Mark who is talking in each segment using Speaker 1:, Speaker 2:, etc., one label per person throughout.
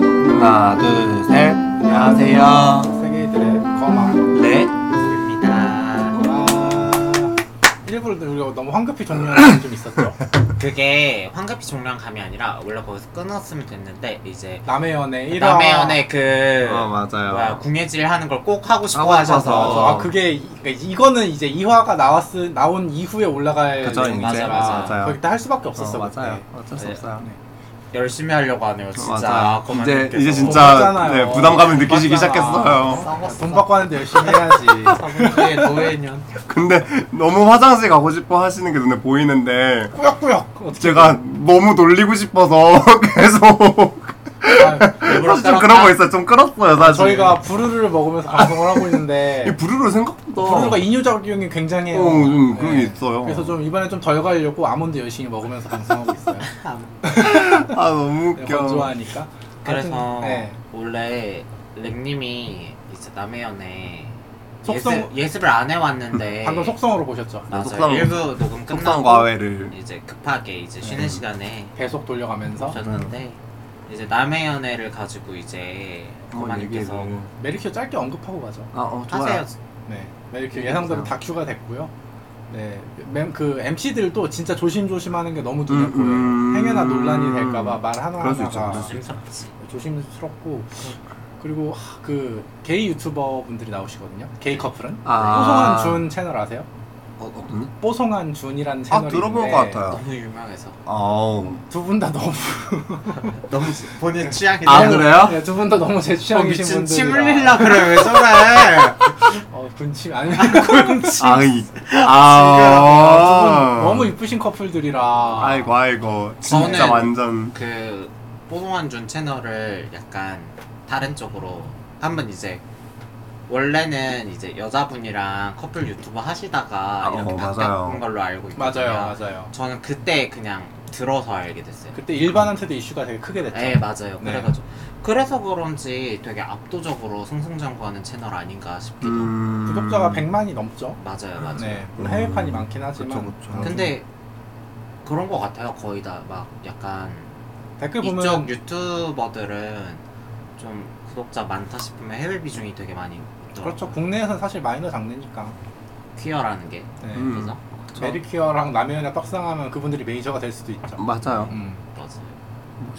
Speaker 1: 하나, 둘, 셋. 안녕하세요.
Speaker 2: 세계들의 거망.
Speaker 1: 네. 입니다.
Speaker 2: 아, 일부러 우리가 너무 황급히 정리하는 게 좀 있었죠.
Speaker 3: 그게 황급히 종료한감이 아니라 원래 거기서 끊었으면 됐는데 이제
Speaker 2: 남의 연애 1화.
Speaker 3: 남의 연애 그
Speaker 1: 어, 맞아요.
Speaker 3: 뭐야 궁예질 하는 걸 꼭 하고 싶어
Speaker 1: 하고 싶어서.
Speaker 3: 하셔서
Speaker 2: 아 그게 이- 그러니까 이거는 이제 2화가 나왔으 나온 이후에 올라갈
Speaker 1: 그죠, 이제.
Speaker 2: 예정이라
Speaker 3: 맞아요,
Speaker 1: 맞아요.
Speaker 2: 거기 때할 수밖에
Speaker 1: 없었어,
Speaker 2: 없었어.
Speaker 1: 맞아요.
Speaker 2: 그때.
Speaker 1: 어쩔 수
Speaker 3: 네.
Speaker 1: 없어요.
Speaker 3: 열심히 하려고 하네요 진짜
Speaker 1: 맞아요.
Speaker 3: 그만
Speaker 1: 이제
Speaker 3: 느껴서.
Speaker 1: 이제
Speaker 2: 어,
Speaker 1: 진짜
Speaker 2: 맞잖아요.
Speaker 1: 네, 부담감을 느끼시기
Speaker 2: 맞잖아.
Speaker 1: 시작했어요.
Speaker 3: 썩었어.
Speaker 2: 돈 받고 하는데 열심히 해야지. 네,
Speaker 3: 4분의 노예년
Speaker 1: 근데 너무 화장실 가고 싶어 하시는 게 눈에 보이는데
Speaker 2: 꾸역꾸역. 어떻게
Speaker 1: 제가 너무 놀리고 싶어서 계속
Speaker 3: 아,
Speaker 2: 할까요?
Speaker 1: 사실 좀 그러고 있어요. 좀 끌었어요, 사실.
Speaker 2: 저희가 부르르를 먹으면서 방송을 하고 있는데
Speaker 1: 이 부르르 생각보다
Speaker 2: 부르르가 인유작용이 굉장해요. 네.
Speaker 1: 어, 좀 그런 게 있어요.
Speaker 2: 그래서 좀 이번에 좀 덜 가려고 아몬드 열심히 먹으면서 방송하고 있어요.
Speaker 1: 아 너무
Speaker 2: 네,
Speaker 1: 웃겨.
Speaker 2: 건조하니까.
Speaker 3: 그래서
Speaker 2: 아무튼, 네.
Speaker 3: 원래 랭님이 이제 남의 연애
Speaker 2: 속성-
Speaker 3: 예습, 예습을 안 해왔는데
Speaker 2: 방금 속성으로 보셨죠?
Speaker 3: 맞아요
Speaker 1: 속상-
Speaker 3: 일부 녹음
Speaker 1: 속상
Speaker 3: 끝나고
Speaker 1: 과외를
Speaker 3: 이제 급하게 이제 쉬는
Speaker 2: 네.
Speaker 3: 시간에
Speaker 2: 배속 돌려가면서
Speaker 3: 오셨는데 이제 남의 연애를 가지고 이제
Speaker 1: 한번
Speaker 3: 고마님께서
Speaker 1: 어, 얘기해보고.
Speaker 2: 메리큐 짧게 언급하고 가죠.
Speaker 1: 아, 어, 좋아요.
Speaker 3: 하세요
Speaker 2: 네, 메리큐 예상대로
Speaker 1: 그래서.
Speaker 2: 다큐가 됐고요. 네, 멤- 그 MC들도 진짜 조심조심하는 게 너무
Speaker 1: 음,
Speaker 2: 눈에 보여요.
Speaker 1: 음.
Speaker 2: 행여나 논란이 될까봐 말 하나
Speaker 1: 그럴 수 있죠,
Speaker 2: 하나가 네,
Speaker 1: 그럴 수
Speaker 3: 조심스럽지
Speaker 2: 조심스럽고 그리고 하, 그 게이 유튜버 분들이 나오시거든요. 게이 커플은
Speaker 1: 아.
Speaker 2: 뽀송한 준 채널 아세요?
Speaker 1: 어, 어떤?
Speaker 2: 뽀송한 준이라는
Speaker 1: 아
Speaker 2: 채널이
Speaker 1: 들어본
Speaker 2: 있는데
Speaker 1: 것 같아요.
Speaker 3: 너무 유명해서
Speaker 1: 아우.
Speaker 2: 두 분 다 너무
Speaker 3: 너무 본인 취향이
Speaker 1: 아, 그래요?
Speaker 2: 네, 두분 다 너무 제
Speaker 3: 어,
Speaker 2: 취향이신
Speaker 3: 미친
Speaker 2: 분들이
Speaker 3: 침 흘릴라 그래 왜 저래
Speaker 2: 어, 군침 아니
Speaker 1: 아, 이,
Speaker 2: 아,
Speaker 1: 아,
Speaker 2: 두분 너무 이쁘신 커플들이라.
Speaker 1: 아이고, 아이고. 진짜
Speaker 3: 저는-
Speaker 1: 완전.
Speaker 3: 그 뽀송한 준 채널을 약간 다른 쪽으로 한번 이제 원래는 이제 여자분이랑 커플 유튜브 하시다가
Speaker 1: 아,
Speaker 3: 이렇게
Speaker 1: 어,
Speaker 3: 바뀐
Speaker 1: 맞아요.
Speaker 3: 걸로 알고 있거든요.
Speaker 2: 맞아요, 맞아요.
Speaker 3: 저는 그때 그냥 들어서 알게 됐어요.
Speaker 2: 그때 일반한테도 이슈가 되게 크게 됐죠.
Speaker 3: 네 맞아요.
Speaker 2: 네.
Speaker 3: 그래가지고 그래서 그런지 되게 압도적으로 승승장구하는 채널 아닌가 싶기도 하고.
Speaker 1: 음.
Speaker 2: 구독자가 100만이 넘죠.
Speaker 3: 맞아요 맞아요.
Speaker 2: 네,
Speaker 1: 음.
Speaker 2: 해외판이 많긴 하지만 음.
Speaker 1: 그쵸, 그쵸.
Speaker 3: 근데 그런 거 같아요. 거의 다 막 약간
Speaker 2: 댓글 보면
Speaker 3: 이쪽 유튜버들은 좀 구독자 많다 싶으면 해외 비중이 되게 많이 있더라고요.
Speaker 2: 그렇죠. 국내에서는 사실 마이너 장르니까.
Speaker 3: 퀴어라는 게
Speaker 2: 네.
Speaker 1: 음.
Speaker 3: 그래서
Speaker 2: 메리퀴어랑 남해연이랑 떡상하면 그분들이 메이저가 될 수도 있죠.
Speaker 1: 맞아요.
Speaker 2: 음.
Speaker 3: 맞아요.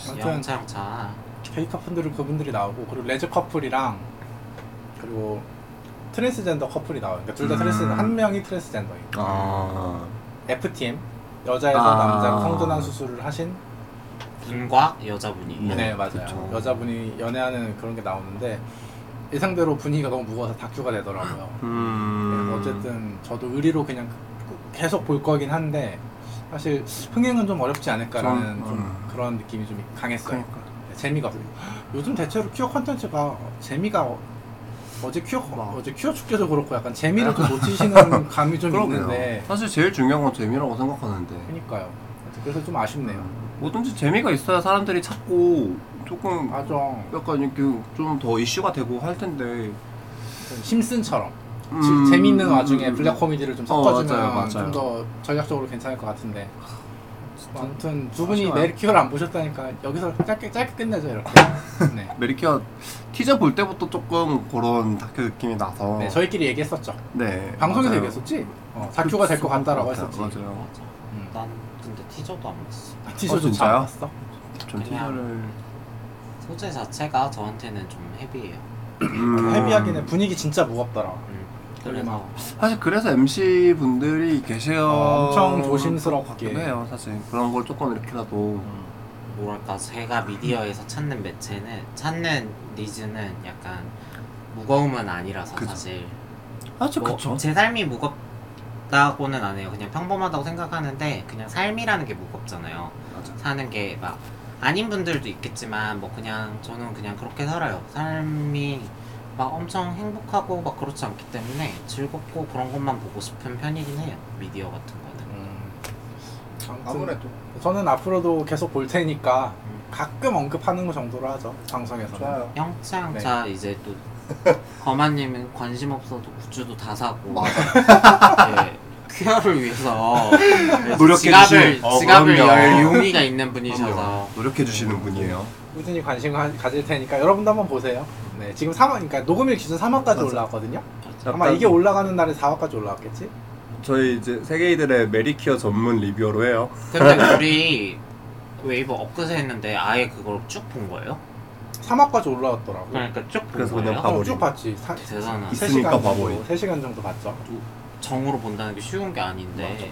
Speaker 2: 아무튼
Speaker 3: 영차 영차
Speaker 2: K 커플들은 그분들이 나오고 그리고 레즈 커플이랑 그리고 트랜스젠더 커플이 나와요. 그러니까 둘다
Speaker 1: 음.
Speaker 2: 트랜스 한 명이 트랜스젠더예요.
Speaker 1: 아.
Speaker 2: FTM 여자에서
Speaker 1: 아.
Speaker 2: 남자로 성전환 수술을 하신
Speaker 3: 분과 여자분이
Speaker 1: 네,
Speaker 2: 네 맞아요
Speaker 1: 그쵸.
Speaker 2: 여자분이 연애하는 그런 게 나오는데 예상대로 분위기가 너무 무거워서 다큐가 되더라고요
Speaker 1: 음.
Speaker 2: 그래서 네, 어쨌든 저도 의리로 그냥 꾸- 계속 볼 거긴 한데 사실 흥행은 좀 어렵지 않을까라는
Speaker 1: 좀,
Speaker 2: 좀,
Speaker 1: 음.
Speaker 2: 그런 느낌이 좀 강했어요
Speaker 1: 그러니까.
Speaker 2: 네, 재미가 없어요 요즘 대체로 큐어 컨텐츠가 재미가 어- 어제 큐어 어제 큐어 축제도 그렇고 약간 재미를 좀 놓치시는 감이 좀 있는데
Speaker 1: 아. 그러네요. 사실 제일 중요한 건 재미라고 생각하는데.
Speaker 2: 그러니까요 그래서 좀 아쉽네요
Speaker 1: 음. 뭐든지 재미가 있어야 사람들이 찾고 조금
Speaker 2: 맞아
Speaker 1: 약간 이렇게 좀 더 이슈가 되고 할 텐데.
Speaker 2: 심슨처럼
Speaker 1: 음.
Speaker 2: 재미있는 와중에 블랙 코미디를 좀
Speaker 1: 어,
Speaker 2: 섞어주면
Speaker 1: 맞아요, 맞아요.
Speaker 2: 좀 더 전략적으로 괜찮을 것 같은데 아무튼 두
Speaker 1: 아쉬워요.
Speaker 2: 분이 메리큐어를 안 보셨다니까 여기서 짧게 짧게 끝내죠 이렇게 네.
Speaker 1: 메리키아 티저 볼 때부터 조금 그런 다큐 느낌이 나서.
Speaker 2: 네, 저희끼리 얘기했었죠
Speaker 1: 네,
Speaker 2: 방송에서
Speaker 1: 어. 맞아요.
Speaker 2: 얘기했었지 어, 다큐가 될 것 같다라고
Speaker 1: 그럴
Speaker 2: 했었지
Speaker 1: 것 같아요. 맞아요.
Speaker 3: 맞아.
Speaker 2: 음.
Speaker 3: 난 근데 티저도 안 봤어.
Speaker 2: 아,
Speaker 1: 어,
Speaker 2: 티셔츠
Speaker 1: 진짜요?
Speaker 2: 잘 봤어?
Speaker 1: 전 티저를
Speaker 3: 소재 자체가 저한테는 좀 헤비해요.
Speaker 1: 음.
Speaker 2: 헤비하긴 해 분위기 진짜 무겁더라
Speaker 3: 음.
Speaker 2: 그래,
Speaker 3: 그래서
Speaker 1: 사실 그래서 MC 분들이 계셔
Speaker 2: 어, 엄청 조심스럽게.
Speaker 1: 같기도 아, 해요. 사실 그런 걸 조금 이렇게라도
Speaker 2: 음,
Speaker 3: 뭐랄까 제가 미디어에서 찾는 매체는 찾는 니즈는 약간 무거움은 아니라서
Speaker 1: 그죠.
Speaker 3: 사실
Speaker 1: 사실
Speaker 3: 뭐,
Speaker 1: 그쵸.
Speaker 3: 제 삶이 무겁다고는 안 해요. 그냥 평범하다고 생각하는데 그냥 삶이라는 게 무겁잖아요.
Speaker 1: 맞아.
Speaker 3: 사는 게 막 아닌 분들도 있겠지만 뭐 그냥 저는 그냥 그렇게 살아요. 삶이 막 엄청 행복하고 막 그렇지 않기 때문에 즐겁고 그런 것만 보고 싶은 편이긴 해요. 미디어 같은 거는.
Speaker 2: 음. 아무튼 저는 앞으로도 계속 볼 테니까
Speaker 3: 음.
Speaker 2: 가끔 언급하는 정도로 하죠 방송에서는
Speaker 3: 영차
Speaker 1: 네.
Speaker 3: 영차 이제 또 거마님은 관심 없어도 굿즈도 다 사고
Speaker 1: 맞아.
Speaker 3: 예, 퀴어를 위해서
Speaker 1: 노력해
Speaker 3: 지갑을
Speaker 1: 주시는- 어,
Speaker 3: 지갑을
Speaker 1: 그럼요.
Speaker 3: 열 용의가 있는 분이셔서
Speaker 1: 그럼요. 노력해 주시는 분이에요.
Speaker 2: 꾸준히 관심 가- 가질 테니까 여러분도 한번 보세요. 네, 지금 3화, 그러니까 녹음일 기준 3화까지
Speaker 1: 맞아.
Speaker 2: 올라왔거든요. 아마
Speaker 1: 약간
Speaker 2: 이게 올라가는 날에 4화까지 올라왔겠지?
Speaker 1: 저희 이제 세계이들의 메리키어 전문 리뷰어로 해요.
Speaker 3: 근데 우리 웨이브 엊그제 했는데 아예 그걸 쭉 본 거예요?
Speaker 2: 3화까지 올라왔더라고. 요
Speaker 3: 그러니까 쭉 본
Speaker 1: 그래서 그냥
Speaker 3: 거예요?
Speaker 1: 봐-
Speaker 2: 어,
Speaker 1: 봐버린.
Speaker 2: 쭉 봤지. 사,
Speaker 3: 대단한
Speaker 1: 있- 있으니까
Speaker 2: 3시간
Speaker 1: 봐버린.
Speaker 2: 정도, 3시간 정도 봤죠.
Speaker 3: 정으로 본다는 게 쉬운 게 아닌데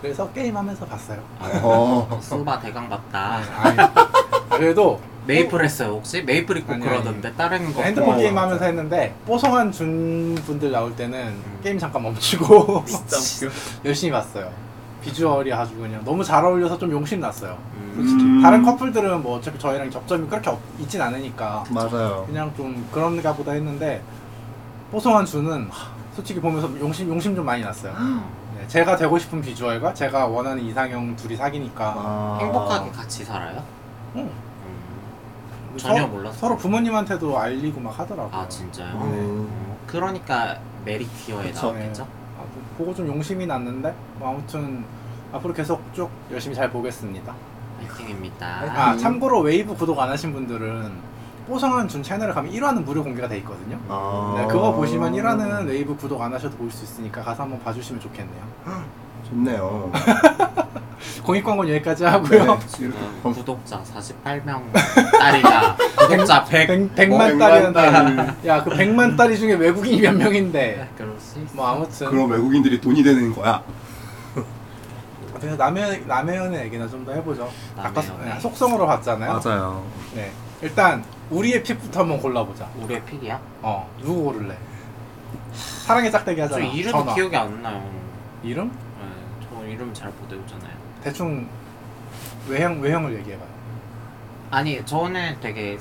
Speaker 2: 그래서 게임하면서 봤어요.
Speaker 1: 어.
Speaker 3: 소바 대강 봤다
Speaker 1: 네.
Speaker 2: 아니, 아, 그래도
Speaker 3: 메이플 했어요 혹시? 메이플 있고
Speaker 2: 아니,
Speaker 3: 그러던데 다른 거
Speaker 2: 핸드폰
Speaker 1: 고마워.
Speaker 2: 게임 하면서 했는데 뽀송한 준 분들 나올 때는
Speaker 3: 음.
Speaker 2: 게임 잠깐 멈추고
Speaker 1: 진짜
Speaker 2: 열심히 봤어요. 비주얼이 아주 그냥 너무 잘 어울려서 좀 용심 났어요.
Speaker 3: 음,
Speaker 2: 다른 커플들은 뭐 어차피 저희랑 접점이 그렇게 없, 있진 않으니까
Speaker 1: 웃겨. 맞아요.
Speaker 2: 그냥 좀 그런가 보다 했는데 뽀송한 준은 솔직히 보면서 용심 용심 좀 많이 났어요. 네, 제가 되고 싶은 비주얼과 제가 원하는 이상형 둘이 사귀니까
Speaker 1: 아.
Speaker 3: 행복하게 같이 살아요?
Speaker 2: 응.
Speaker 3: 음,
Speaker 2: 서-
Speaker 3: 전혀 몰랐어요
Speaker 2: 서로 부모님한테도 알리고 막 하더라고요.
Speaker 3: 아 진짜요?
Speaker 1: 음.
Speaker 3: 음, 그러니까 메리 퀴어에
Speaker 2: 그쵸.
Speaker 3: 나왔겠죠?
Speaker 2: 아, 보- 보고 좀 용심이 났는데 뭐 아무튼 앞으로 계속 쭉 열심히 잘 보겠습니다.
Speaker 3: 화이팅입니다
Speaker 1: 음.
Speaker 2: 아 참고로 웨이브 구독 안 하신 분들은 뽀성한 준 채널에 가면 1화는 무료 공개가 돼 있거든요.
Speaker 1: 아.
Speaker 2: 네, 그거 보시면 1화는 웨이브 구독 안 하셔도 볼 수 있으니까 가서 한번 봐주시면 좋겠네요.
Speaker 1: 좋네요.
Speaker 2: 공익 광고는 여기까지 하고요.
Speaker 1: 네, 이렇게
Speaker 3: 음,
Speaker 1: 번-
Speaker 3: 구독자 48명 딸이다 구독자 100
Speaker 2: 100, 100만
Speaker 1: 어, 백만
Speaker 2: 딸이란다.
Speaker 1: 달러.
Speaker 2: 야, 그 100만 딸이 중에 외국인이 몇 명인데.
Speaker 3: 네, 그럴 수 있어
Speaker 2: 뭐 아무튼
Speaker 1: 그럼 외국인들이 돈이 되는 거야.
Speaker 2: 그래서 남해 남해연의 얘기나 좀 더 해보죠. 아까 소-
Speaker 3: 남해연의.
Speaker 2: 네, 속성으로 봤잖아요.
Speaker 1: 맞아요.
Speaker 2: 네. 일단 우리의 픽부터 한번 골라보자.
Speaker 3: 우리의 픽이야?
Speaker 2: 어, 누구 고를래? 사랑의 짝대기
Speaker 3: 저
Speaker 2: 하잖아.
Speaker 3: 이름이
Speaker 2: 전화.
Speaker 3: 기억이 안 나요
Speaker 2: 이름?
Speaker 3: 네, 저 이름 잘 못 외우잖아요
Speaker 2: 대충 외형 외형을 얘기해봐요.
Speaker 3: 아니 저는 되게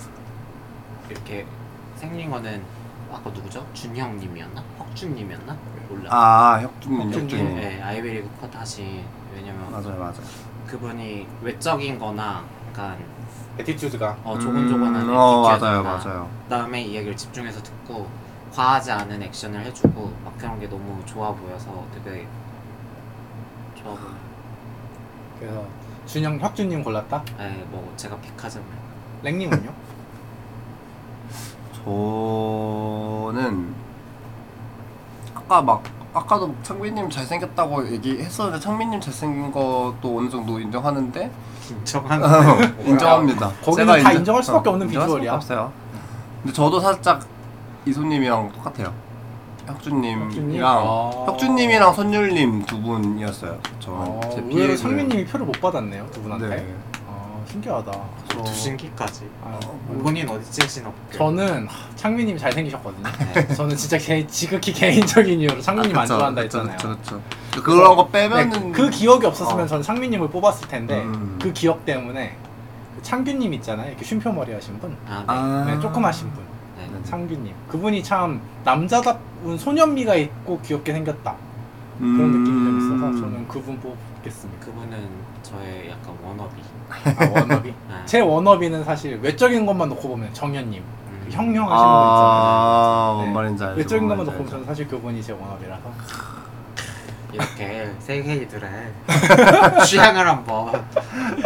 Speaker 3: 이렇게 생긴 거는 아까 누구죠? 준형님이었나? 혁준님이었나? 몰라
Speaker 1: 아, 혁준님,
Speaker 2: 혁준님.
Speaker 1: 혁준님.
Speaker 3: 네, 아이베리그 컷 다시 왜냐면
Speaker 1: 맞아요, 맞아요.
Speaker 3: 그분이 외적인 거나 약간
Speaker 2: 에티튜드가
Speaker 3: 어, 조곤조곤한
Speaker 1: 음, 어,
Speaker 3: 느낌이었다가
Speaker 1: 맞아요, 맞아요.
Speaker 3: 그다음에 이야기를 집중해서 듣고 과하지 않은 액션을 해주고 막 그런 게 너무 좋아 보여서 되게 좋아 보여요
Speaker 2: 그래서 준영 혁준님 골랐다.
Speaker 3: 네, 뭐 제가 픽하자면
Speaker 2: 랭님은요?
Speaker 1: 저는 아까 막 아까도 창빈님 잘생겼다고 얘기했었는데 창빈님 잘생긴 것도 어느 정도 인정하는데
Speaker 3: 인정하는
Speaker 1: 인정합니다.
Speaker 2: 거기는
Speaker 1: 제가
Speaker 2: 다 인정할 수밖에 없는
Speaker 1: 인정할 수밖에
Speaker 2: 비주얼이야.
Speaker 1: 없어요. 근데 저도 살짝 이소님이랑 똑같아요.
Speaker 2: 혁준님?
Speaker 1: 혁준님이랑
Speaker 2: 아.
Speaker 1: 혁준님이랑 선율님 두 분이었어요.
Speaker 2: 어,
Speaker 1: 저는 제
Speaker 2: 의외로
Speaker 1: 피해를-
Speaker 2: 상민님이 표를 못 받았네요 두 분한테.
Speaker 1: 네.
Speaker 2: 어, 신기하다. 저-
Speaker 3: 두신기까지
Speaker 2: 아,
Speaker 3: 본인 어디 째시나 볼게요
Speaker 2: 저는 하, 창민님이 잘생기셨거든요.
Speaker 3: 네.
Speaker 2: 저는 진짜 개, 지극히 개인적인 이유로 창민님 안
Speaker 1: 그쵸,
Speaker 2: 좋아한다
Speaker 1: 그쵸,
Speaker 2: 했잖아요.
Speaker 1: 그쵸, 그쵸. 그런 거
Speaker 2: 네,
Speaker 1: 빼면은
Speaker 2: 그 기억이 없었으면
Speaker 1: 어.
Speaker 2: 저는 창민님을 뽑았을 텐데
Speaker 1: 음.
Speaker 2: 그 기억 때문에 그 창균님 있잖아요. 이렇게 쉼표 머리 하신 분,
Speaker 3: 아,
Speaker 1: 아...
Speaker 2: 네, 조그마신 분,
Speaker 3: 네.
Speaker 1: 네.
Speaker 3: 네.
Speaker 2: 창균님. 그분이 참 남자답은 소년미가 있고 귀엽게 생겼다 그런
Speaker 1: 음.
Speaker 2: 느낌이 좀 있어서 저는 그분 뽑겠습니다.
Speaker 3: 그분은 저의 약간 워너비
Speaker 2: 아, 워너비.
Speaker 3: 네.
Speaker 2: 제 워너비는 사실 외적인 것만 놓고 보면 정현님,
Speaker 3: 음.
Speaker 2: 그 형형하시는
Speaker 1: 아,
Speaker 2: 네.
Speaker 1: 뭔 말인지 알죠.
Speaker 2: 외적인
Speaker 1: 뭔
Speaker 2: 것만
Speaker 1: 말인지
Speaker 2: 놓고 보면
Speaker 1: 알죠.
Speaker 2: 저는 사실 그분이 제 워너비라서.
Speaker 3: 이렇게 세계이들의 취향을 한번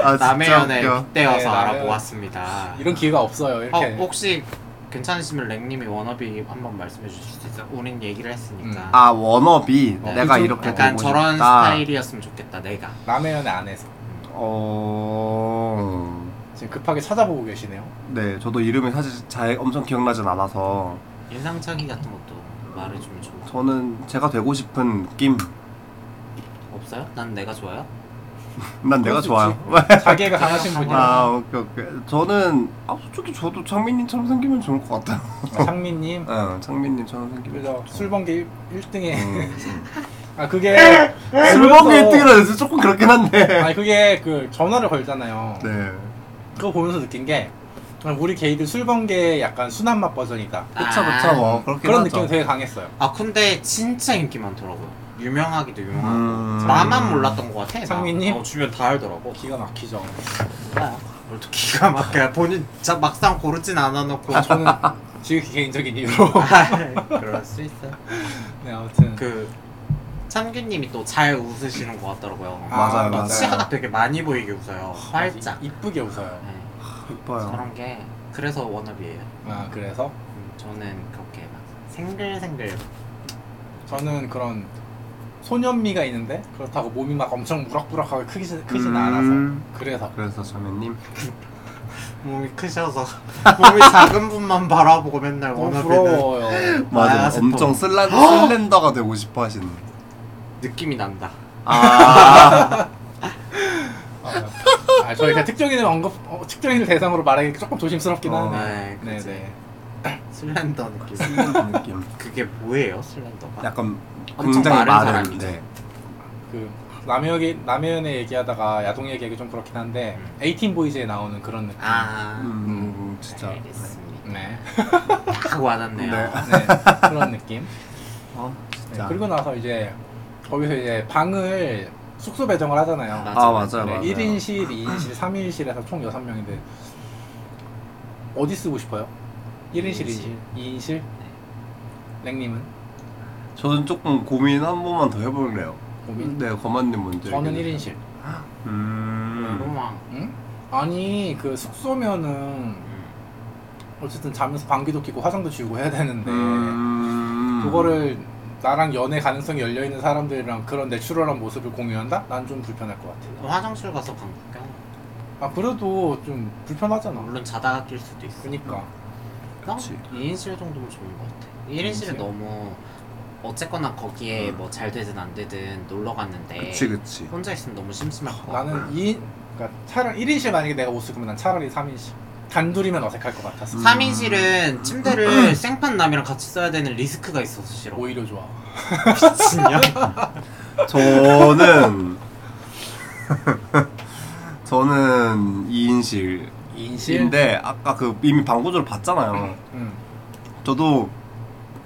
Speaker 1: 아, 진짜
Speaker 3: 남해연에
Speaker 1: 웃겨.
Speaker 3: 빗대어서
Speaker 2: 네, 남해연.
Speaker 3: 알아보았습니다.
Speaker 2: 이런 기회가 없어요.
Speaker 3: 어,
Speaker 2: 이렇게
Speaker 1: 아,
Speaker 3: 혹시 괜찮으시면 랭님이 워너비 한번 말씀해 주실 수 있어요? 우린 얘기를 했으니까.
Speaker 1: 아, 워너비.
Speaker 2: 어,
Speaker 1: 내가
Speaker 2: 그죠?
Speaker 1: 이렇게 아.
Speaker 3: 약간
Speaker 1: 되고
Speaker 3: 저런
Speaker 1: 싶다.
Speaker 3: 스타일이었으면 좋겠다. 내가.
Speaker 2: 남해연의 안에서
Speaker 1: 어.
Speaker 2: 지금 급하게 찾아보고 계시네요.
Speaker 1: 네, 저도 이름이 사실 잘 엄청 기억나진 않아서
Speaker 3: 인상착의 같은 것도 말해주면 좋을 것
Speaker 1: 저는 제가 되고 싶은 느낌.
Speaker 3: 없어요? 난 내가 좋아요?
Speaker 1: 난 내가
Speaker 2: 그럴 수
Speaker 1: 좋아요.
Speaker 2: 자기애가 강하신 분이라.
Speaker 1: 아, 오케이, 오케이. 저는 아, 솔직히 저도 창민님처럼 생기면 좋을 것 같아요.
Speaker 2: 상민님
Speaker 1: 응, 창민님처럼 생기면.
Speaker 2: 그래서
Speaker 1: 좋죠.
Speaker 2: 술번개 1등에
Speaker 1: 음.
Speaker 2: 아 그게
Speaker 1: 술 먹기
Speaker 2: 그래서-
Speaker 1: 1등이라 해서 조금 그렇긴 한데.
Speaker 2: 아니 그게 그 전화를 걸잖아요
Speaker 1: 네.
Speaker 2: 그거 보면서 느낀 게 우리 게이들 술번개 약간 순한 맛 버전이다
Speaker 1: 그쵸,
Speaker 3: 아,
Speaker 1: 그쵸, 뭐. 그렇긴
Speaker 2: 그런
Speaker 1: 하죠.
Speaker 2: 느낌이 되게 강했어요
Speaker 3: 아 근데 진짜 인기 많더라고요. 유명하기도 유명하고
Speaker 1: 음.
Speaker 3: 나만 몰랐던 것 같아. 나.
Speaker 2: 상민님?
Speaker 3: 어, 주변 다 알더라고.
Speaker 2: 기가 막히죠
Speaker 3: 오늘도 기가 막혀. 본인 자, 막상 고르진 않아놓고.
Speaker 2: 아, 저는 지극히 개인적인 이유로
Speaker 3: 아, 그럴 수 있어.
Speaker 2: 네 아무튼
Speaker 3: 그 참규님이 또 잘 웃으시는 것 같더라고요.
Speaker 1: 아, 맞아요, 맞아요.
Speaker 3: 치아가 되게 많이 보이게 웃어요. 활짝.
Speaker 2: 이- 이쁘게 웃어요.
Speaker 3: 네,
Speaker 1: 이뻐요.
Speaker 3: 그런 게 그래서 워너비예요.
Speaker 2: 아 그래서
Speaker 3: 음, 저는 그렇게 막 생글생글
Speaker 2: 저는 그런 소년미가 있는데 그렇다고 몸이 막 엄청 무럭무럭하게 크진
Speaker 1: 음.
Speaker 2: 크진 않아서 그래서
Speaker 1: 그래서 자매님
Speaker 3: 몸이 크셔서 몸이 작은 분만 바라보고 맨날
Speaker 2: 너무
Speaker 3: 워너비는
Speaker 2: 어, 부러워요.
Speaker 1: 맞아
Speaker 3: 아야세토.
Speaker 1: 엄청 슬라, 슬렌더가 되고 싶어 하시는
Speaker 3: 느낌이 난다.
Speaker 1: 아
Speaker 2: 아, 아, 저희가 특정인을 언급 어, 특정인을 대상으로 말하기 조금 조심스럽긴
Speaker 1: 어.
Speaker 2: 하네.
Speaker 3: 네, 그치.
Speaker 2: 네네.
Speaker 3: 슬렌더 느낌.
Speaker 1: 느낌
Speaker 3: 그게 뭐예요, 슬렌더가?
Speaker 1: 약간
Speaker 3: 엄청
Speaker 1: 굉장히
Speaker 3: 마른
Speaker 1: 마른
Speaker 3: 사람이죠.
Speaker 1: 네.
Speaker 2: 그 남의 얘기 남의 연애 얘기하다가 야동 얘기하기 좀 그렇긴 한데
Speaker 3: 음.
Speaker 2: 에이틴 보이즈에 나오는 그런 느낌.
Speaker 3: 아,
Speaker 1: 음, 진짜
Speaker 3: 알겠습니다.
Speaker 2: 네.
Speaker 3: 딱 와닿네요.
Speaker 1: 네.
Speaker 2: 네, 그런 느낌.
Speaker 1: 어
Speaker 2: 네,
Speaker 1: 진짜
Speaker 2: 그리고 나서 이제 거기서 이제 방을 숙소 배정을 하잖아요.
Speaker 1: 아 맞아요
Speaker 2: 네,
Speaker 1: 맞아요
Speaker 2: 1인실, 2인실, 3인실에서 총 6명인데 어디 쓰고 싶어요? 1인실, 2인실? 2인실? 랭님은?
Speaker 1: 저는 조금 고민 한 번만 더 해볼래요
Speaker 2: 고민?
Speaker 1: 네 거만님 먼저
Speaker 2: 저는
Speaker 1: 얘기해
Speaker 2: 1인실.
Speaker 1: 주세요. 음
Speaker 3: 로망.
Speaker 2: 응? 아니 그 숙소면은
Speaker 3: 음.
Speaker 2: 어쨌든 자면서 방귀도 뀌고 화장도 지우고 해야 되는데
Speaker 1: 음.
Speaker 2: 네. 그거를 나랑 연애 가능성이 열려있는 사람들이랑 그런 내추럴한 모습을 공유한다? 난 좀 불편할 것 같아.
Speaker 3: 화장실 가서 방귀 껴.
Speaker 2: 아 그래도 좀 불편하잖아.
Speaker 3: 물론 자다가 낄 수도 있어.
Speaker 2: 그러니까
Speaker 1: 그치.
Speaker 3: 어? 2인실 정도면 좋은 것 같아. 1인실은
Speaker 2: 이인실?
Speaker 3: 너무 어쨌거나 거기에 뭐 잘 되든 안 되든 놀러 갔는데
Speaker 1: 그치 그치
Speaker 3: 혼자 있으면 너무 심심할 것 같아.
Speaker 2: 나는 2인 그러니까 차라리 1인실 만약에 내가 못 쓰면 난 차라리 3인실. 단둘이면 어색할 것 같았어.
Speaker 1: 음.
Speaker 3: 3인실은 침대를 생판 남이랑 같이 써야 되는 리스크가 있어서 싫어.
Speaker 2: 오히려 좋아.
Speaker 3: 미친년.
Speaker 1: 저는 저는 2인실인데
Speaker 2: 2인실.
Speaker 1: 아까 그 이미 방구조를 봤잖아요
Speaker 2: 음.
Speaker 1: 저도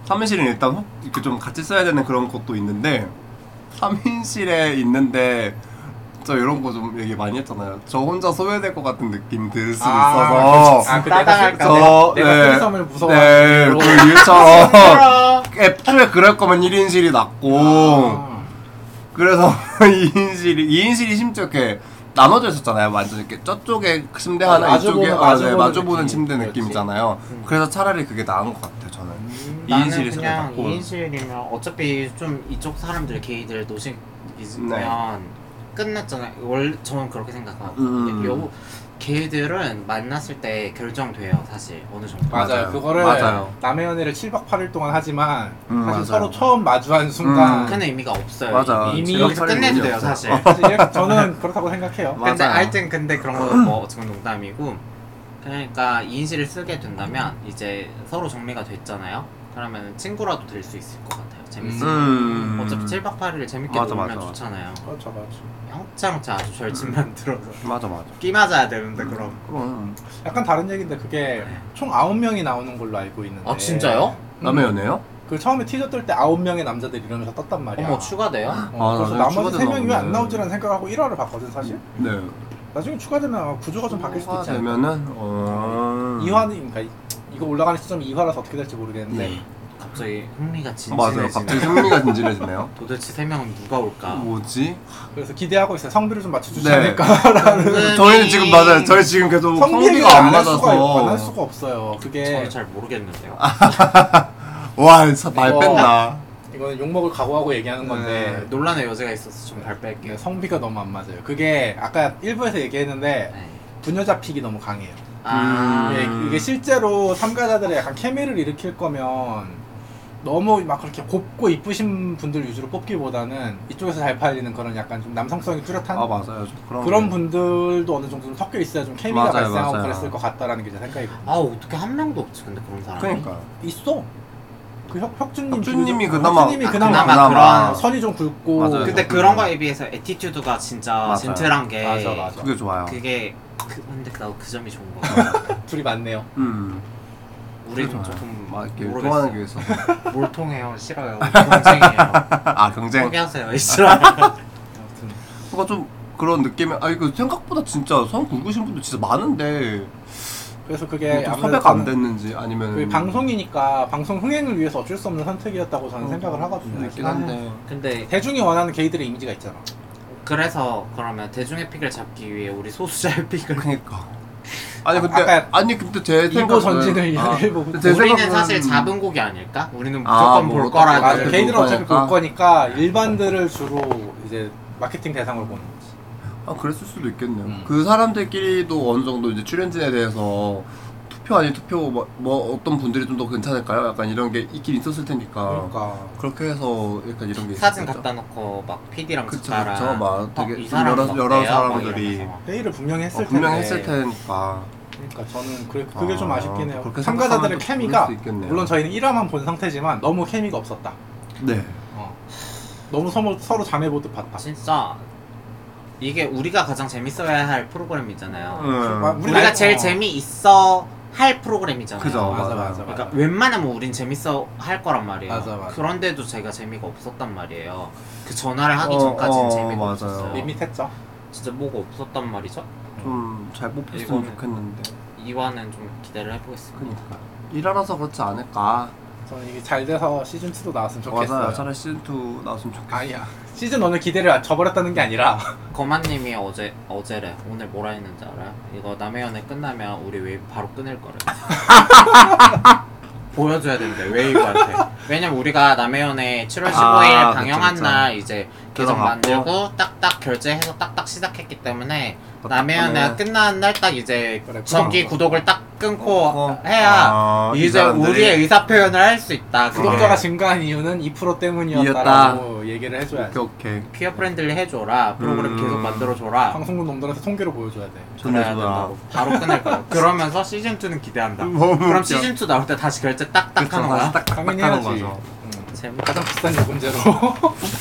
Speaker 1: 3인실은 일단 혹- 이렇게 좀 같이 써야 되는 그런 것도 있는데 3인실에 있는데 저 이런 거 좀 얘기 많이 했잖아요 저 혼자 소외될 것 같은 느낌 들 수도 있어서
Speaker 2: 아, 그 내가 쓸-
Speaker 1: 저-
Speaker 2: 내가
Speaker 1: 네.
Speaker 2: 쓰리썸을 무서워.
Speaker 1: 네, 그 일처럼 애초에 그럴 거면 1인실이 낫고
Speaker 2: 아.
Speaker 1: 그래서 2인실이 2인실이 심지어 이렇게 나눠져 있었잖아요. 완전 이렇게 저쪽에 침대
Speaker 2: 아,
Speaker 1: 하나 이쪽에
Speaker 2: 마주보는-
Speaker 1: 아,
Speaker 2: 마주보는
Speaker 1: 네, 마주보는
Speaker 2: 느낌.
Speaker 1: 침대
Speaker 2: 그렇지.
Speaker 1: 느낌이잖아요.
Speaker 3: 음.
Speaker 1: 그래서 차라리 그게 나은 것 같아요. 저는.
Speaker 3: 나는
Speaker 1: 2인실에서
Speaker 3: 그냥
Speaker 1: 갖고.
Speaker 3: 2인실이면 어차피 좀 이쪽 사람들 게이들 노식이면 끝났잖아요. 원래 저는 그렇게 생각하고
Speaker 1: 네. 음.
Speaker 3: 요 게이들은 만났을 때 결정돼요 사실 어느 정도.
Speaker 2: 맞아요.
Speaker 1: 맞아요.
Speaker 2: 그거를
Speaker 1: 맞아요.
Speaker 2: 남의 연애를 7박 8일 동안 하지만
Speaker 1: 음,
Speaker 2: 사실
Speaker 1: 맞아요. 음,
Speaker 2: 서로 처음 마주한 순간
Speaker 3: 큰 의미가 없어요.
Speaker 1: 맞아.
Speaker 3: 이미
Speaker 1: 지금
Speaker 3: 여기서
Speaker 1: 차라리
Speaker 3: 끝내도
Speaker 1: 의미
Speaker 3: 돼요
Speaker 1: 없어.
Speaker 3: 사실.
Speaker 2: 사실 이렇게 저는 그렇다고 생각해요.
Speaker 1: 맞아요.
Speaker 3: 근데 하여튼 근데 그런 건뭐 어쨌건 농담이고 그러니까 2인실을 쓰게 된다면 이제 서로 정리가 됐잖아요. 그러면 친구라도 될 수 있을 것 같아요. 재밌으면.
Speaker 1: 음.
Speaker 3: 어차피 7박 8일 재밌게
Speaker 1: 맞아,
Speaker 3: 놀면
Speaker 1: 맞아.
Speaker 3: 좋잖아요.
Speaker 2: 그렇죠, 그렇죠.
Speaker 3: 양창차 아주 절친만 들어서
Speaker 1: 맞아 맞아.
Speaker 3: 끼 맞아야 되는데 그럼
Speaker 1: 그럼
Speaker 2: 약간 다른 얘기인데 그게 총 9명이 나오는 걸로 알고 있는데.
Speaker 3: 아, 진짜요?
Speaker 1: 남의 연애요?
Speaker 2: 그 처음에 티저 뜰 때 9명의 남자들이 이러면서 떴단 말이야.
Speaker 3: 어머 추가돼요?
Speaker 2: 어,
Speaker 1: 아,
Speaker 2: 그래서
Speaker 1: 나중에
Speaker 2: 나머지
Speaker 1: 추가돼서
Speaker 2: 3명이 왜
Speaker 1: 나오네.
Speaker 2: 안 나오지라는 생각하고 1화를 봤거든, 사실.
Speaker 1: 네.
Speaker 2: 나중에 추가되면 아마 구조가 좀 바뀔 수도 있지 않을까.
Speaker 1: 되면은 어.
Speaker 2: 2화는 그러니까 이- 이거 올라가는 시점이 2화라서 어떻게 될지 모르겠는데
Speaker 1: 네.
Speaker 3: 갑자기 흥미가
Speaker 1: 맞아요.
Speaker 3: 진진해지네.
Speaker 1: 갑자기 흥미가 진질해지네요.
Speaker 3: 도대체 세 명은 누가 올까?
Speaker 1: 뭐지?
Speaker 2: 그래서 기대하고 있어요. 성비를 좀 맞춰주지
Speaker 1: 네.
Speaker 2: 않을까. 음.
Speaker 3: 은근히
Speaker 1: 저희는 지금 맞아요. 저희 지금 계속
Speaker 2: 성비가
Speaker 1: 성비가 안
Speaker 2: 안할 수가, 안할
Speaker 1: 맞아서
Speaker 2: 수가 없어요. 그게
Speaker 3: 저는 잘 모르겠는데요.
Speaker 1: 와말
Speaker 2: 이거-
Speaker 1: 뺐나?
Speaker 2: 이거는 욕먹을 각오하고 얘기하는
Speaker 3: 네,
Speaker 2: 건데
Speaker 3: 논란의 여지가 있어서 좀 발 뺄게요.
Speaker 2: 네, 성비가 너무 안 맞아요. 그게 아까 1부에서 얘기했는데
Speaker 3: 네.
Speaker 2: 부녀자 픽이 너무 강해요.
Speaker 3: 아,
Speaker 1: 음.
Speaker 2: 이게, 예, 이게 실제로 참가자들의 약간 케미를 일으킬 거면 너무 막 그렇게 곱고 이쁘신 분들 위주로 뽑기보다는 이쪽에서 잘 팔리는 그런 약간 좀 남성성이 뚜렷한
Speaker 1: 아 맞아요. 그런
Speaker 2: 그런
Speaker 1: 거.
Speaker 2: 분들도 어느 정도 좀 섞여 있어야 좀 케미가
Speaker 1: 맞아요,
Speaker 2: 발생하고
Speaker 1: 맞아요.
Speaker 2: 그랬을 것 같다라는 게 제 생각이거든요.
Speaker 3: 아 어떻게 한 명도 없지 근데 그런 사람이.
Speaker 1: 그러니까.
Speaker 2: 있어. 그 혁, 혁준님
Speaker 1: 혁준님이
Speaker 2: 주변-
Speaker 1: 그나마
Speaker 2: 혁준님이 그나마,
Speaker 3: 그나마
Speaker 2: 아, 선이 좀 굵고
Speaker 1: 맞아요.
Speaker 3: 근데 그런 거에 비해서 애티튜드가 진짜
Speaker 1: 네. 맞아요.
Speaker 3: 젠틀한 게
Speaker 2: 맞아, 맞아.
Speaker 1: 그게 좋아요.
Speaker 3: 그게 그, 근데 나도 그 점이 좋은 거 같아.
Speaker 2: 둘이 맞네요.
Speaker 1: 음.
Speaker 3: 우리는
Speaker 1: 그게 음. 좋아요.
Speaker 3: 조금
Speaker 1: 네, 막 이렇게
Speaker 3: 모르겠어요.
Speaker 1: 통하는 게 있어.
Speaker 3: 뭘 통해요? 싫어요. 경쟁이에요.
Speaker 1: 아 경쟁.
Speaker 3: 포기하세요. 이씨라.
Speaker 2: 아무튼
Speaker 1: 그 뭔가 좀 그런 느낌이. 아 이거 생각보다 진짜 성 굵으신 분들 진짜 많은데
Speaker 2: 그래서 그게
Speaker 1: 또
Speaker 2: 예, 아무래도
Speaker 1: 섭외가 안
Speaker 2: 저는
Speaker 1: 됐는지 아니면
Speaker 2: 그게 방송이니까 방송 흥행을 위해서 어쩔 수 없는 선택이었다고 저는
Speaker 1: 음,
Speaker 2: 생각을 하거든요. 아.
Speaker 1: 있긴 한데
Speaker 3: 근데
Speaker 2: 대중이 원하는 게이들의 이미지가 있잖아.
Speaker 3: 그래서 그러면 대중의 픽을 잡기 위해 우리 소수자의 픽을
Speaker 1: 그니까 아니 근데
Speaker 2: 아까
Speaker 1: 아니 근데 제
Speaker 2: 이보
Speaker 1: 생각은
Speaker 2: 전진을
Speaker 1: 아,
Speaker 2: 이야기해 보고
Speaker 1: 제
Speaker 3: 우리는
Speaker 1: 생각은-
Speaker 3: 사실 잡은 곡이 아닐까? 우리는
Speaker 1: 아,
Speaker 3: 무조건
Speaker 1: 뭐
Speaker 3: 볼
Speaker 1: 어떡해.
Speaker 3: 거라는
Speaker 2: 맞아.
Speaker 1: 볼
Speaker 2: 게이들은 어차피
Speaker 1: 거니까.
Speaker 2: 볼 거니까 일반들을 주로 이제 마케팅 대상으로 보는 거지.
Speaker 1: 아 그랬을 수도 있겠네요.
Speaker 2: 음.
Speaker 1: 그 사람들끼리도 어느 정도 이제 출연진에 대해서 투표 아니 투표 뭐, 뭐 어떤 분들이 좀 더 괜찮을까요? 약간 이런 게 있긴 있었을 테니까
Speaker 2: 그러니까
Speaker 1: 그렇게 해서 약간 이런 게
Speaker 3: 사진
Speaker 1: 있었겠죠. 어,
Speaker 3: 갖다 놓고 막 PD랑
Speaker 1: 예, 그쵸,
Speaker 3: 작가랑
Speaker 1: 그쵸. 막 되게 여러-
Speaker 3: 이 사람은
Speaker 1: 여러
Speaker 3: 어때요? 막
Speaker 1: 사람들이
Speaker 3: 이러면서.
Speaker 2: 회의를 분명히
Speaker 1: 어,
Speaker 2: 했을
Speaker 1: 분명히
Speaker 2: 텐데. 예.
Speaker 1: 했을 테니까
Speaker 2: 그러니까 저는 그, 그게 좀
Speaker 1: 아,
Speaker 2: 아쉽긴 해요.
Speaker 1: 그렇게 생각하면
Speaker 2: 참가자들의
Speaker 1: 또
Speaker 2: 케미가
Speaker 1: 그럴 수 있겠네요.
Speaker 2: 물론 저희는 1화만 본 상태지만 너무 케미가 없었다.
Speaker 1: 네
Speaker 2: 어. 너무 서로, 서로 자매 보듯 봤다.
Speaker 3: 아, 진짜 이게 우리가 가장 재밌어야 할 프로그램이잖아요.
Speaker 1: 음.
Speaker 2: 우리
Speaker 3: 우리가
Speaker 2: 라이브-
Speaker 3: 제일
Speaker 2: 어.
Speaker 3: 재미있어 할 프로그램이잖아요.
Speaker 1: 그죠.
Speaker 2: 맞아
Speaker 1: 맞아요.
Speaker 2: 맞아
Speaker 3: 그러니까
Speaker 2: 맞아.
Speaker 3: 웬만하면 우린 재밌어 할 거란 말이에요.
Speaker 2: 맞아, 맞아.
Speaker 3: 그런데도 제가 재미가 없었단 말이에요. 그 전화를 하기
Speaker 1: 어,
Speaker 3: 전까지는
Speaker 1: 어,
Speaker 3: 재미가
Speaker 1: 맞아요.
Speaker 3: 없었어요.
Speaker 2: 밋밋했죠.
Speaker 3: 진짜 뭐가 없었단 말이죠?
Speaker 1: 좀 잘 뽑혔으면
Speaker 3: 이거는-
Speaker 1: 좋겠는데
Speaker 3: 이와는 좀 기대를 해보겠습니다.
Speaker 1: 그러니까 일하라서 그렇지 않을까
Speaker 2: 저는 이게 잘 돼서 시즌 2도 나왔으면 좋겠어요.
Speaker 1: 맞아요 차라리 시즌 2 나왔으면 좋겠어
Speaker 2: 아니야. 시즌 1을 기대를 저버렸다는 게 아니라
Speaker 3: 거만님이 어제 어제래 오늘 뭐라 했는지 알아요? 이거 남해연애 끝나면 우리 웨이브 바로 끊을 거래. 보여줘야 된대 웨이브한테. 왜냐면 우리가 남해연애 7월 15일
Speaker 1: 아,
Speaker 3: 방영한
Speaker 1: 그쵸, 그쵸.
Speaker 3: 날 이제 계정
Speaker 1: 들어갔고.
Speaker 3: 만들고 딱딱 결제해서 딱딱 시작했기 때문에
Speaker 1: 딱
Speaker 3: 남해연애가
Speaker 1: 하네.
Speaker 3: 끝난 날 딱 이제
Speaker 2: 그래,
Speaker 3: 정기
Speaker 2: 끊어.
Speaker 3: 구독을 딱 끊고
Speaker 1: 어.
Speaker 3: 해야
Speaker 1: 아, 이
Speaker 3: 이제
Speaker 1: 사람들이- 음.
Speaker 3: 우리의 의사 표현을 할 수 있다. 그게
Speaker 2: 구독자가 증가한 이유는 2% 때문이었다라고 얘기를 해줘야지.
Speaker 1: 네. 오케이 오케이
Speaker 3: 피어 프렌들리 해줘라 프로그램
Speaker 1: 음.
Speaker 3: 계속 만들어줘라.
Speaker 2: 방송국 놈들한테 통계로 보여줘야 돼.
Speaker 1: 좋네
Speaker 3: 그래야
Speaker 1: 좋아
Speaker 3: 된다고. 바로 끊을 거야. 그러면서 시즌 2는 기대한다.
Speaker 1: 너무
Speaker 3: 그럼
Speaker 1: 웃겨.
Speaker 3: 시즌 2 나올 때 다시 결제 딱딱
Speaker 2: 그렇죠.
Speaker 1: 그쵸
Speaker 3: 하는 거야.
Speaker 1: 사실 딱딱
Speaker 2: 당연히
Speaker 1: 하는
Speaker 2: 해야지.
Speaker 1: 거죠
Speaker 2: 음.
Speaker 3: 재밌다.
Speaker 2: 가장 비싼 요금제로.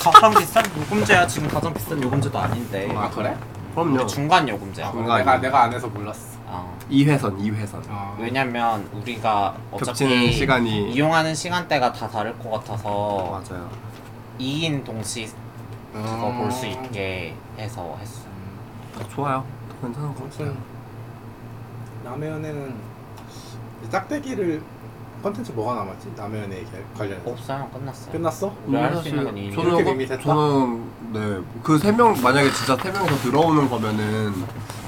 Speaker 3: 가장 비싼 요금제야 지금 가장 비싼 요금제도 아닌데.
Speaker 1: 아, 그래?
Speaker 3: 우리
Speaker 1: 그럼요
Speaker 3: 중간 요금제야.
Speaker 1: 아.
Speaker 2: 네. 내가 내가 안 해서 몰랐어.
Speaker 3: 어.
Speaker 1: 2회선 2회선
Speaker 2: 어.
Speaker 3: 왜냐면 우리가
Speaker 1: 겹치는
Speaker 3: 어차피
Speaker 1: 시간이
Speaker 3: 이용하는 시간대가 다 다를 것 같아서
Speaker 1: 어, 맞아요
Speaker 3: 2인 동시 그거 볼
Speaker 1: 음.
Speaker 3: 수 있게 해서 했어.
Speaker 2: 음.
Speaker 1: 아, 좋아요 또 괜찮은 것 같아요
Speaker 2: 아무튼 남해연애는 이제 짝대기를 컨텐츠 뭐가 남았지? 남해연애 관련해서
Speaker 3: 없어요 끝났어요.
Speaker 2: 끝났어?
Speaker 3: 우리 할수 있는 건 이미.
Speaker 2: 이렇게
Speaker 1: 저는
Speaker 2: 밋밋했다?
Speaker 1: 저는 네그 세 명 만약에 진짜 세 명이서 들어오는 거면은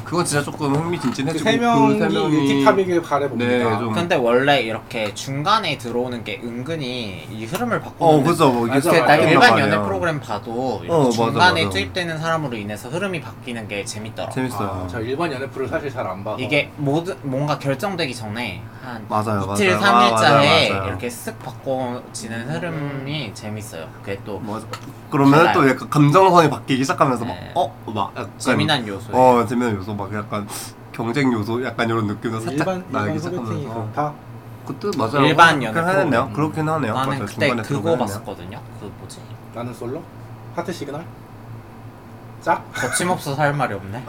Speaker 1: 그건 진짜 조금 흥미진진해지고
Speaker 2: 그 세 명이 유티탑이길 바래봅니다.
Speaker 1: 네, 좀-
Speaker 3: 근데 원래 이렇게 중간에 들어오는 게 은근히 이 흐름을 바꾸는
Speaker 1: 어 그죠 뭐
Speaker 2: 맞아,
Speaker 1: 이렇게
Speaker 2: 맞아.
Speaker 3: 나
Speaker 1: 딱
Speaker 3: 일반
Speaker 1: 있단
Speaker 3: 연애
Speaker 1: 말이에요.
Speaker 3: 프로그램 봐도 이렇게
Speaker 1: 어, 맞아,
Speaker 3: 중간에
Speaker 1: 맞아.
Speaker 3: 투입되는 사람으로 인해서 흐름이 바뀌는 게 재밌더라. 고
Speaker 1: 재밌어요
Speaker 2: 아, 저 일반 연애 프를 사실 잘 안 봐서
Speaker 3: 이게 모든 뭔가 결정되기 전에 한
Speaker 1: 맞아요
Speaker 3: 이틀
Speaker 1: 맞아요
Speaker 3: 3일짜에
Speaker 1: 아, 맞아요, 맞아요.
Speaker 3: 이렇게 쓱 바꿔지는 흐름이 재밌어요. 그게 또
Speaker 1: 맞아. 뭐, 그러면 또
Speaker 3: 달라요.
Speaker 1: 약간 감정선이 바뀌기 시작하면서
Speaker 3: 네.
Speaker 1: 막어막 약간
Speaker 3: 재미난 요소예요.
Speaker 1: 그러니까 어 재미난 요소 막 약간 경쟁 요소 약간 이런 느낌도 살짝
Speaker 2: 어, 일반 일반
Speaker 1: 나기
Speaker 2: 소개팅이
Speaker 1: 시작하면서 어,
Speaker 2: 그렇다.
Speaker 1: 그것도 맞아요
Speaker 3: 일반
Speaker 1: 그렇긴
Speaker 3: 연애
Speaker 1: 하네요
Speaker 3: 프로그램.
Speaker 1: 그렇긴 하네요
Speaker 3: 나는
Speaker 1: 맞아요.
Speaker 3: 그때
Speaker 1: 중간에
Speaker 3: 그거
Speaker 1: 들어가긴
Speaker 3: 봤었거든요. 그 뭐지?
Speaker 2: 나는 솔로? 하트 시그널? 짝?
Speaker 3: 거침없어서 할 말이 없네.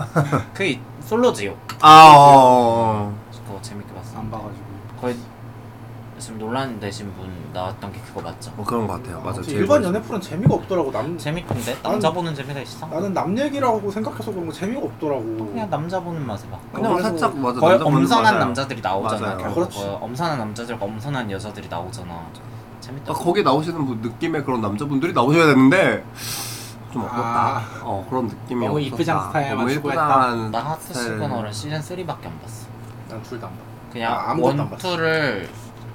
Speaker 3: 그 이- 솔로지요.
Speaker 1: 하네요. 아 어, 어.
Speaker 3: 그거 재밌게 봤어.
Speaker 2: 안 봐가지고.
Speaker 3: 거의 지금 논란 되신 분 나왔던 게 그거 맞죠?
Speaker 1: 뭐 그런 것 같아요 맞아
Speaker 2: 아무튼
Speaker 1: 제일
Speaker 2: 일반
Speaker 1: 멋있-
Speaker 2: 연애 프는 재미가 없더라고. 남
Speaker 3: 재밌던데 남자 보는 재미가 있어.
Speaker 2: 나는 남 얘기라고 생각해서 그런 거 재미가 없더라고.
Speaker 3: 그냥 남자 보는 맛에 막
Speaker 1: 그냥
Speaker 2: 그래서
Speaker 1: 살짝 맞아
Speaker 3: 거의
Speaker 1: 남자분들
Speaker 3: 엄선한
Speaker 1: 맞아요.
Speaker 3: 남자들이 나오잖아
Speaker 1: 맞아요.
Speaker 3: 결국
Speaker 2: 그렇지.
Speaker 3: 엄선한 남자들과 엄선한 여자들이 나오잖아 재밌다
Speaker 1: 딱 거기 나오시는 분 느낌의 그런 남자분들이 나오셔야 되는데 좀 아깝다.
Speaker 2: 아.
Speaker 1: 어 그런 느낌이
Speaker 2: 너무
Speaker 1: 없었다.
Speaker 2: 이쁘장 스타일만
Speaker 1: 너무
Speaker 2: 추구했다.
Speaker 1: 이쁘장
Speaker 3: 나 하트
Speaker 1: 스타일.
Speaker 3: 시그널은 시즌 3밖에 안 봤어
Speaker 2: 난 둘 다 안 봐.
Speaker 3: 그냥
Speaker 2: 아, 아무것도 안
Speaker 3: 원,
Speaker 2: 봤어.
Speaker 3: 투를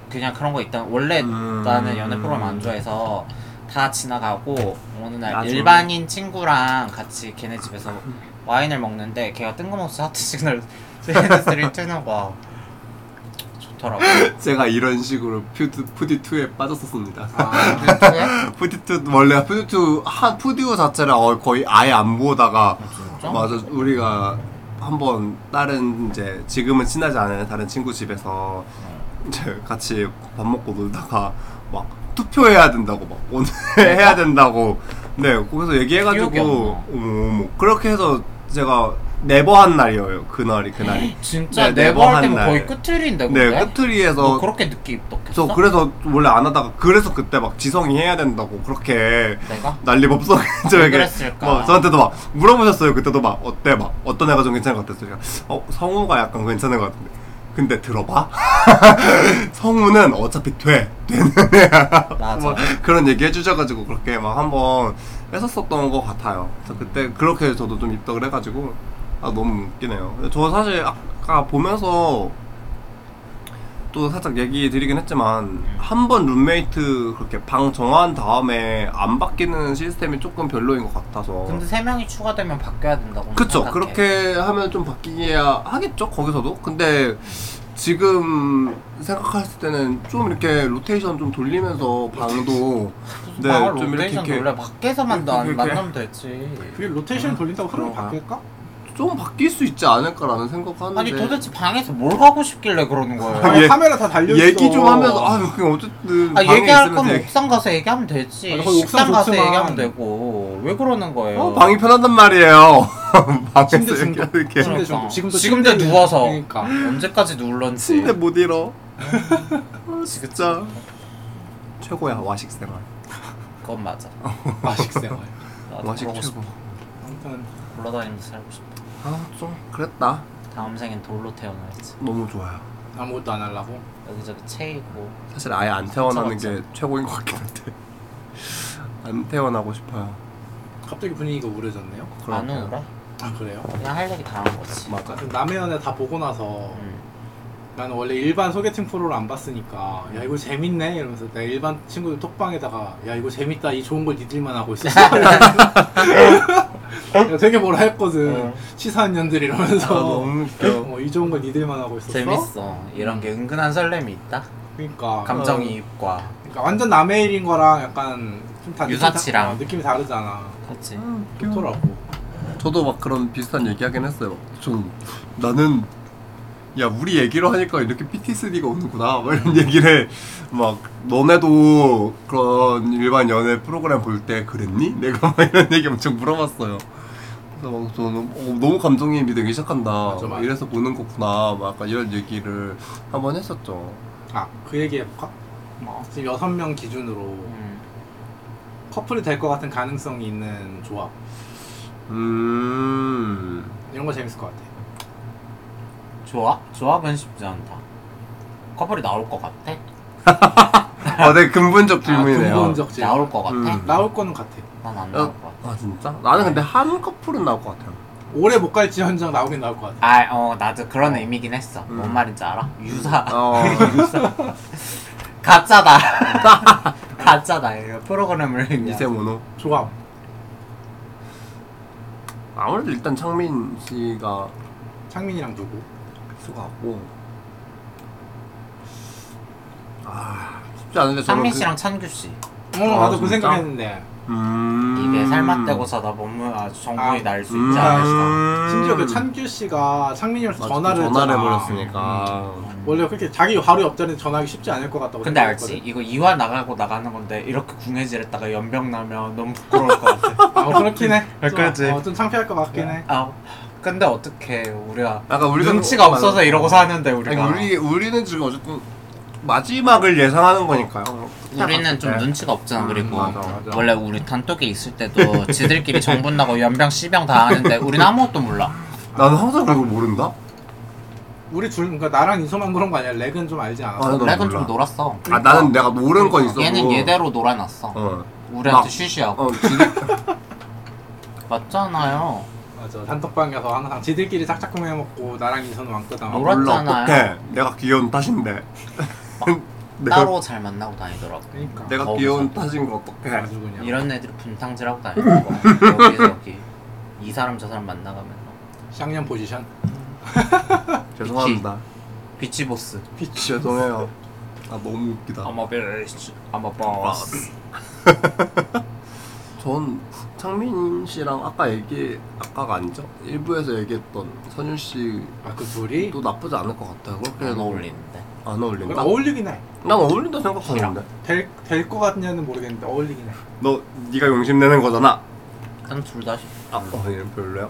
Speaker 3: 그냥 그런 거 있다 원래
Speaker 1: 음.
Speaker 3: 나는 연애 프로그램 안 좋아해서 다 지나가고 어느 날
Speaker 1: 나중에.
Speaker 3: 일반인 친구랑 같이 걔네 집에서 와인을 먹는데 걔가 뜬금없이 하트 시그널 시즌 3 트는 거야 좋더라고
Speaker 1: 제가 이런 식으로 푸드 푸디2에 빠졌었습니다.
Speaker 2: 아,
Speaker 3: 그게?
Speaker 1: 푸디2 원래 푸디2 한 푸디오 자체를 어, 거의 아예 안 보다가
Speaker 3: 진짜?
Speaker 1: 맞아 우리가 한번 다른 이제 지금은 친하지 않은 다른 친구 집에서
Speaker 3: 네.
Speaker 1: 이제 같이 밥 먹고 놀다가 막 투표해야 된다고 막 오늘
Speaker 3: 그러니까?
Speaker 1: 해야 된다고 네 거기서
Speaker 3: 기억이
Speaker 1: 얘기해가지고
Speaker 3: 안 나.
Speaker 1: 어머, 어머 그렇게 해서 제가 네버 한 날이에요 그날이 그날이
Speaker 3: 진짜
Speaker 1: 네,
Speaker 3: 네버
Speaker 1: 네버
Speaker 3: 할 때면
Speaker 1: 한
Speaker 3: 거의
Speaker 1: 날.
Speaker 3: 끝틀인데 근데?
Speaker 1: 네
Speaker 3: 너
Speaker 1: 끝트리에서
Speaker 3: 그렇게 늦게 입덕했어?
Speaker 1: 저 그래서 원래 안 하다가 그래서 그때 막 지성이 해야 된다고 그렇게
Speaker 3: 내가?
Speaker 1: 난리법석
Speaker 3: 왜
Speaker 1: 저에게
Speaker 3: 아, 그랬을까?
Speaker 1: 막 저한테도 막 물어보셨어요 그때도 막 어때 막 어떤 애가 좀 괜찮은 것 같았어요 제가 어 성우가 약간 괜찮은 것 같은데 근데 들어봐. 성우는 어차피 돼. 되는
Speaker 3: 맞아.
Speaker 1: 뭐 그런 얘기 해주셔가지고 그렇게 막 한번 했었었던 것 같아요. 그래서 그때 그렇게 저도 좀 입덕을 해가지고 아 너무 웃기네요. 근데 저 사실 아까 보면서 또 살짝 얘기 드리긴 했지만 한 번 룸메이트 그렇게 방 정한 다음에 안 바뀌는 시스템이 조금 별로인 것 같아서
Speaker 3: 근데 세 명이 추가되면 바뀌어야 된다고.
Speaker 1: 그쵸
Speaker 3: 생각해.
Speaker 1: 그렇게 하면 좀 바뀌어야 하겠죠 거기서도 근데 지금 생각했을 때는 좀 이렇게 로테이션 좀 돌리면서 방도
Speaker 3: 네,
Speaker 1: 네,
Speaker 3: 좀
Speaker 1: 좀 이렇게
Speaker 3: 이렇게
Speaker 1: 이렇게-
Speaker 3: 원래 밖에서만 나-
Speaker 1: 이렇게-
Speaker 3: 만나면 되지.
Speaker 2: 그게 로테이션 돌린다고 흐름이
Speaker 1: 그런가?
Speaker 2: 바뀔까?
Speaker 1: 좀 바뀔 수 있지 않을까라는 생각하는데
Speaker 3: 아니 도대체 방에서 뭘 하고 싶길래 그러는 거예요?
Speaker 2: 아니,
Speaker 1: 얘-
Speaker 2: 카메라 다 달려 있어.
Speaker 1: 얘기 좀 하면서 아 그냥 어쨌든
Speaker 3: 아
Speaker 1: 방에
Speaker 3: 얘기할
Speaker 1: 있으면서
Speaker 3: 거면
Speaker 1: 얘기-
Speaker 3: 옥상 가서 얘기하면 되지.
Speaker 2: 아니, 거기 옥상
Speaker 3: 식당 가서
Speaker 2: 좋지만.
Speaker 3: 얘기하면 되고 왜 그러는 거예요?
Speaker 1: 어, 방이 편하단 말이에요 방에서
Speaker 2: 침대 중독.
Speaker 1: 이렇게 이렇게
Speaker 2: 침대
Speaker 3: 그러니까.
Speaker 2: 중독. 지금도
Speaker 3: 지금도
Speaker 2: 침대에
Speaker 3: 누워서.
Speaker 2: 그러니까.
Speaker 3: 언제까지 눌렀지?
Speaker 1: 침대 뭐- 못 잃어 아, 진짜 최고야 와식 생활
Speaker 3: 그건 맞아.
Speaker 2: 마식생활.
Speaker 3: 나도
Speaker 1: 와식 최고
Speaker 3: 그러고 아, 싶어.
Speaker 2: 아무튼
Speaker 3: 돌아다니면서 살고 싶어.
Speaker 1: 아좀 그랬다
Speaker 3: 다음 생엔 돌로 태어나야지.
Speaker 1: 너무 좋아요
Speaker 2: 아무것도 안 하려고.
Speaker 3: 여기저기 채 있고.
Speaker 1: 사실 아예 안 태어나는
Speaker 3: 맞아,
Speaker 1: 게 최고인 것 같긴 한데 안 태어나고 싶어요.
Speaker 2: 갑자기 분위기가 우울해졌네요.
Speaker 3: 안
Speaker 1: 그럴까요?
Speaker 3: 우울해?
Speaker 2: 아 그래요?
Speaker 3: 그냥 할 얘기 다 한 거지.
Speaker 1: 맞아.
Speaker 2: 아무튼 남의 연애 다 보고 나서
Speaker 3: 음.
Speaker 2: 나는 원래 일반 소개팅 프로를 안 봤으니까 야 이거 재밌네 이러면서 내 일반 친구들 톡방에다가 야 이거 재밌다 이 좋은 걸 니들만 하고 있어 야, 되게 뭐라 했거든
Speaker 3: 어.
Speaker 2: 시사년들 이러면서
Speaker 1: 아, 너무 웃겨.
Speaker 2: 어, 이 좋은 걸 니들만 하고 있었어
Speaker 3: 재밌어. 이런 게 은근한 설렘이 있다.
Speaker 2: 그러니까
Speaker 3: 감정이입과
Speaker 2: 그러니까 완전 남의 일인 거랑 약간 좀다 어,
Speaker 3: 유사치랑.
Speaker 2: 느낌이 다르잖아
Speaker 3: 그렇지.
Speaker 2: 좋더라고
Speaker 1: 저도 막 그런 비슷한 얘기하긴 했어요. 좀 나는 야 우리 얘기로 하니까 이렇게 PTSD가 오는구나 막 이런 얘기를 막 너네도 그런 일반 연애 프로그램 볼 때 그랬니? 내가 막 이런 얘기 엄청 물어봤어요. 그래서 막 저는 어, 너무 감정이입이 되기 시작한다.
Speaker 2: 맞아, 맞아.
Speaker 1: 이래서 보는 거구나. 막 약간 이런 얘기를 한번 했었죠.
Speaker 2: 아 그 얘기 해볼까?
Speaker 3: 뭐.
Speaker 2: 지금 여섯 명 기준으로
Speaker 3: 음.
Speaker 2: 커플이 될 것 같은 가능성이 있는 조합
Speaker 1: 음.
Speaker 2: 이런 거 재밌을 것 같아
Speaker 3: 조합? 조합은 쉽지 않다. 커플이 나올 것 같아?
Speaker 1: 아, 네 근본적 질문이네요.
Speaker 2: 아, 근본적 질문.
Speaker 3: 나올 것 같아?
Speaker 1: 음.
Speaker 2: 나올 거는 같아
Speaker 3: 난 안 나올 것
Speaker 1: 어,
Speaker 3: 같아.
Speaker 1: 아 진짜? 나는 근데 한 커플은 나올 것 같아요.
Speaker 2: 올해 못 갈지언정 나오긴 나올 것 같아.
Speaker 3: 아, 어, 나도 그런 의미긴 했어. 뭔
Speaker 1: 음.
Speaker 3: 말인지 알아? 유사.
Speaker 1: 어,
Speaker 3: 가짜다. 가짜다. 이거 프로그램을 의미하는.
Speaker 1: 이세모노.
Speaker 2: 조합.
Speaker 1: 아무래도 일단 창민 씨가
Speaker 2: 창민이랑 누구?
Speaker 1: 수가 없고. 아 쉽지 않은데 저는
Speaker 3: 상민 씨랑 찬규 씨.
Speaker 2: 어,
Speaker 1: 아,
Speaker 2: 나도 그
Speaker 1: 진짜?
Speaker 2: 생각했는데.
Speaker 1: 그, 음.
Speaker 3: 이게 살맛대고 사다 보면 아주 정보이
Speaker 2: 아,
Speaker 3: 날 수
Speaker 1: 음.
Speaker 3: 있지 않을까.
Speaker 2: 심지어 그 찬규 씨가 창민이랑
Speaker 1: 맞아,
Speaker 2: 전화를 했잖아. 음.
Speaker 1: 버렸으니까.
Speaker 3: 음.
Speaker 2: 원래 그렇게 자기 바로 옆자리에 전화하기 쉽지 않을 것 같다고
Speaker 3: 근데 알지?
Speaker 2: 생각했거든.
Speaker 3: 이거 이화 나가고 나가는 건데 이렇게 궁해지랬다가 연병 나면 너무 부끄러울 것 같아.
Speaker 2: 아, 그렇긴 해. 좀,
Speaker 3: 그렇지.
Speaker 2: 어, 좀 창피할 것 같긴
Speaker 1: 네.
Speaker 2: 해.
Speaker 3: 아, 근데 어떻게 우리가
Speaker 1: 약간 우리가
Speaker 3: 눈치가
Speaker 1: 맞아.
Speaker 3: 없어서 이러고 사는데
Speaker 1: 아니,
Speaker 3: 우리가
Speaker 1: 우리 우리는 지금 어쨌든 마지막을 예상하는 거니까요.
Speaker 3: 우리는 좀
Speaker 1: 네.
Speaker 3: 눈치가 없잖아
Speaker 1: 음,
Speaker 3: 그리고
Speaker 1: 맞아, 맞아.
Speaker 3: 원래 우리 단톡에 있을 때도 지들끼리 정분 나고 연병 시병 다 하는데 우리는 아무것도 몰라
Speaker 1: 나는 항상 그걸 모른다.
Speaker 2: 우리 둘, 그러니까 나랑 인소만 그런 거 아니야. 렉은 좀 알지
Speaker 1: 아,
Speaker 2: 않아.
Speaker 1: 나도
Speaker 3: 렉은
Speaker 1: 몰라.
Speaker 3: 좀 놀았어
Speaker 1: 아 나는 내가 모르는 건 있어.
Speaker 3: 그러니까. 얘는 얘대로 놀아놨어
Speaker 1: 어.
Speaker 3: 우리한테
Speaker 1: 막-
Speaker 3: 쉬쉬하고
Speaker 1: 어, 지-
Speaker 3: 맞잖아요
Speaker 2: 맞아. 단톡방에서 항상 지들끼리 짝짝꿍 해먹고 나랑 인소는 왕따당하고.
Speaker 1: 몰라
Speaker 3: 놀아- 놀았잖아요.
Speaker 1: 어떡해. 네, 내가 귀여운 탓인데. 내가
Speaker 3: 따로 잘 만나고 다니더라고
Speaker 2: 그러니까.
Speaker 1: 내가
Speaker 3: 거기서.
Speaker 1: 귀여운 탓인 거 어떡해.
Speaker 2: 아주 그냥.
Speaker 3: 이런 애들이 분탕질하고 다니는 거야 여기 저기 이 사람 저 사람 만나가면
Speaker 2: 쌍년 포지션.
Speaker 3: 아,
Speaker 1: 죄송합니다.
Speaker 3: 비치 보스
Speaker 2: 피치.
Speaker 1: 죄송해요. 아 너무 웃기다.
Speaker 3: I'm a bitch I'm a boss
Speaker 1: 전 창민 씨랑 아까 얘기 아까가 아니죠? 일부에서 얘기했던 선율 씨도
Speaker 2: 아, 그 둘이?
Speaker 1: 나쁘지 않을 것 같아요. 그렇게
Speaker 3: 안
Speaker 1: 너무
Speaker 3: 어울리는데
Speaker 1: 안 어울린다.
Speaker 2: 어울리긴 해.
Speaker 1: 난 어울린다 생각하는데.
Speaker 2: 될, 될 것 같냐는 모르겠는데 어울리긴 해.
Speaker 1: 너 네가 용심 내는 거잖아.
Speaker 3: 난 둘다 싫어
Speaker 1: 아, 어, 얘는 별로야?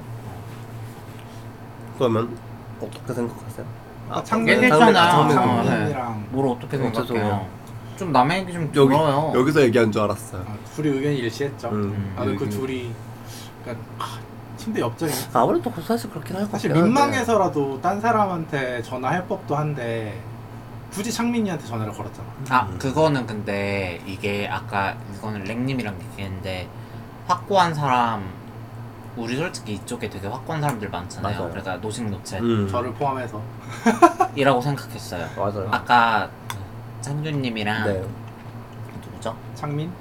Speaker 1: 그러면 어떻게 생각하세요?
Speaker 2: 아, 창-
Speaker 1: 네,
Speaker 3: 얘기했잖아.
Speaker 1: 창민,
Speaker 3: 아,
Speaker 1: 창민.
Speaker 3: 네.
Speaker 2: 창민이랑
Speaker 3: 뭘 어떻게
Speaker 1: 진짜
Speaker 3: 생각해요? 좀 남의 얘기 좀
Speaker 1: 여기
Speaker 3: 들어요.
Speaker 1: 여기서 얘기한 줄 알았어요.
Speaker 2: 아, 둘이 의견이 일치했죠.
Speaker 1: 음,
Speaker 2: 나도
Speaker 1: 여기.
Speaker 2: 그 둘이 그러니까 아, 침대 옆자리
Speaker 1: 음.
Speaker 4: 아무래도 그 사실 그렇긴 할것
Speaker 2: 사실
Speaker 4: 같긴 한데.
Speaker 2: 민망해서라도 딴 사람한테 전화할 법도 한데 굳이 창민이한테 전화를 걸었잖아.
Speaker 3: 아
Speaker 4: 음.
Speaker 3: 그거는 근데 이게 아까 이거는 랭님이랑 얘기했는데 확고한 사람 우리 솔직히 이쪽에 되게 확고한 사람들 많잖아요.
Speaker 4: 맞아요.
Speaker 3: 그러니까 노식 노책이라고
Speaker 4: 음.
Speaker 2: 저를 포함해서
Speaker 3: 생각했어요.
Speaker 4: 맞아요.
Speaker 3: 아까 찬규님이랑
Speaker 4: 네.
Speaker 3: 누구죠?
Speaker 2: 창민,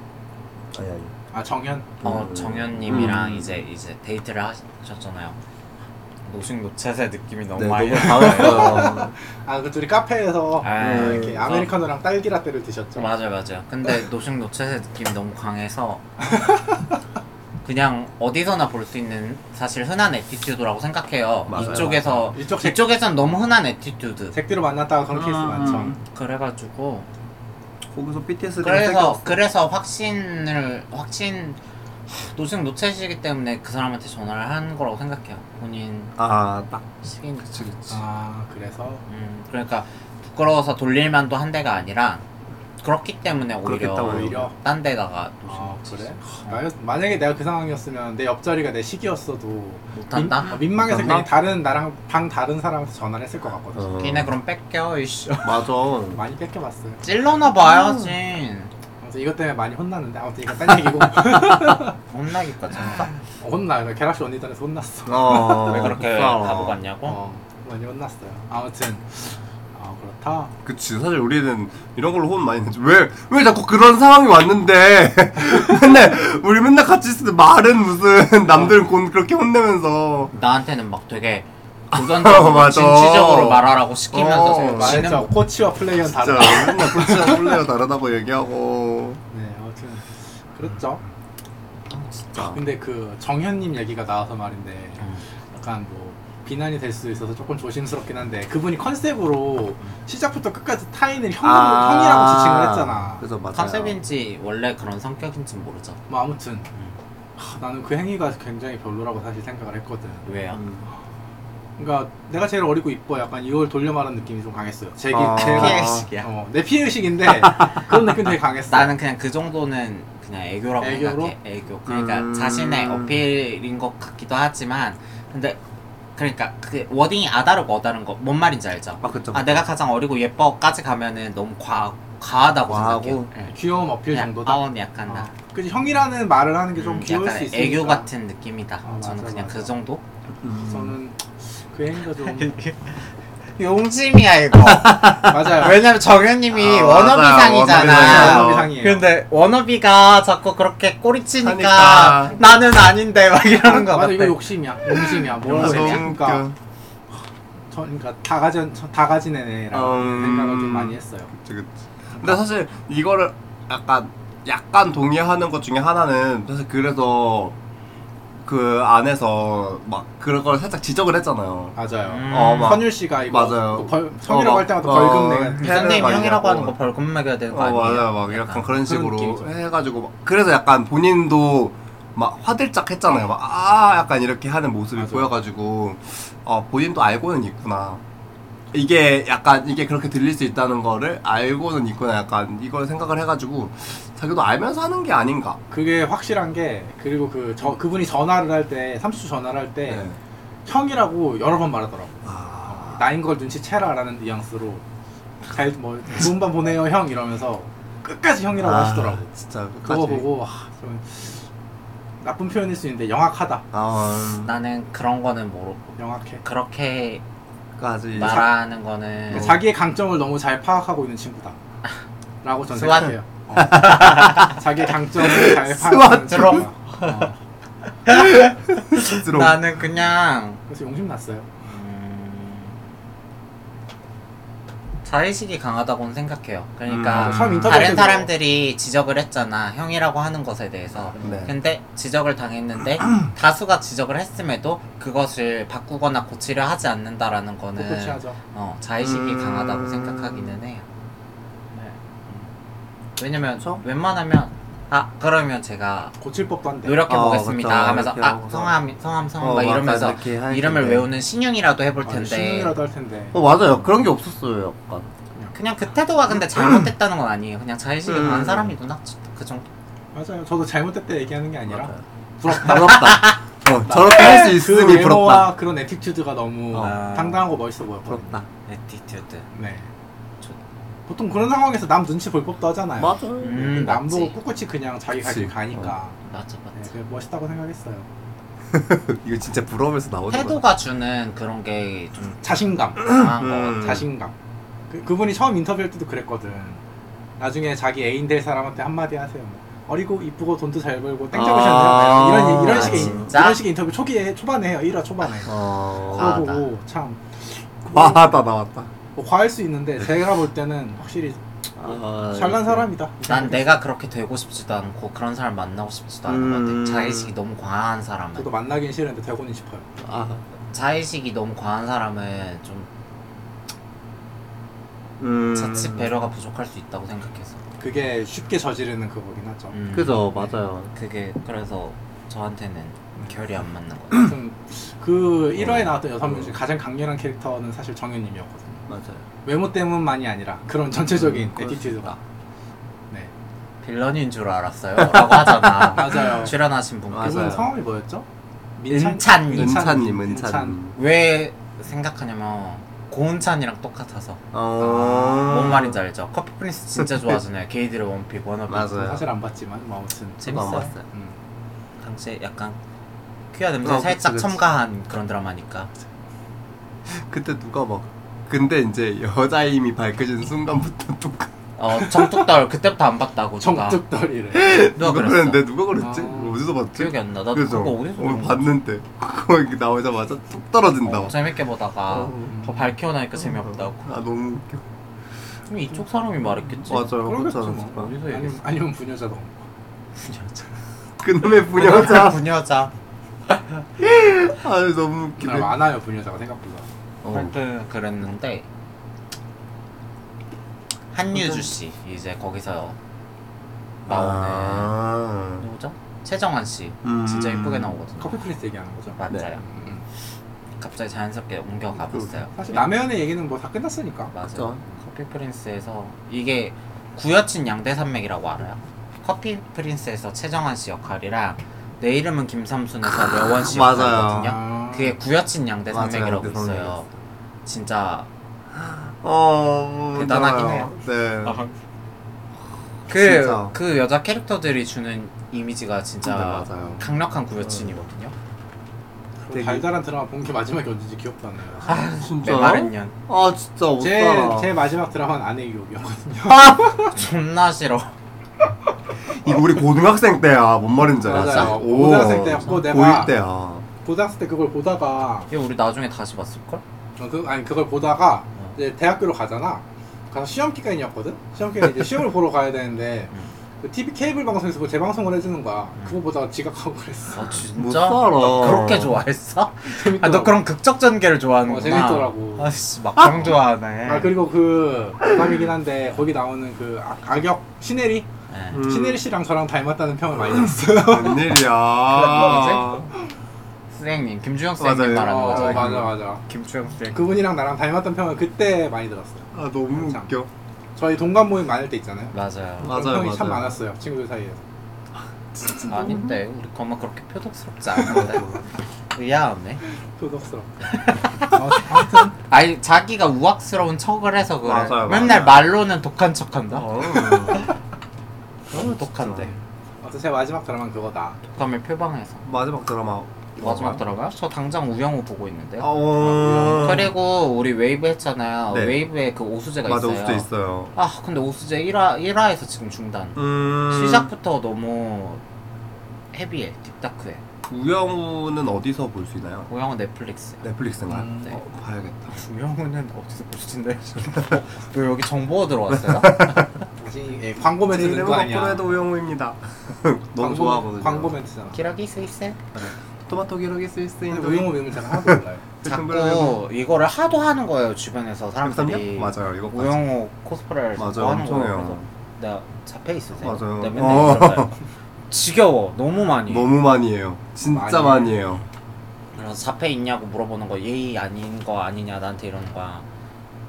Speaker 4: 아니 아니.
Speaker 2: 아 정현.
Speaker 3: 어
Speaker 4: 음.
Speaker 3: 정현님이랑
Speaker 1: 음.
Speaker 3: 이제 이제 데이트를 하셨잖아요. 노식 노책의 느낌이 너무
Speaker 4: 네, 너무
Speaker 3: 많이
Speaker 4: 당했어요.
Speaker 2: 아 그 둘이 카페에서
Speaker 3: 아,
Speaker 4: 음,
Speaker 2: 이렇게
Speaker 3: 그래서-
Speaker 2: 아메리카노랑 딸기 라떼를 드셨죠.
Speaker 3: 맞아요, 맞아요. 근데 노식 노체의 느낌이 너무 강해서 그냥 어디서나 볼 수 있는 사실 흔한 에티튜드라고 생각해요.
Speaker 4: 맞아요.
Speaker 3: 이쪽에서
Speaker 2: 이쪽 잭,
Speaker 3: 이쪽에선 너무 흔한 에티튜드.
Speaker 2: 잭디로 만났다가 그런 케이스
Speaker 3: 아,
Speaker 1: 음.
Speaker 2: 많죠.
Speaker 3: 그래가지고
Speaker 4: 거기서 BTS가
Speaker 3: 그래서 그래서 확신을 확신 하, 노식 노체시기 때문에 그 사람한테 전화를 한 거라고 생각해요. 본인
Speaker 4: 아딱
Speaker 3: 시기니까.
Speaker 1: 그치 그치
Speaker 2: 아 그래서
Speaker 3: 음, 그러니까 부끄러워서 돌릴만도 한 데가 아니라 그렇기 때문에 오히려
Speaker 4: 그렇겠다,
Speaker 2: 오히려.
Speaker 3: 딴 데다가 노식
Speaker 2: 아
Speaker 3: 노체시
Speaker 2: 그래? 나- 만약에 내가 그 상황이었으면 내 옆자리가 내 시기였어도
Speaker 3: 못한다.
Speaker 2: 민- 어, 민망해서
Speaker 4: 못한다?
Speaker 2: 그냥 다른 나랑 방 다른 사람한테 전화를 했을 것 같거든.
Speaker 4: 어.
Speaker 3: 걔네 그럼 뺏겨 이씨
Speaker 4: 맞아.
Speaker 2: 많이 뺏겨봤어요.
Speaker 3: 찔러나 봐야지
Speaker 2: 아무튼 이것 때문에 많이 혼나는데 아무튼 이건 딴 얘기고
Speaker 3: 혼나기까지 한다
Speaker 2: 어, 혼나. 나 갤럭시 언니들에서 혼났어.
Speaker 1: 아,
Speaker 4: 어.
Speaker 3: 왜 그렇게
Speaker 4: 싸워.
Speaker 3: 바보 같냐고
Speaker 2: 어, 많이 혼났어요. 아무튼 아 그렇다.
Speaker 1: 그치 사실 우리는 이런 걸로 혼 많이 내지 왜왜 자꾸 그런 상황이 왔는데 맨날 우리 맨날 같이 있을 때 말은 무슨 남들은 곧 그렇게 혼내면서
Speaker 3: 나한테는 막 되게 도전적으로
Speaker 1: 맞아.
Speaker 3: 진취적으로 말하라고 시키면서
Speaker 1: 어,
Speaker 3: 지는
Speaker 2: 말했죠. 코치와 플레이어는
Speaker 1: 진짜
Speaker 2: 다르다.
Speaker 1: 맨날 솔직히 설레요 다르다고 얘기하고
Speaker 2: 네, 아무튼 그렇죠.
Speaker 1: 진짜
Speaker 2: 근데 그 정현님 얘기가 나와서 말인데
Speaker 3: 음.
Speaker 2: 약간 뭐 비난이 될 수도 있어서 조금 조심스럽긴 한데 그분이 컨셉으로 시작부터 끝까지 타인을 형,
Speaker 4: 아.
Speaker 2: 형이라고 지칭을 했잖아.
Speaker 4: 그래서 맞아요.
Speaker 3: 컨셉인지 원래 그런 성격인지 모르죠
Speaker 2: 뭐 아무튼 하, 나는 그 행위가 굉장히 별로라고 사실 생각을 했거든.
Speaker 3: 왜요?
Speaker 4: 음.
Speaker 2: 그러니까 내가 제일 어리고 이뻐 약간 이걸 돌려 말하는 느낌이 좀 강했어요. 제기
Speaker 4: 아.
Speaker 2: 제가
Speaker 3: 피해의식이야
Speaker 2: 어, 내 피해 의식인데 그런 느낌 되게 강했어.
Speaker 3: 나는 그냥 그 정도는 그냥 애교라고
Speaker 2: 애교로?
Speaker 3: 생각해 애교 그러니까
Speaker 1: 음.
Speaker 3: 자신의 어필인 것 같기도 하지만 근데 그러니까 그 워딩이 아다르고 어다른 거 뭔 말인지 알죠?
Speaker 4: 아 그쵸.
Speaker 3: 아 내가 가장 어리고 예뻐까지 가면은 너무 과 과하다고
Speaker 4: 과하고?
Speaker 3: 생각해요. 네.
Speaker 2: 귀여움 어필
Speaker 3: 그냥
Speaker 2: 정도다.
Speaker 3: 아원 약간 나.
Speaker 2: 어. 그지 형이라는 말을 하는 게 좀
Speaker 3: 음,
Speaker 2: 귀여울
Speaker 3: 약간
Speaker 2: 수 있으니까.
Speaker 3: 애교 같은 느낌이다.
Speaker 2: 아,
Speaker 3: 저는
Speaker 2: 맞아,
Speaker 3: 그냥
Speaker 2: 맞아.
Speaker 3: 그 정도.
Speaker 4: 음.
Speaker 2: 저는 그 행위가 좀
Speaker 3: 용심이야 이거.
Speaker 2: 맞아요.
Speaker 3: 왜냐면 정현님이
Speaker 1: 아,
Speaker 3: 원어비상이잖아.
Speaker 1: 맞아요.
Speaker 2: 원어비 상이에요.
Speaker 3: 근데 원어비가 자꾸 그렇게 꼬리치니까
Speaker 1: 하니까.
Speaker 3: 나는 아닌데 막 이러는 거
Speaker 2: 맞아
Speaker 3: 같아.
Speaker 2: 이거 욕심이야. 욕심이야. 뭐라고
Speaker 3: 욕심이야?
Speaker 2: 해야 되
Speaker 1: 너무
Speaker 2: 그러니까
Speaker 1: 웃겨
Speaker 2: 저 그러니까 다 가진 저다 가진 애네라고
Speaker 1: 음.
Speaker 2: 생각을 좀 많이 했어요.
Speaker 1: 그치, 그치. 근데 사실 이거를 약간 약간 동의하는 것 중에 하나는 사실 그래서 그 안에서 막 그런 걸 살짝 지적을 했잖아요.
Speaker 2: 맞아요.
Speaker 3: 음.
Speaker 1: 어, 막
Speaker 2: 선율 씨가 이거
Speaker 1: 맞아요.
Speaker 2: 뭐 벌, 성이라고
Speaker 1: 어,
Speaker 2: 할 때마다
Speaker 1: 어,
Speaker 2: 벌금 내가
Speaker 1: 음.
Speaker 3: 선생님
Speaker 1: 많이 하고.
Speaker 3: 형이라고 하는 거 벌금 매겨야 되는 거
Speaker 1: 어
Speaker 3: 아니에요?
Speaker 1: 맞아요 막 약간 그런 식으로
Speaker 2: 느낌이죠.
Speaker 1: 해가지고 막 그래서 약간 본인도 막 화들짝 했잖아요 막 아 약간 이렇게 하는 모습이
Speaker 2: 맞아요.
Speaker 1: 보여가지고 어 본인도 알고는 있구나 이게 약간 이게 그렇게 들릴 수 있다는 거를 알고는 있구나 약간 이걸 생각을 해가지고 자기도 알면서 하는 게 아닌가
Speaker 2: 그게 확실한 게 그리고 그 저 그분이 전화를 할 때 삼수 전화를 할 때
Speaker 1: 네.
Speaker 2: 형이라고 여러 번 말하더라고.
Speaker 1: 아,
Speaker 2: 나인 걸 눈치채라라는 뉘앙스로 잘뭐 좋은 밤 보내요 형 이러면서 끝까지 형이라고 하시더라고.
Speaker 1: 아, 진짜
Speaker 2: 그거
Speaker 1: 끝까지
Speaker 2: 보고 아, 좀 나쁜 표현일 수 있는데 영악하다.
Speaker 1: 아,
Speaker 3: 음, 나는 그런 거는 모르.
Speaker 2: 영악해.
Speaker 3: 그렇게
Speaker 1: 끝까지
Speaker 3: 말하는 거는
Speaker 2: 그러니까 자기의 강점을 너무 잘 파악하고 있는 친구다. 라고 저는
Speaker 3: 스완.
Speaker 2: 생각해요. 어. 자기의 강점을 잘 파악하는
Speaker 3: 드럼.
Speaker 2: 친구다. 어.
Speaker 1: 스스로
Speaker 3: 나는 그냥 음,
Speaker 2: 그래서 용심 났어요.
Speaker 3: 자의식이 강하다고는 생각해요. 그러니까
Speaker 1: 음.
Speaker 2: 처음 인터뷰
Speaker 3: 다른
Speaker 2: 때
Speaker 3: 사람들이 지적을 했잖아. 형이라고 하는 것에 대해서.
Speaker 1: 네.
Speaker 3: 근데 지적을 당했는데 다수가 지적을 했음에도 그것을 바꾸거나 고치려 하지 않는다라는 거는
Speaker 2: 똑같이 하죠.
Speaker 3: 어, 자의식이
Speaker 1: 음.
Speaker 3: 강하다고 생각하기는 해요. 네. 음. 왜냐면
Speaker 4: 그쵸?
Speaker 3: 웬만하면 아 그러면 제가
Speaker 2: 고칠 법도 한데.
Speaker 3: 노력해
Speaker 4: 어,
Speaker 3: 보겠습니다
Speaker 4: 그쵸.
Speaker 3: 하면서
Speaker 4: 이렇게
Speaker 3: 아
Speaker 4: 하고서.
Speaker 3: 성함 성함 성함
Speaker 4: 어,
Speaker 3: 막
Speaker 4: 맞다,
Speaker 3: 이러면서
Speaker 4: 이렇게 할
Speaker 1: 네.
Speaker 3: 이름을
Speaker 4: 텐데. 아,
Speaker 3: 외우는 신용이라도 해볼 텐데
Speaker 2: 아, 신용이라도 할 텐데.
Speaker 4: 어 맞아요. 그런 게 없었어요. 약간.
Speaker 3: 그냥 그 태도가 근데 잘못됐다는 건 아니에요. 그냥 자의식이
Speaker 4: 음.
Speaker 3: 강한 사람이구나 그 정도.
Speaker 2: 맞아요. 저도 잘못됐다 얘기하는 게 아니라
Speaker 4: 맞아요.
Speaker 2: 부럽다.
Speaker 4: 부럽다.
Speaker 1: 어,
Speaker 2: 부럽다.
Speaker 4: 저렇게 할 수
Speaker 2: 그
Speaker 4: 있음이 부럽다.
Speaker 2: 외모와 그 그런 애티튜드가 너무
Speaker 3: 어.
Speaker 2: 당당하고 멋있어 보였거든요.
Speaker 4: 부럽다.
Speaker 3: 에티튜드.
Speaker 2: 네.
Speaker 3: 좋-
Speaker 2: 보통 그런 상황에서 남 눈치 볼 법도 하잖아요.
Speaker 4: 맞아요.
Speaker 3: 음,
Speaker 2: 남 보고
Speaker 3: 맞지. 어.
Speaker 2: 꿋꿋이 그냥 자기 갈
Speaker 4: 그치.
Speaker 2: 길 가니까
Speaker 3: 맞아,
Speaker 2: 네,
Speaker 3: 맞아.
Speaker 2: 그게 멋있다고 생각했어요.
Speaker 1: 그,
Speaker 4: 이거 진짜 부러우면서 나오는 거야.
Speaker 3: 태도가 주는 그런 게 좀
Speaker 2: 자신감,
Speaker 3: 강한 거
Speaker 1: 음.
Speaker 2: 자신감. 그, 그분이 처음 인터뷰할 때도 그랬거든. 나중에 자기 애인 될 사람한테 한마디 하세요. 뭐, 어리고 이쁘고 돈도 잘 벌고 땡겨보셨나요?
Speaker 4: 아,
Speaker 2: 이런 얘기- 이런
Speaker 3: 아,
Speaker 2: 식의 인-
Speaker 3: 진짜?
Speaker 2: 이런 식의 인터뷰 초기에 초반에 해요. 1화 초반에.
Speaker 4: 어.
Speaker 3: 아.
Speaker 2: 그거 보고 참
Speaker 1: 아,
Speaker 4: 과하다 나왔다.
Speaker 2: 뭐 과할 수 있는데 제가 볼 때는 확실히
Speaker 4: 아,
Speaker 2: 잘난 사람이다.
Speaker 3: 난 내가 그렇게 되고 싶지도 않고 그런 사람 만나고 싶지도 않은
Speaker 1: 음.
Speaker 3: 것 같아. 자의식이 너무 과한 사람은
Speaker 2: 저도 만나긴 싫은데 되고는 싶어요.
Speaker 4: 아,
Speaker 3: 자의식이 너무 과한 사람은 좀
Speaker 1: 음.
Speaker 3: 자칫 배려가 부족할 수 있다고 생각해서.
Speaker 2: 그게 쉽게 저지르는 그거긴 하죠.
Speaker 3: 음.
Speaker 4: 그죠 맞아요.
Speaker 3: 그게 그래서 저한테는 결이 안 맞는 거.
Speaker 2: 아무튼 그
Speaker 3: 어.
Speaker 2: 1화에 나왔던 여섯
Speaker 3: 음.
Speaker 2: 명 중에 가장 강렬한 캐릭터는 사실 정현님이었거든요.
Speaker 4: 맞아요.
Speaker 2: 외모 때문만이 아니라 그런 전체적인
Speaker 4: 음,
Speaker 2: 에티튜드가. 네.
Speaker 3: 빌런인 줄 알았어요. 라고 하잖아.
Speaker 2: 맞아요.
Speaker 3: 출연하신 분께서.
Speaker 2: 그분
Speaker 4: 맞아요.
Speaker 2: 성함이 뭐였죠?
Speaker 3: 은찬.
Speaker 4: 은찬님,
Speaker 2: 은찬.
Speaker 4: 은찬님.
Speaker 3: 왜 생각하냐면 고은찬이랑 똑같아서.
Speaker 1: 음.
Speaker 4: 어.
Speaker 3: 뭔 말인지 알죠? 커피 프린스 진짜 좋아하잖아요. 게이들의 원픽, 원어픽.
Speaker 4: 맞아요.
Speaker 2: 사실 안 봤지만 뭐 아무튼.
Speaker 3: 재밌어요.
Speaker 4: 넘어갔어요.
Speaker 2: 음.
Speaker 3: 당시에 약간 퀴어 냄새
Speaker 4: 어,
Speaker 3: 살짝
Speaker 4: 그치, 그치.
Speaker 3: 첨가한 그런 드라마니까.
Speaker 4: 그때 누가 막
Speaker 1: 근데 이제 여자임이 밝혀진 순간부터 누가
Speaker 3: 어, 정뚝달 그때부터 안
Speaker 2: 음.
Speaker 3: 봤다고. 누가.
Speaker 2: 정뚝떨이래.
Speaker 3: 누가
Speaker 1: 누가
Speaker 3: 그랬어?
Speaker 1: 그랬는데 누가 그랬지?
Speaker 2: 아.
Speaker 1: 어디서 봤지?
Speaker 3: 기억이 안 나. 나도
Speaker 1: 그래서
Speaker 3: 그거 어디서
Speaker 1: 오늘
Speaker 3: 본
Speaker 1: 봤는데 거기 나오자마자 뚝 떨어진다.
Speaker 3: 어, 재밌게 보다가
Speaker 4: 어.
Speaker 3: 더 밝혀나니까 재미없다고.
Speaker 1: 아 너무 웃겨.
Speaker 3: 그럼 이쪽 사람이 말했겠지.
Speaker 4: 맞아요.
Speaker 2: 그러겠지
Speaker 4: 그렇지
Speaker 2: 뭐.
Speaker 4: 않았을까?
Speaker 3: 어디서
Speaker 2: 아니면,
Speaker 3: 얘기했어?
Speaker 2: 아니면 분여자 너.
Speaker 3: 분여자.
Speaker 1: 그놈의 부녀자.
Speaker 3: 분여자.
Speaker 1: 아 너무
Speaker 2: 나
Speaker 1: 웃기네.
Speaker 2: 많아요 분여자가 생각보다.
Speaker 4: 어.
Speaker 3: 하여튼 그랬는데 한유주 씨 이제 거기서 나오는
Speaker 1: 아.
Speaker 3: 누구죠? 최정환 씨
Speaker 1: 음.
Speaker 3: 진짜 예쁘게 나오거든요.
Speaker 2: 커피 프린스 얘기하는 거죠.
Speaker 3: 맞아요.
Speaker 2: 음.
Speaker 3: 갑자기 자연스럽게 옮겨가 봤어요.
Speaker 2: 사실 남해연의 얘기는 뭐 다 끝났으니까.
Speaker 3: 맞아요.
Speaker 4: 그쵸.
Speaker 3: 커피 프린스에서 이게 구여친 양대 산맥이라고 알아요. 커피 프린스에서 최정환 씨 역할이랑 내 이름은 김삼순에서 려원 씨
Speaker 4: 맞아요.
Speaker 3: 역할이거든요.
Speaker 2: 아.
Speaker 3: 그게 구여친 양대
Speaker 4: 맞아요,
Speaker 3: 산맥이라고
Speaker 4: 양대
Speaker 3: 있어요. 진짜
Speaker 1: 어. 뭐,
Speaker 3: 대단하긴
Speaker 1: 몰라요.
Speaker 3: 해요.
Speaker 1: 네.
Speaker 2: 아,
Speaker 3: 그,
Speaker 4: 진짜.
Speaker 3: 그 여자 캐릭터들이 주는 이미지가 진짜
Speaker 4: 네, 맞아요.
Speaker 3: 강력한 구여친이거든요.
Speaker 2: 그
Speaker 4: 되게-
Speaker 2: 달달한 드라마 본 게 마지막이 언제인지 기억도 안 나요.
Speaker 3: 아,
Speaker 4: 진짜?
Speaker 3: 메마른 년.
Speaker 4: 아 진짜 못
Speaker 2: 제,
Speaker 4: 살아.
Speaker 2: 제 마지막 드라마는 아내 유혹이었거든요.
Speaker 3: 존나 싫어.
Speaker 1: 이거 우리 고등학생 때야. 뭔 말인지 알지?
Speaker 2: 맞아요.
Speaker 1: 오.
Speaker 2: 고등학생 때였고 내가-
Speaker 1: 고1 때야.
Speaker 2: 고등학생 때 그걸 보다가
Speaker 3: 이거 우리 나중에 다시 봤을걸?
Speaker 2: 어, 그, 아니 그걸 보다가
Speaker 3: 어.
Speaker 2: 이제 대학교로 가잖아. 가서 시험 기간이었거든. 시험 기간 이제 시험을 보러 가야 되는데
Speaker 3: 음.
Speaker 2: 그 TV 케이블 방송에서 그 재방송을 해주는 거야. 그거 보다가 지각하고 그랬어.
Speaker 3: 아
Speaker 4: 못
Speaker 3: 진짜?
Speaker 4: 살아.
Speaker 3: 그렇게 좋아했어?
Speaker 2: 재밌더라고.
Speaker 3: 아 너 그럼 극적 전개를 좋아하는구나.
Speaker 2: 어, 재밌더라고.
Speaker 3: 아씨 막장 좋아하네.
Speaker 2: 아 그리고 그 부담이긴 한데 거기 나오는 그 악- 악역 신혜리
Speaker 3: 네.
Speaker 1: 음.
Speaker 2: 신혜리 씨랑 저랑 닮았다는 평을 많이 들었어요.
Speaker 1: 웬일이야.
Speaker 3: 선생님 김주영
Speaker 1: 맞아요.
Speaker 3: 선생님 말하는
Speaker 2: 어,
Speaker 3: 거죠.
Speaker 1: 맞아요.
Speaker 2: 맞아 맞아.
Speaker 3: 김주영 선생님.
Speaker 2: 그분이랑 나랑 닮았던 평을 그때 많이 들었어요.
Speaker 1: 아 너무
Speaker 2: 참.
Speaker 1: 웃겨.
Speaker 2: 저희 동갑 모임 많을 때 있잖아요.
Speaker 3: 맞아요.
Speaker 4: 맞아요,
Speaker 2: 그런 형이 참
Speaker 4: 맞아요.
Speaker 2: 많았어요 친구들 사이에서
Speaker 3: 아닌데 우리 엄마 그렇게 표독스럽지 않은데. 의아하네.
Speaker 2: 도덕스럽고
Speaker 3: 아니 자기가 우악스러운 척을 해서 그래.
Speaker 1: 맞아요, 맞아요.
Speaker 3: 맨날 말로는 독한 척한다.
Speaker 4: 어.
Speaker 3: 너무 독한데.
Speaker 2: 어서 제 마지막 드라마는 그거다
Speaker 3: 독감을 표방해서.
Speaker 1: 마지막 드라마.
Speaker 3: 마지막 음, 드라마? 저 당장 우영우 보고 있는데요.
Speaker 1: 어.
Speaker 3: 그리고 우리 웨이브 했잖아요.
Speaker 1: 네.
Speaker 3: 웨이브에 그 오수제가
Speaker 1: 맞아
Speaker 3: 있어요.
Speaker 1: 옥수수 있어요.
Speaker 3: 아 근데 오수제 1화 1화에서 지금 중단.
Speaker 1: 음.
Speaker 3: 시작부터 너무 헤비해 딥다크해
Speaker 1: 우영우는 어디서 볼 수 있나요?
Speaker 3: 고영은 그 넷플릭스
Speaker 1: 넷플릭스인가요?
Speaker 2: 음,
Speaker 3: 네.
Speaker 1: 어, 봐야겠다.
Speaker 3: 고영은 어디서 보신다 너 여기 정보 들어왔어요?
Speaker 2: 다시 예, 광고 멘트
Speaker 1: 이름은
Speaker 2: 넣은 거
Speaker 1: 거꾸로
Speaker 2: 아니야
Speaker 1: 해도 우영우입니다.
Speaker 2: 광고-
Speaker 1: 너무 좋아하거든요.
Speaker 2: 광고 멘트잖아 음,
Speaker 3: 기러기 스위스
Speaker 1: 토마토 기러기 스위스
Speaker 2: 근데
Speaker 1: 인도.
Speaker 2: 우영우 배우는 제가 하나도 몰라요
Speaker 1: 그
Speaker 3: 자꾸 이거를 하도 하는 거예요 주변에서
Speaker 1: 13년?
Speaker 3: 사람들이
Speaker 1: 맞아요. 이거
Speaker 3: 우영우 코스프레를 자꾸
Speaker 1: 맞아요.
Speaker 3: 하는
Speaker 1: 엄청
Speaker 3: 거예요 그래서
Speaker 1: 해요.
Speaker 3: 내가 잡혀 있으세요
Speaker 1: 맞아요.
Speaker 3: 내가
Speaker 1: 어.
Speaker 3: 맨날 그랬어요 지겨워 너무 많이
Speaker 1: 너무 많이 해요. 진짜
Speaker 2: 많이
Speaker 1: 많이 해요.
Speaker 3: 그래서 잡혀 있냐고 물어보는 거 예의 아닌 거 아니냐 나한테 이러는 거야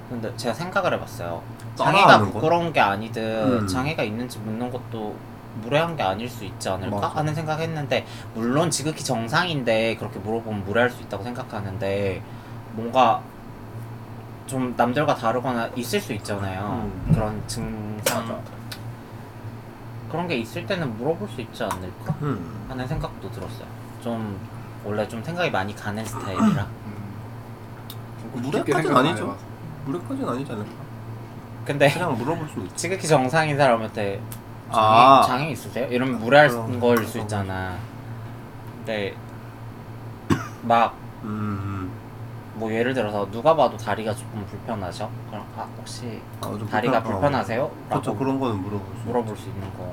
Speaker 3: 근데 제가 생각을 해봤어요 장애가
Speaker 1: 따라하는 거?
Speaker 3: 부끄러운 게 아니든
Speaker 1: 음.
Speaker 3: 장애가 있는지 묻는 것도 무례한 게 아닐 수 있지 않을까
Speaker 1: 맞아.
Speaker 3: 하는 생각했는데 물론 지극히 정상인데 그렇게 물어보면 무례할 수 있다고 생각하는데 뭔가 좀 남들과 다르거나 있을 수 있잖아요
Speaker 4: 음.
Speaker 3: 그런 증상 그런 게 있을 때는 물어볼 수 있지 않을까
Speaker 4: 음.
Speaker 3: 하는 생각도 들었어요 좀 원래 좀 생각이 많이 가는 스타일이라
Speaker 2: 음.
Speaker 1: 뭐
Speaker 4: 무례까지는 아니죠. 무례까지는 아니지 않을까?
Speaker 3: 근데
Speaker 4: 그냥 물어볼 수는 있지.
Speaker 3: 지극히 정상인 사람한테 네. 장애,
Speaker 4: 아.
Speaker 3: 장애 있으세요? 이러면 무례할
Speaker 4: 그럼,
Speaker 3: 거일 수
Speaker 4: 그럼.
Speaker 3: 있잖아. 근데 막 뭐
Speaker 4: 음.
Speaker 3: 예를 들어서 누가 봐도 다리가 조금 불편하죠? 그럼 아 혹시
Speaker 4: 아, 좀
Speaker 3: 다리가
Speaker 4: 불편- 어.
Speaker 3: 불편하세요? 라고
Speaker 4: 그렇죠. 그런 거는 물어볼 수.
Speaker 3: 물어볼 수 있는 거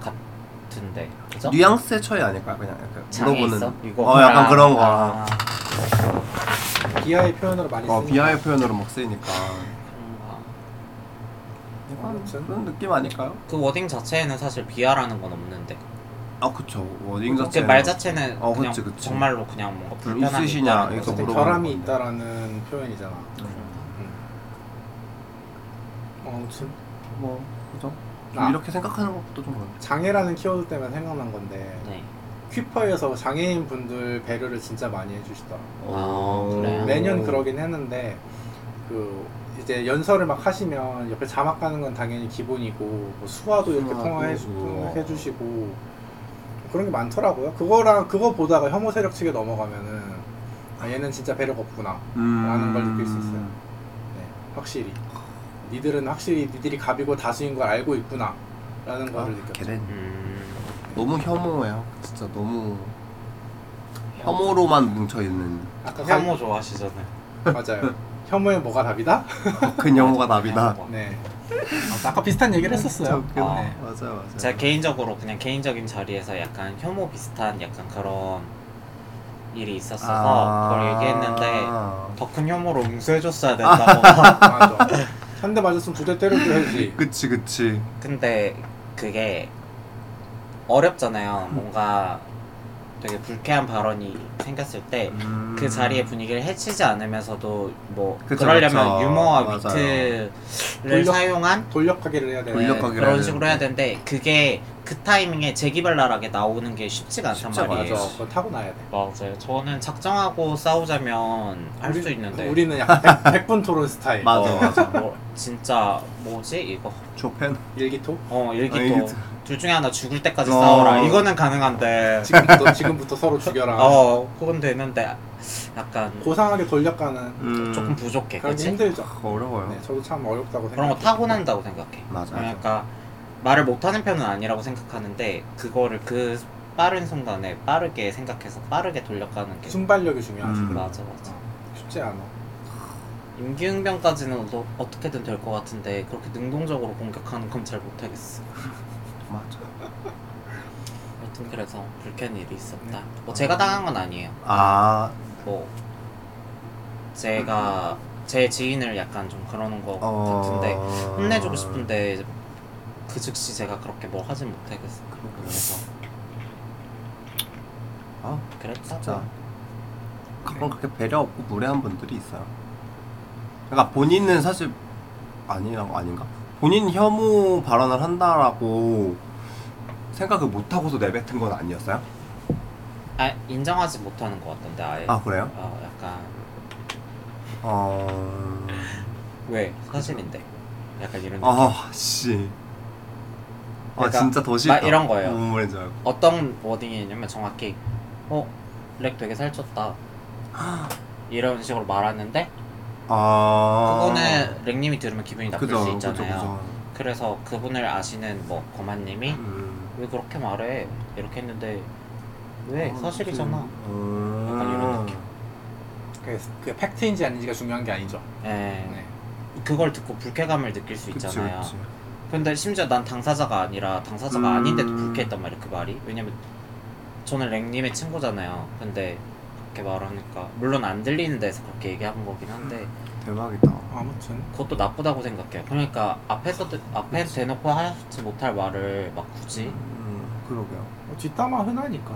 Speaker 3: 같은데 그죠?
Speaker 4: 뉘앙스의 차이 아닐까? 그냥 약간
Speaker 3: 장애
Speaker 4: 네, 물어보는.
Speaker 3: 있어? 이거
Speaker 4: 어, 약간 그런 거.
Speaker 3: 아,
Speaker 2: 비하의 표현으로 많이
Speaker 1: 어,
Speaker 2: 쓰니까
Speaker 1: 비하의 표현으로 막 쓰이니까
Speaker 3: 그런 거.
Speaker 1: 약간 그런 느낌 아닐까요?
Speaker 3: 그 워딩 자체에는 사실 비하라는 건 없는데
Speaker 1: 아 그쵸 워딩
Speaker 3: 그
Speaker 1: 자체
Speaker 3: 말 자체는
Speaker 4: 어,
Speaker 3: 그냥
Speaker 4: 그치, 그치.
Speaker 3: 정말로 그냥 뭔가
Speaker 1: 음,
Speaker 3: 불편함이
Speaker 1: 있으시냐, 이거
Speaker 3: 있다는 거지.
Speaker 2: 어쨌든
Speaker 1: 물어보는
Speaker 2: 결함이
Speaker 1: 건데.
Speaker 2: 있다라는 표현이잖아. 음. 네. 어, 진-
Speaker 1: 뭐 그죠? 좀
Speaker 2: 아.
Speaker 1: 이렇게 생각하는 것도 좀 그렇네
Speaker 2: 장애라는 키워드 때문에 생각난 건데
Speaker 3: 네.
Speaker 2: 퀴퍼에서 장애인 분들 배려를 진짜 많이 해주시더라고.
Speaker 3: 아, 그래요?
Speaker 2: 어, 매년 그러긴 했는데 그 이제 연설을 막 하시면 옆에 자막 가는 건 당연히 기본이고 뭐 수화도 이렇게
Speaker 1: 수화도,
Speaker 2: 통화해
Speaker 1: 우와.
Speaker 2: 주시고 그런 게 많더라고요. 그거랑 그거 보다가 혐오 세력 측에 넘어가면은 아 얘는 진짜 배려가 없구나
Speaker 1: 음...
Speaker 2: 라는 걸 느낄 수 있어요. 네, 확실히 니들은 확실히 니들이 갑이고 다수인 걸 알고 있구나 라는
Speaker 1: 아,
Speaker 2: 거를 느꼈죠.
Speaker 1: 걔네
Speaker 3: 음.
Speaker 1: 너무 혐오해요 진짜 너무 혐오로만 뭉쳐있는
Speaker 2: 아까
Speaker 3: 혐오 좋아하시잖아요.
Speaker 2: 가- 맞아요. 혐오에 뭐가 답이다?
Speaker 1: 큰 혐오가 답이다
Speaker 2: 네. 아무튼 아까 비슷한 얘기를
Speaker 1: 진짜
Speaker 2: 했었어요.
Speaker 1: 웃겨.
Speaker 3: 아.
Speaker 1: 맞아요 맞아요
Speaker 3: 제가 개인적으로 그냥 개인적인 자리에서 약간 혐오 비슷한 약간 그런 일이 있었어서
Speaker 1: 아.
Speaker 3: 그걸 얘기했는데 더 큰 혐오로 응수해줬어야 된다고.
Speaker 2: 맞아. 한 대 맞았으면 두 대 때려줘야지.
Speaker 1: 그치 그치
Speaker 3: 근데 그게 어렵잖아요. 뭔가 되게 불쾌한 발언이 생겼을 때 그
Speaker 1: 음...
Speaker 3: 자리의 분위기를 해치지 않으면서도 뭐
Speaker 1: 그쵸,
Speaker 3: 그러려면
Speaker 1: 그쵸.
Speaker 3: 유머와
Speaker 1: 맞아요.
Speaker 3: 위트를
Speaker 2: 돌려-
Speaker 3: 사용한
Speaker 2: 돌려가기를 해야 어, 돼.
Speaker 3: 네,
Speaker 1: 돌려가기를 해야
Speaker 3: 그런 식으로
Speaker 1: 되는데.
Speaker 3: 해야 되는데 그게 그 타이밍에 재기발랄하게 나오는 게 쉽지가 않단
Speaker 1: 쉽지가
Speaker 3: 말이에요.
Speaker 2: 맞아. 그거 타고 나야 돼.
Speaker 3: 맞아요. 저는 작정하고 싸우자면 할 수
Speaker 2: 우리-
Speaker 3: 있는데
Speaker 2: 우리는 약간 백, 분 토론 스타일.
Speaker 1: 맞아.
Speaker 3: 어, 맞아. 뭐 진짜 뭐지 이거
Speaker 1: 조펜
Speaker 2: 일기토?
Speaker 3: 어
Speaker 1: 아,
Speaker 3: 일기도
Speaker 1: 일기토.
Speaker 3: 둘 중에 하나 죽을 때까지
Speaker 1: 어.
Speaker 3: 싸워라 이거는 가능한데
Speaker 2: 지금부터, 지금부터 서로 죽여라.
Speaker 3: 어 그건 되는데 약간
Speaker 2: 고상하게 돌려가는
Speaker 1: 음...
Speaker 3: 조금 부족해
Speaker 2: 그런 게
Speaker 3: 예, 그치?
Speaker 2: 힘들죠.
Speaker 1: 어려워요
Speaker 2: 네, 저도 참 어렵다고
Speaker 3: 그런
Speaker 2: 생각해요.
Speaker 3: 거 타고난다고 생각해.
Speaker 1: 맞아, 맞아.
Speaker 3: 그러니까 말을 못하는 편은 아니라고 생각하는데 그거를 그 빠른 순간에 빠르게 생각해서 빠르게 돌려가는 게
Speaker 2: 순발력이 중요하지.
Speaker 1: 음.
Speaker 3: 맞아 맞아.
Speaker 2: 쉽지 않아.
Speaker 3: 임기응변까지는 어, 어떻게든 될 것 같은데 그렇게 능동적으로 공격하는 건 잘 못하겠어.
Speaker 1: 맞아
Speaker 3: 하여튼 그래서 불쾌한 일이 있었다.
Speaker 2: 네.
Speaker 3: 뭐 제가 당한 건 아니에요.
Speaker 1: 아
Speaker 3: 뭐 제가 제 지인을 약간 좀 그러는 것
Speaker 1: 어...
Speaker 3: 같은데 혼내주고 싶은데 그 즉시 제가 그렇게 뭘 하진 못하겠어. 그래서
Speaker 1: 아
Speaker 3: 그랬다.
Speaker 1: 진짜 가끔 그렇게 배려 없고 무례한 분들이 있어요. 그러니까 본인은 사실 아니라고 아닌가? 본인 혐오 발언을 한다라고 생각을 못 하고서 내뱉은 건 아니었어요?
Speaker 3: 아 인정하지 못하는 것 같던데 아예.
Speaker 1: 아 그래요?
Speaker 3: 어, 약간
Speaker 1: 어.
Speaker 3: 왜 사실인데 약간 이런 느낌.
Speaker 1: 아 씨. 아
Speaker 3: 그러니까
Speaker 1: 진짜 더 싫다. 음,
Speaker 3: 막 이런 거예요.
Speaker 1: 뭔 말인지 알고.
Speaker 3: 어떤 워딩이냐면 정확히 어렉 되게 살쪘다 이런 식으로 말하는데
Speaker 1: 아.
Speaker 3: 그거는 렉님이 들으면 기분이 나쁠
Speaker 1: 그죠,
Speaker 3: 수
Speaker 1: 그죠,
Speaker 3: 있잖아요.
Speaker 1: 그죠.
Speaker 3: 그래서 그분을 아시는 뭐 거만님이
Speaker 1: 음.
Speaker 3: 왜 그렇게 말해 이렇게 했는데 왜
Speaker 1: 아,
Speaker 3: 네, 사실이잖아.
Speaker 1: 음.
Speaker 3: 약간 이런 느낌.
Speaker 2: 그게, 그게 팩트인지 아닌지가 중요한 게 아니죠.
Speaker 3: 예
Speaker 2: 네.
Speaker 3: 그걸 듣고 불쾌감을 느낄 수
Speaker 1: 그치,
Speaker 3: 있잖아요.
Speaker 1: 그치.
Speaker 3: 근데 심지어 난 당사자가 아니라 당사자가
Speaker 1: 음.
Speaker 3: 아닌데도 불쾌했단 말이에요 그 말이 왜냐면 저는 랭님의 친구잖아요 근데 그렇게 말하니까 물론 안 들리는 데서 그렇게 얘기한 거긴 한데
Speaker 1: 대박이다.
Speaker 2: 아무튼
Speaker 3: 그것도 나쁘다고 생각해요 그러니까 앞에서 드- 앞에 대놓고 하지 못할 말을 막 굳이
Speaker 1: 음, 그러게요.
Speaker 2: 뭐 뒷담화 흔하니까.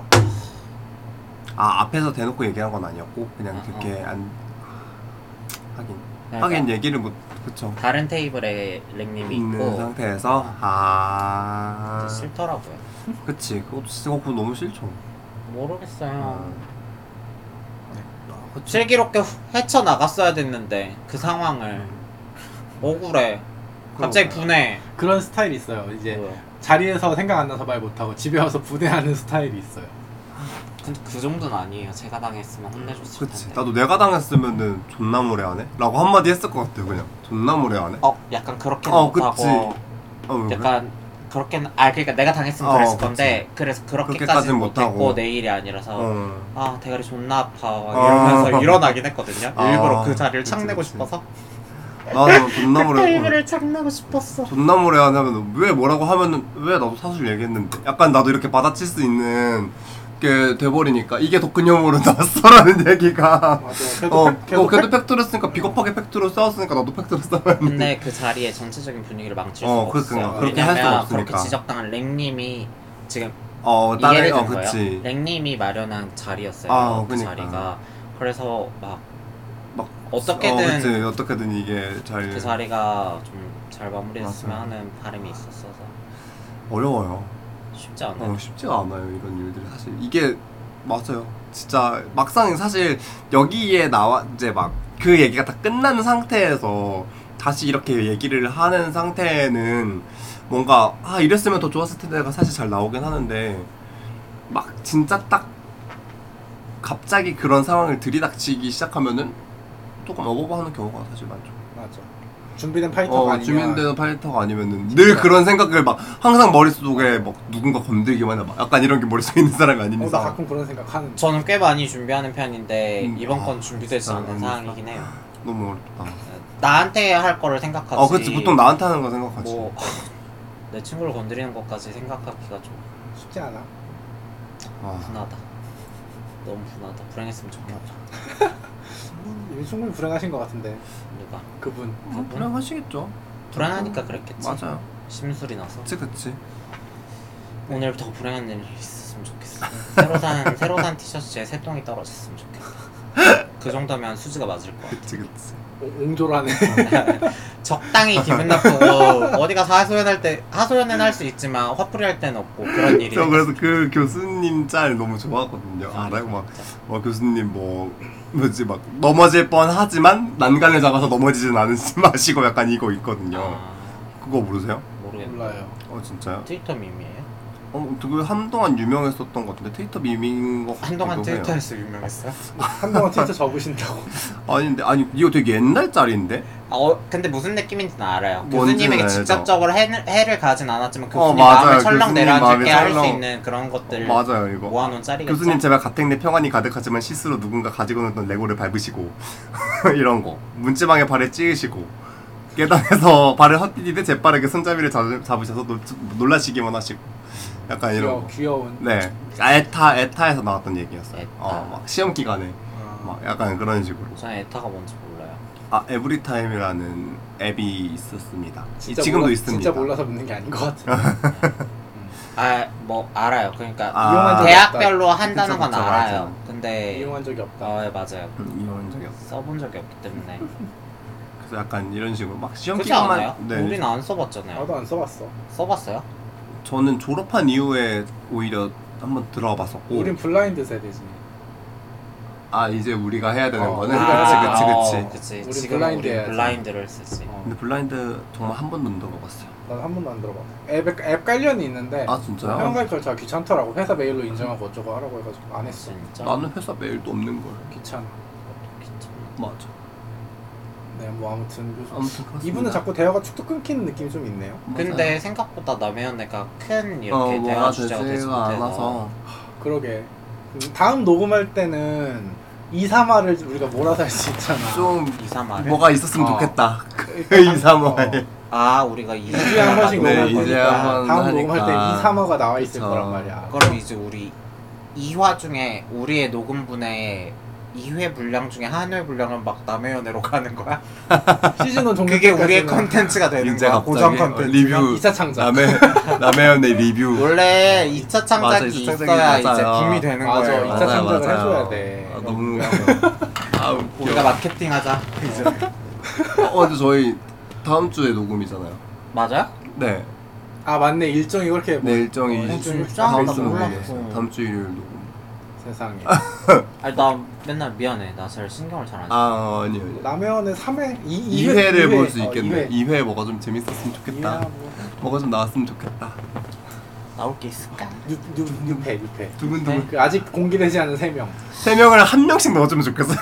Speaker 1: 아 앞에서 대놓고 얘기한 건 아니었고 그냥
Speaker 3: 아,
Speaker 1: 그렇게 안 하긴
Speaker 3: 그러니까
Speaker 1: 하긴 얘기를 못 그쵸
Speaker 3: 다른 테이블에 랭님이
Speaker 1: 있는
Speaker 3: 있고
Speaker 1: 상태에서 아
Speaker 3: 진짜 싫더라고요.
Speaker 1: 그치 그것도 생각보다 너무 싫죠
Speaker 3: 모르겠어요.
Speaker 1: 아.
Speaker 3: 어.
Speaker 2: 네.
Speaker 3: 슬기롭게 후- 헤쳐나갔어야 됐는데 그 상황을 억울해. 갑자기
Speaker 1: 음. 그러니까요.
Speaker 3: 분해.
Speaker 2: 그런 스타일이 있어요. 이제
Speaker 3: 뭐야.
Speaker 2: 자리에서 생각 안 나서 말 못하고 집에 와서 분해하는 스타일이 있어요.
Speaker 3: 근데 그 정도는 아니에요. 제가 당했으면 혼내줬을
Speaker 1: 그치
Speaker 3: 텐데.
Speaker 1: 나도 내가 당했으면은 존나 모래하네? 라고 한마디 했을 것 같아요 그냥 존나 모래하네?
Speaker 3: 어, 약간 그렇게는
Speaker 1: 어,
Speaker 3: 못하고
Speaker 1: 어, 왜 그래?
Speaker 3: 약간 그렇게는 아 그러니까 내가 당했으면
Speaker 1: 어,
Speaker 3: 그랬을
Speaker 1: 그치.
Speaker 3: 건데 그래서
Speaker 1: 그렇게까지는
Speaker 3: 그렇게까지는
Speaker 1: 못하고.
Speaker 3: 못했고 내일이 아니라서
Speaker 1: 어.
Speaker 3: 아 대가리 존나 아파 이러면서
Speaker 1: 아.
Speaker 3: 일어나긴 했거든요.
Speaker 1: 아.
Speaker 3: 일부러 그 자리를
Speaker 1: 그치,
Speaker 3: 창내고
Speaker 1: 그치.
Speaker 3: 싶어서
Speaker 1: 나는 존나 모래하고
Speaker 3: 테이블을 창내고 싶었어.
Speaker 1: 존나 모래하네 하면 왜 뭐라고 하면은 왜 나도 사실 얘기했는데 약간 나도 이렇게 받아칠 수 있는 게 돼버리니까 이게 독근형으로 나왔어라는 얘기가
Speaker 2: 맞아요.
Speaker 1: 어,
Speaker 2: 그래도
Speaker 1: 어,
Speaker 2: 팩- 그래도
Speaker 1: 걔도
Speaker 2: 팩-
Speaker 1: 팩트로 쓰니까 비겁하게 팩트로 싸웠으니까 나도 팩트로 싸워야 돼.
Speaker 3: 근데 그 자리에 전체적인 분위기를 망칠
Speaker 1: 어,
Speaker 3: 수가
Speaker 1: 그러니까.
Speaker 3: 없어요.
Speaker 1: 그렇게 할 수가
Speaker 3: 왜냐면
Speaker 1: 없으니까.
Speaker 3: 그렇게 지적당한 랭님이 지금
Speaker 1: 어, 다른
Speaker 3: 이해를 든
Speaker 1: 어,
Speaker 3: 거예요. 네.
Speaker 1: 그치.
Speaker 3: 랭님이 마련한 자리였어요.
Speaker 1: 아,
Speaker 3: 그
Speaker 1: 그러니까.
Speaker 3: 자리가 그래서 막
Speaker 1: 막 어,
Speaker 3: 어떻게든
Speaker 1: 그치. 어떻게든 이게 잘
Speaker 3: 그 자리가 좀 잘 마무리됐으면
Speaker 1: 맞아요.
Speaker 3: 하는 바람이 있었어서
Speaker 1: 어려워요.
Speaker 3: 쉽지 않아요.
Speaker 1: 어, 쉽지가 않아요 이런 일들이 사실 이게 맞아요 진짜 막상 사실 여기에 나와 이제 막 그 얘기가 다 끝난 상태에서 다시 이렇게 얘기를 하는 상태에는 뭔가 아 이랬으면 더 좋았을 텐데가 사실 잘 나오긴 하는데 막 진짜 딱 갑자기 그런 상황을 들이닥치기 시작하면은 조금 어버버하는 경우가 사실 많죠.
Speaker 2: 맞아. 준비된 파이터가
Speaker 1: 어,
Speaker 2: 아니면
Speaker 1: 주민대는 파이터가 아니면은 늘 그런 생각을 막 항상 머릿속에 막 누군가 건들기만 해막 약간 이런 게 머릿속에 있는 사람이 아닌
Speaker 2: 어, 나
Speaker 1: 이상
Speaker 2: 가끔 그런 생각 하는.
Speaker 3: 저는 꽤 많이 준비하는 편인데
Speaker 1: 음,
Speaker 3: 이번
Speaker 1: 아,
Speaker 3: 건 준비되지
Speaker 1: 진짜
Speaker 3: 않는
Speaker 1: 너무
Speaker 3: 상황이긴 해요.
Speaker 1: 너무 어렵다.
Speaker 3: 나한테 할 거를 생각하지.
Speaker 1: 어, 그치 보통 나한테 하는 거 생각하지.
Speaker 3: 뭐내 친구를 건드리는 것까지 생각하기가 좀
Speaker 2: 쉽지 않아.
Speaker 1: 아,
Speaker 3: 분하다. 너무 분하다. 불행했으면 좋겠다.
Speaker 2: 음, 충분히 불행하신 것 같은데
Speaker 3: 누가
Speaker 2: 그분.
Speaker 1: 뭐 불안하시겠죠.
Speaker 3: 불안하니까 그랬겠지.
Speaker 1: 음, 맞아요.
Speaker 3: 심술이 나서
Speaker 1: 그치 그치.
Speaker 3: 오늘 더 불행한 일이 있었으면 좋겠어. 새로 산 새로 산 티셔츠에 새똥이 떨어졌으면 좋겠다. 그 정도면 수지가 맞을 것 같아.
Speaker 1: 그치 그치.
Speaker 2: 옹- 옹졸하네.
Speaker 1: 아,
Speaker 3: 적당히 기분 나쁘고 어디 가서 하소연할 때 하소연은 할 수 있지만 화풀이 할 때는 없고 그런 일이
Speaker 1: 저 그래서 그 교수님 짤 너무 좋아하거든요.
Speaker 3: 네.
Speaker 1: 알아요 막. 어, 교수님 뭐 뭐지 막 넘어질 뻔 하지만 난간을 잡아서 넘어지진 않으시 마시고 약간 이거 있거든요.
Speaker 3: 아,
Speaker 1: 그거 모르세요?
Speaker 3: 모르겠네.
Speaker 2: 몰라요.
Speaker 1: 어 진짜요?
Speaker 3: 트위터 밈이에요?
Speaker 1: 어, 그 한동안 유명했었던 것 같은데 트위터 밈인 것 같기도
Speaker 3: 한동안
Speaker 1: 해요.
Speaker 3: 트위터에서 유명했어요?
Speaker 2: 한동안 트위터 접으신다고.
Speaker 1: 아니 근데 아니 이거 되게 옛날 짤인데?
Speaker 3: 아, 어, 근데 무슨 느낌인지는 알아요.
Speaker 1: 뭔지는
Speaker 3: 교수님에게
Speaker 1: 알죠.
Speaker 3: 직접적으로 해, 해를 가진 않았지만
Speaker 1: 어,
Speaker 3: 교수님
Speaker 1: 맞아요.
Speaker 3: 마음을 철렁
Speaker 1: 교수님
Speaker 3: 내려앉게
Speaker 1: 마음에
Speaker 3: 할 수
Speaker 1: 철렁. 어,
Speaker 3: 있는 그런 것들
Speaker 1: 맞아요 이거.
Speaker 3: 모아놓은 네. 짤이겠죠?
Speaker 1: 교수님 제발 가택내 평안이 가득하지만 실수로 누군가 가지고 놀던 레고를 밟으시고 이런 거 문지방에 발을 찌으시고 계단에서 발을 헛디디듯 재빠르게 손잡이를 잡, 잡으셔서 놀, 놀라시기만 하시고 약간 이런
Speaker 2: 귀여,
Speaker 1: 거.
Speaker 2: 귀여운.
Speaker 1: 네 에타 에타에서 나왔던 얘기였어요.
Speaker 3: 에타.
Speaker 1: 어막 시험 기간에
Speaker 2: 아,
Speaker 1: 막 약간 그런 식으로.
Speaker 3: 저는 에타가 뭔지 몰라요.
Speaker 1: 아 에브리타임이라는 앱이 있었습니다. 이,
Speaker 2: 진짜
Speaker 1: 지금도
Speaker 2: 몰라-
Speaker 1: 있습니다.
Speaker 2: 진짜 몰라서 묻는 게 아닌 것 같아. 음.
Speaker 3: 아, 뭐 알아요. 그러니까
Speaker 1: 아,
Speaker 2: 이용한 적이 없다. 네.
Speaker 3: 대학별로 한다는
Speaker 1: 그쵸,
Speaker 3: 건
Speaker 1: 그쵸,
Speaker 3: 알아요.
Speaker 1: 맞아요.
Speaker 3: 근데
Speaker 2: 이용한 적이 없다.
Speaker 3: 아, 예, 맞아요.
Speaker 1: 음, 이런 적이 없어.
Speaker 3: 써본 적이 없기 때문에
Speaker 1: 그래서 약간 이런 식으로 막 시험
Speaker 3: 그렇지
Speaker 1: 기간만
Speaker 3: 않아요?
Speaker 1: 네. 아,
Speaker 3: 우리는 안 써봤잖아요.
Speaker 2: 나도 안 써봤어.
Speaker 3: 써봤어요?
Speaker 1: 저는 졸업한 이후에 오히려 한번 들어봤었고
Speaker 2: 우린 블라인드 세대지.
Speaker 3: 네.
Speaker 1: 아 이제 우리가 해야 되는
Speaker 2: 어,
Speaker 1: 거는
Speaker 2: 우리가
Speaker 1: 그치
Speaker 2: 해야
Speaker 1: 그치
Speaker 2: 되는
Speaker 1: 그치
Speaker 2: 거.
Speaker 3: 아, 어, 그치.
Speaker 2: 우리
Speaker 3: 지금
Speaker 2: 블라인드
Speaker 3: 우리
Speaker 2: 해야지.
Speaker 3: 블라인드를 쓰지.
Speaker 2: 어.
Speaker 1: 근데 블라인드 정말 한 번도 안 들어봤어요
Speaker 2: 난 한 번도 안 들어봐. 앱에 앱 관련이 있는데
Speaker 1: 아 진짜요?
Speaker 2: 회원가입 절차가 귀찮더라고. 회사 메일로 인증하고 어쩌고 하라고 해가지고 안 했어.
Speaker 3: 진짜.
Speaker 1: 나는 회사 메일도 없는 걸
Speaker 2: 귀찮아.
Speaker 3: 귀찮아.
Speaker 1: 맞아
Speaker 2: 네, 뭐 아무튼 요즘
Speaker 1: 아무튼 그렇습니다
Speaker 2: 이분은 자꾸 대화가 축도 끊기는 느낌이 좀 있네요.
Speaker 1: 맞아요.
Speaker 3: 근데 생각보다 남의 연애가
Speaker 1: 어
Speaker 3: 큰 이렇게 대화
Speaker 1: 뭐가
Speaker 3: 주제가 되지
Speaker 1: 되지가
Speaker 3: 못해서
Speaker 1: 않아서
Speaker 2: 그러게. 음, 다음 녹음할 때는 2, 3화를 우리가 몰아서 할 수 있잖아.
Speaker 1: 좀
Speaker 3: 이사말을
Speaker 1: 뭐가 있었으면
Speaker 2: 어.
Speaker 1: 좋겠다
Speaker 2: 일단
Speaker 1: 이, 삼화에.
Speaker 2: 어,
Speaker 3: 아 우리가
Speaker 2: 이주에 한 번씩
Speaker 1: 네,
Speaker 2: 녹음할
Speaker 1: 이제 한
Speaker 2: 거니까
Speaker 1: 번
Speaker 2: 다음 녹음할 때 2,
Speaker 1: 하니까.
Speaker 2: 3화가 나와 있을
Speaker 1: 그쵸.
Speaker 2: 거란 말이야.
Speaker 3: 그럼 이제 우리 2화 중에 우리의 녹음분의 2회 분량 중에 한 회 분량은 막 남의 연애로 가는 거야?
Speaker 2: 시즌은 종료
Speaker 3: 그게 우리의 컨텐츠가 되는
Speaker 1: 이제
Speaker 3: 거야 고정
Speaker 1: 갑자기
Speaker 3: 컨텐츠
Speaker 1: 리뷰
Speaker 2: 2차 창작.
Speaker 1: 그 남의 남의 연애 리뷰
Speaker 3: 원래 2차
Speaker 1: 맞아,
Speaker 3: 창작이
Speaker 1: 이차 창작이
Speaker 3: 있어야 이제
Speaker 1: 맞아요.
Speaker 3: 붐이 되는
Speaker 2: 맞아,
Speaker 3: 거예요
Speaker 2: 이차
Speaker 1: 맞아요,
Speaker 2: 창작을
Speaker 1: 맞아요.
Speaker 2: 해줘야 돼.
Speaker 1: 아, 너무 아 웃겨
Speaker 3: 우리가 마케팅하자 이제
Speaker 1: 어 근데 저희 다음 주에 녹음이잖아요.
Speaker 3: 맞아요?
Speaker 1: 네.
Speaker 2: 아 맞네 일정이 그렇게
Speaker 1: 내 일정이
Speaker 2: 어, 일정이
Speaker 3: 진짜?
Speaker 1: 다음
Speaker 3: 나
Speaker 1: 주 녹음이에요.
Speaker 3: 몰랐어.
Speaker 1: 다음 주 일요일 녹음.
Speaker 2: 세상에
Speaker 3: 아니 나 맨날 미안해 나 잘 신경을 잘 안 써.
Speaker 1: 아 어, 아니요. 아니요.
Speaker 2: 라면은 3회 어, 2,
Speaker 1: 2회를 볼
Speaker 3: 어,
Speaker 1: 수 있겠네. 2회 뭐가 좀 재밌었으면 좋겠다.
Speaker 2: 2회하고
Speaker 1: 뭐가 좀 나왔으면 좋겠다.
Speaker 3: 나올 게 있을까?
Speaker 2: 뉴페 뉴페
Speaker 3: 네.
Speaker 1: 두근두근.
Speaker 2: 그 아직 공개되지 않은 3명
Speaker 1: 세 명을 한 명씩 넣어주면 좋겠어.